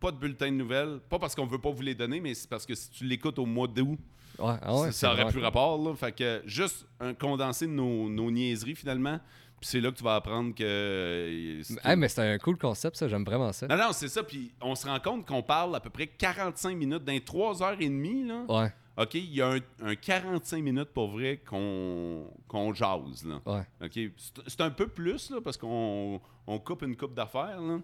B: pas de bulletin de nouvelles. Pas parce qu'on veut pas vous les donner, mais c'est parce que si tu l'écoutes au mois d'août,
A: Ouais, ah ouais,
B: ça-
A: c'est
B: ça aurait
A: vraiment
B: plus rapport. Là. Fait que juste un condensé de nos, nos niaiseries finalement. Puis c'est là que tu vas apprendre que. euh,
A: cool.
B: c'est-
A: Hey, mais c'est un cool concept, ça, j'aime vraiment ça.
B: Non, non, c'est ça. Puis on se rend compte qu'on parle à peu près 45 minutes, dans 3h30. Là.
A: Ouais,
B: OK, il y a un, un 45 minutes pour vrai qu'on qu'on jase. Là.
A: ouais.
B: OK. C'est- C'est un peu plus, là, parce qu'on on coupe une coupe d'affaires, là.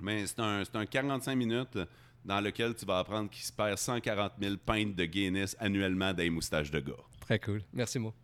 B: Mais c'est un, c'est un 45 minutes dans lequel tu vas apprendre qu'il se perd 140 000 pintes de Guinness annuellement dans les moustaches de gars.
A: Très cool. Merci, moi.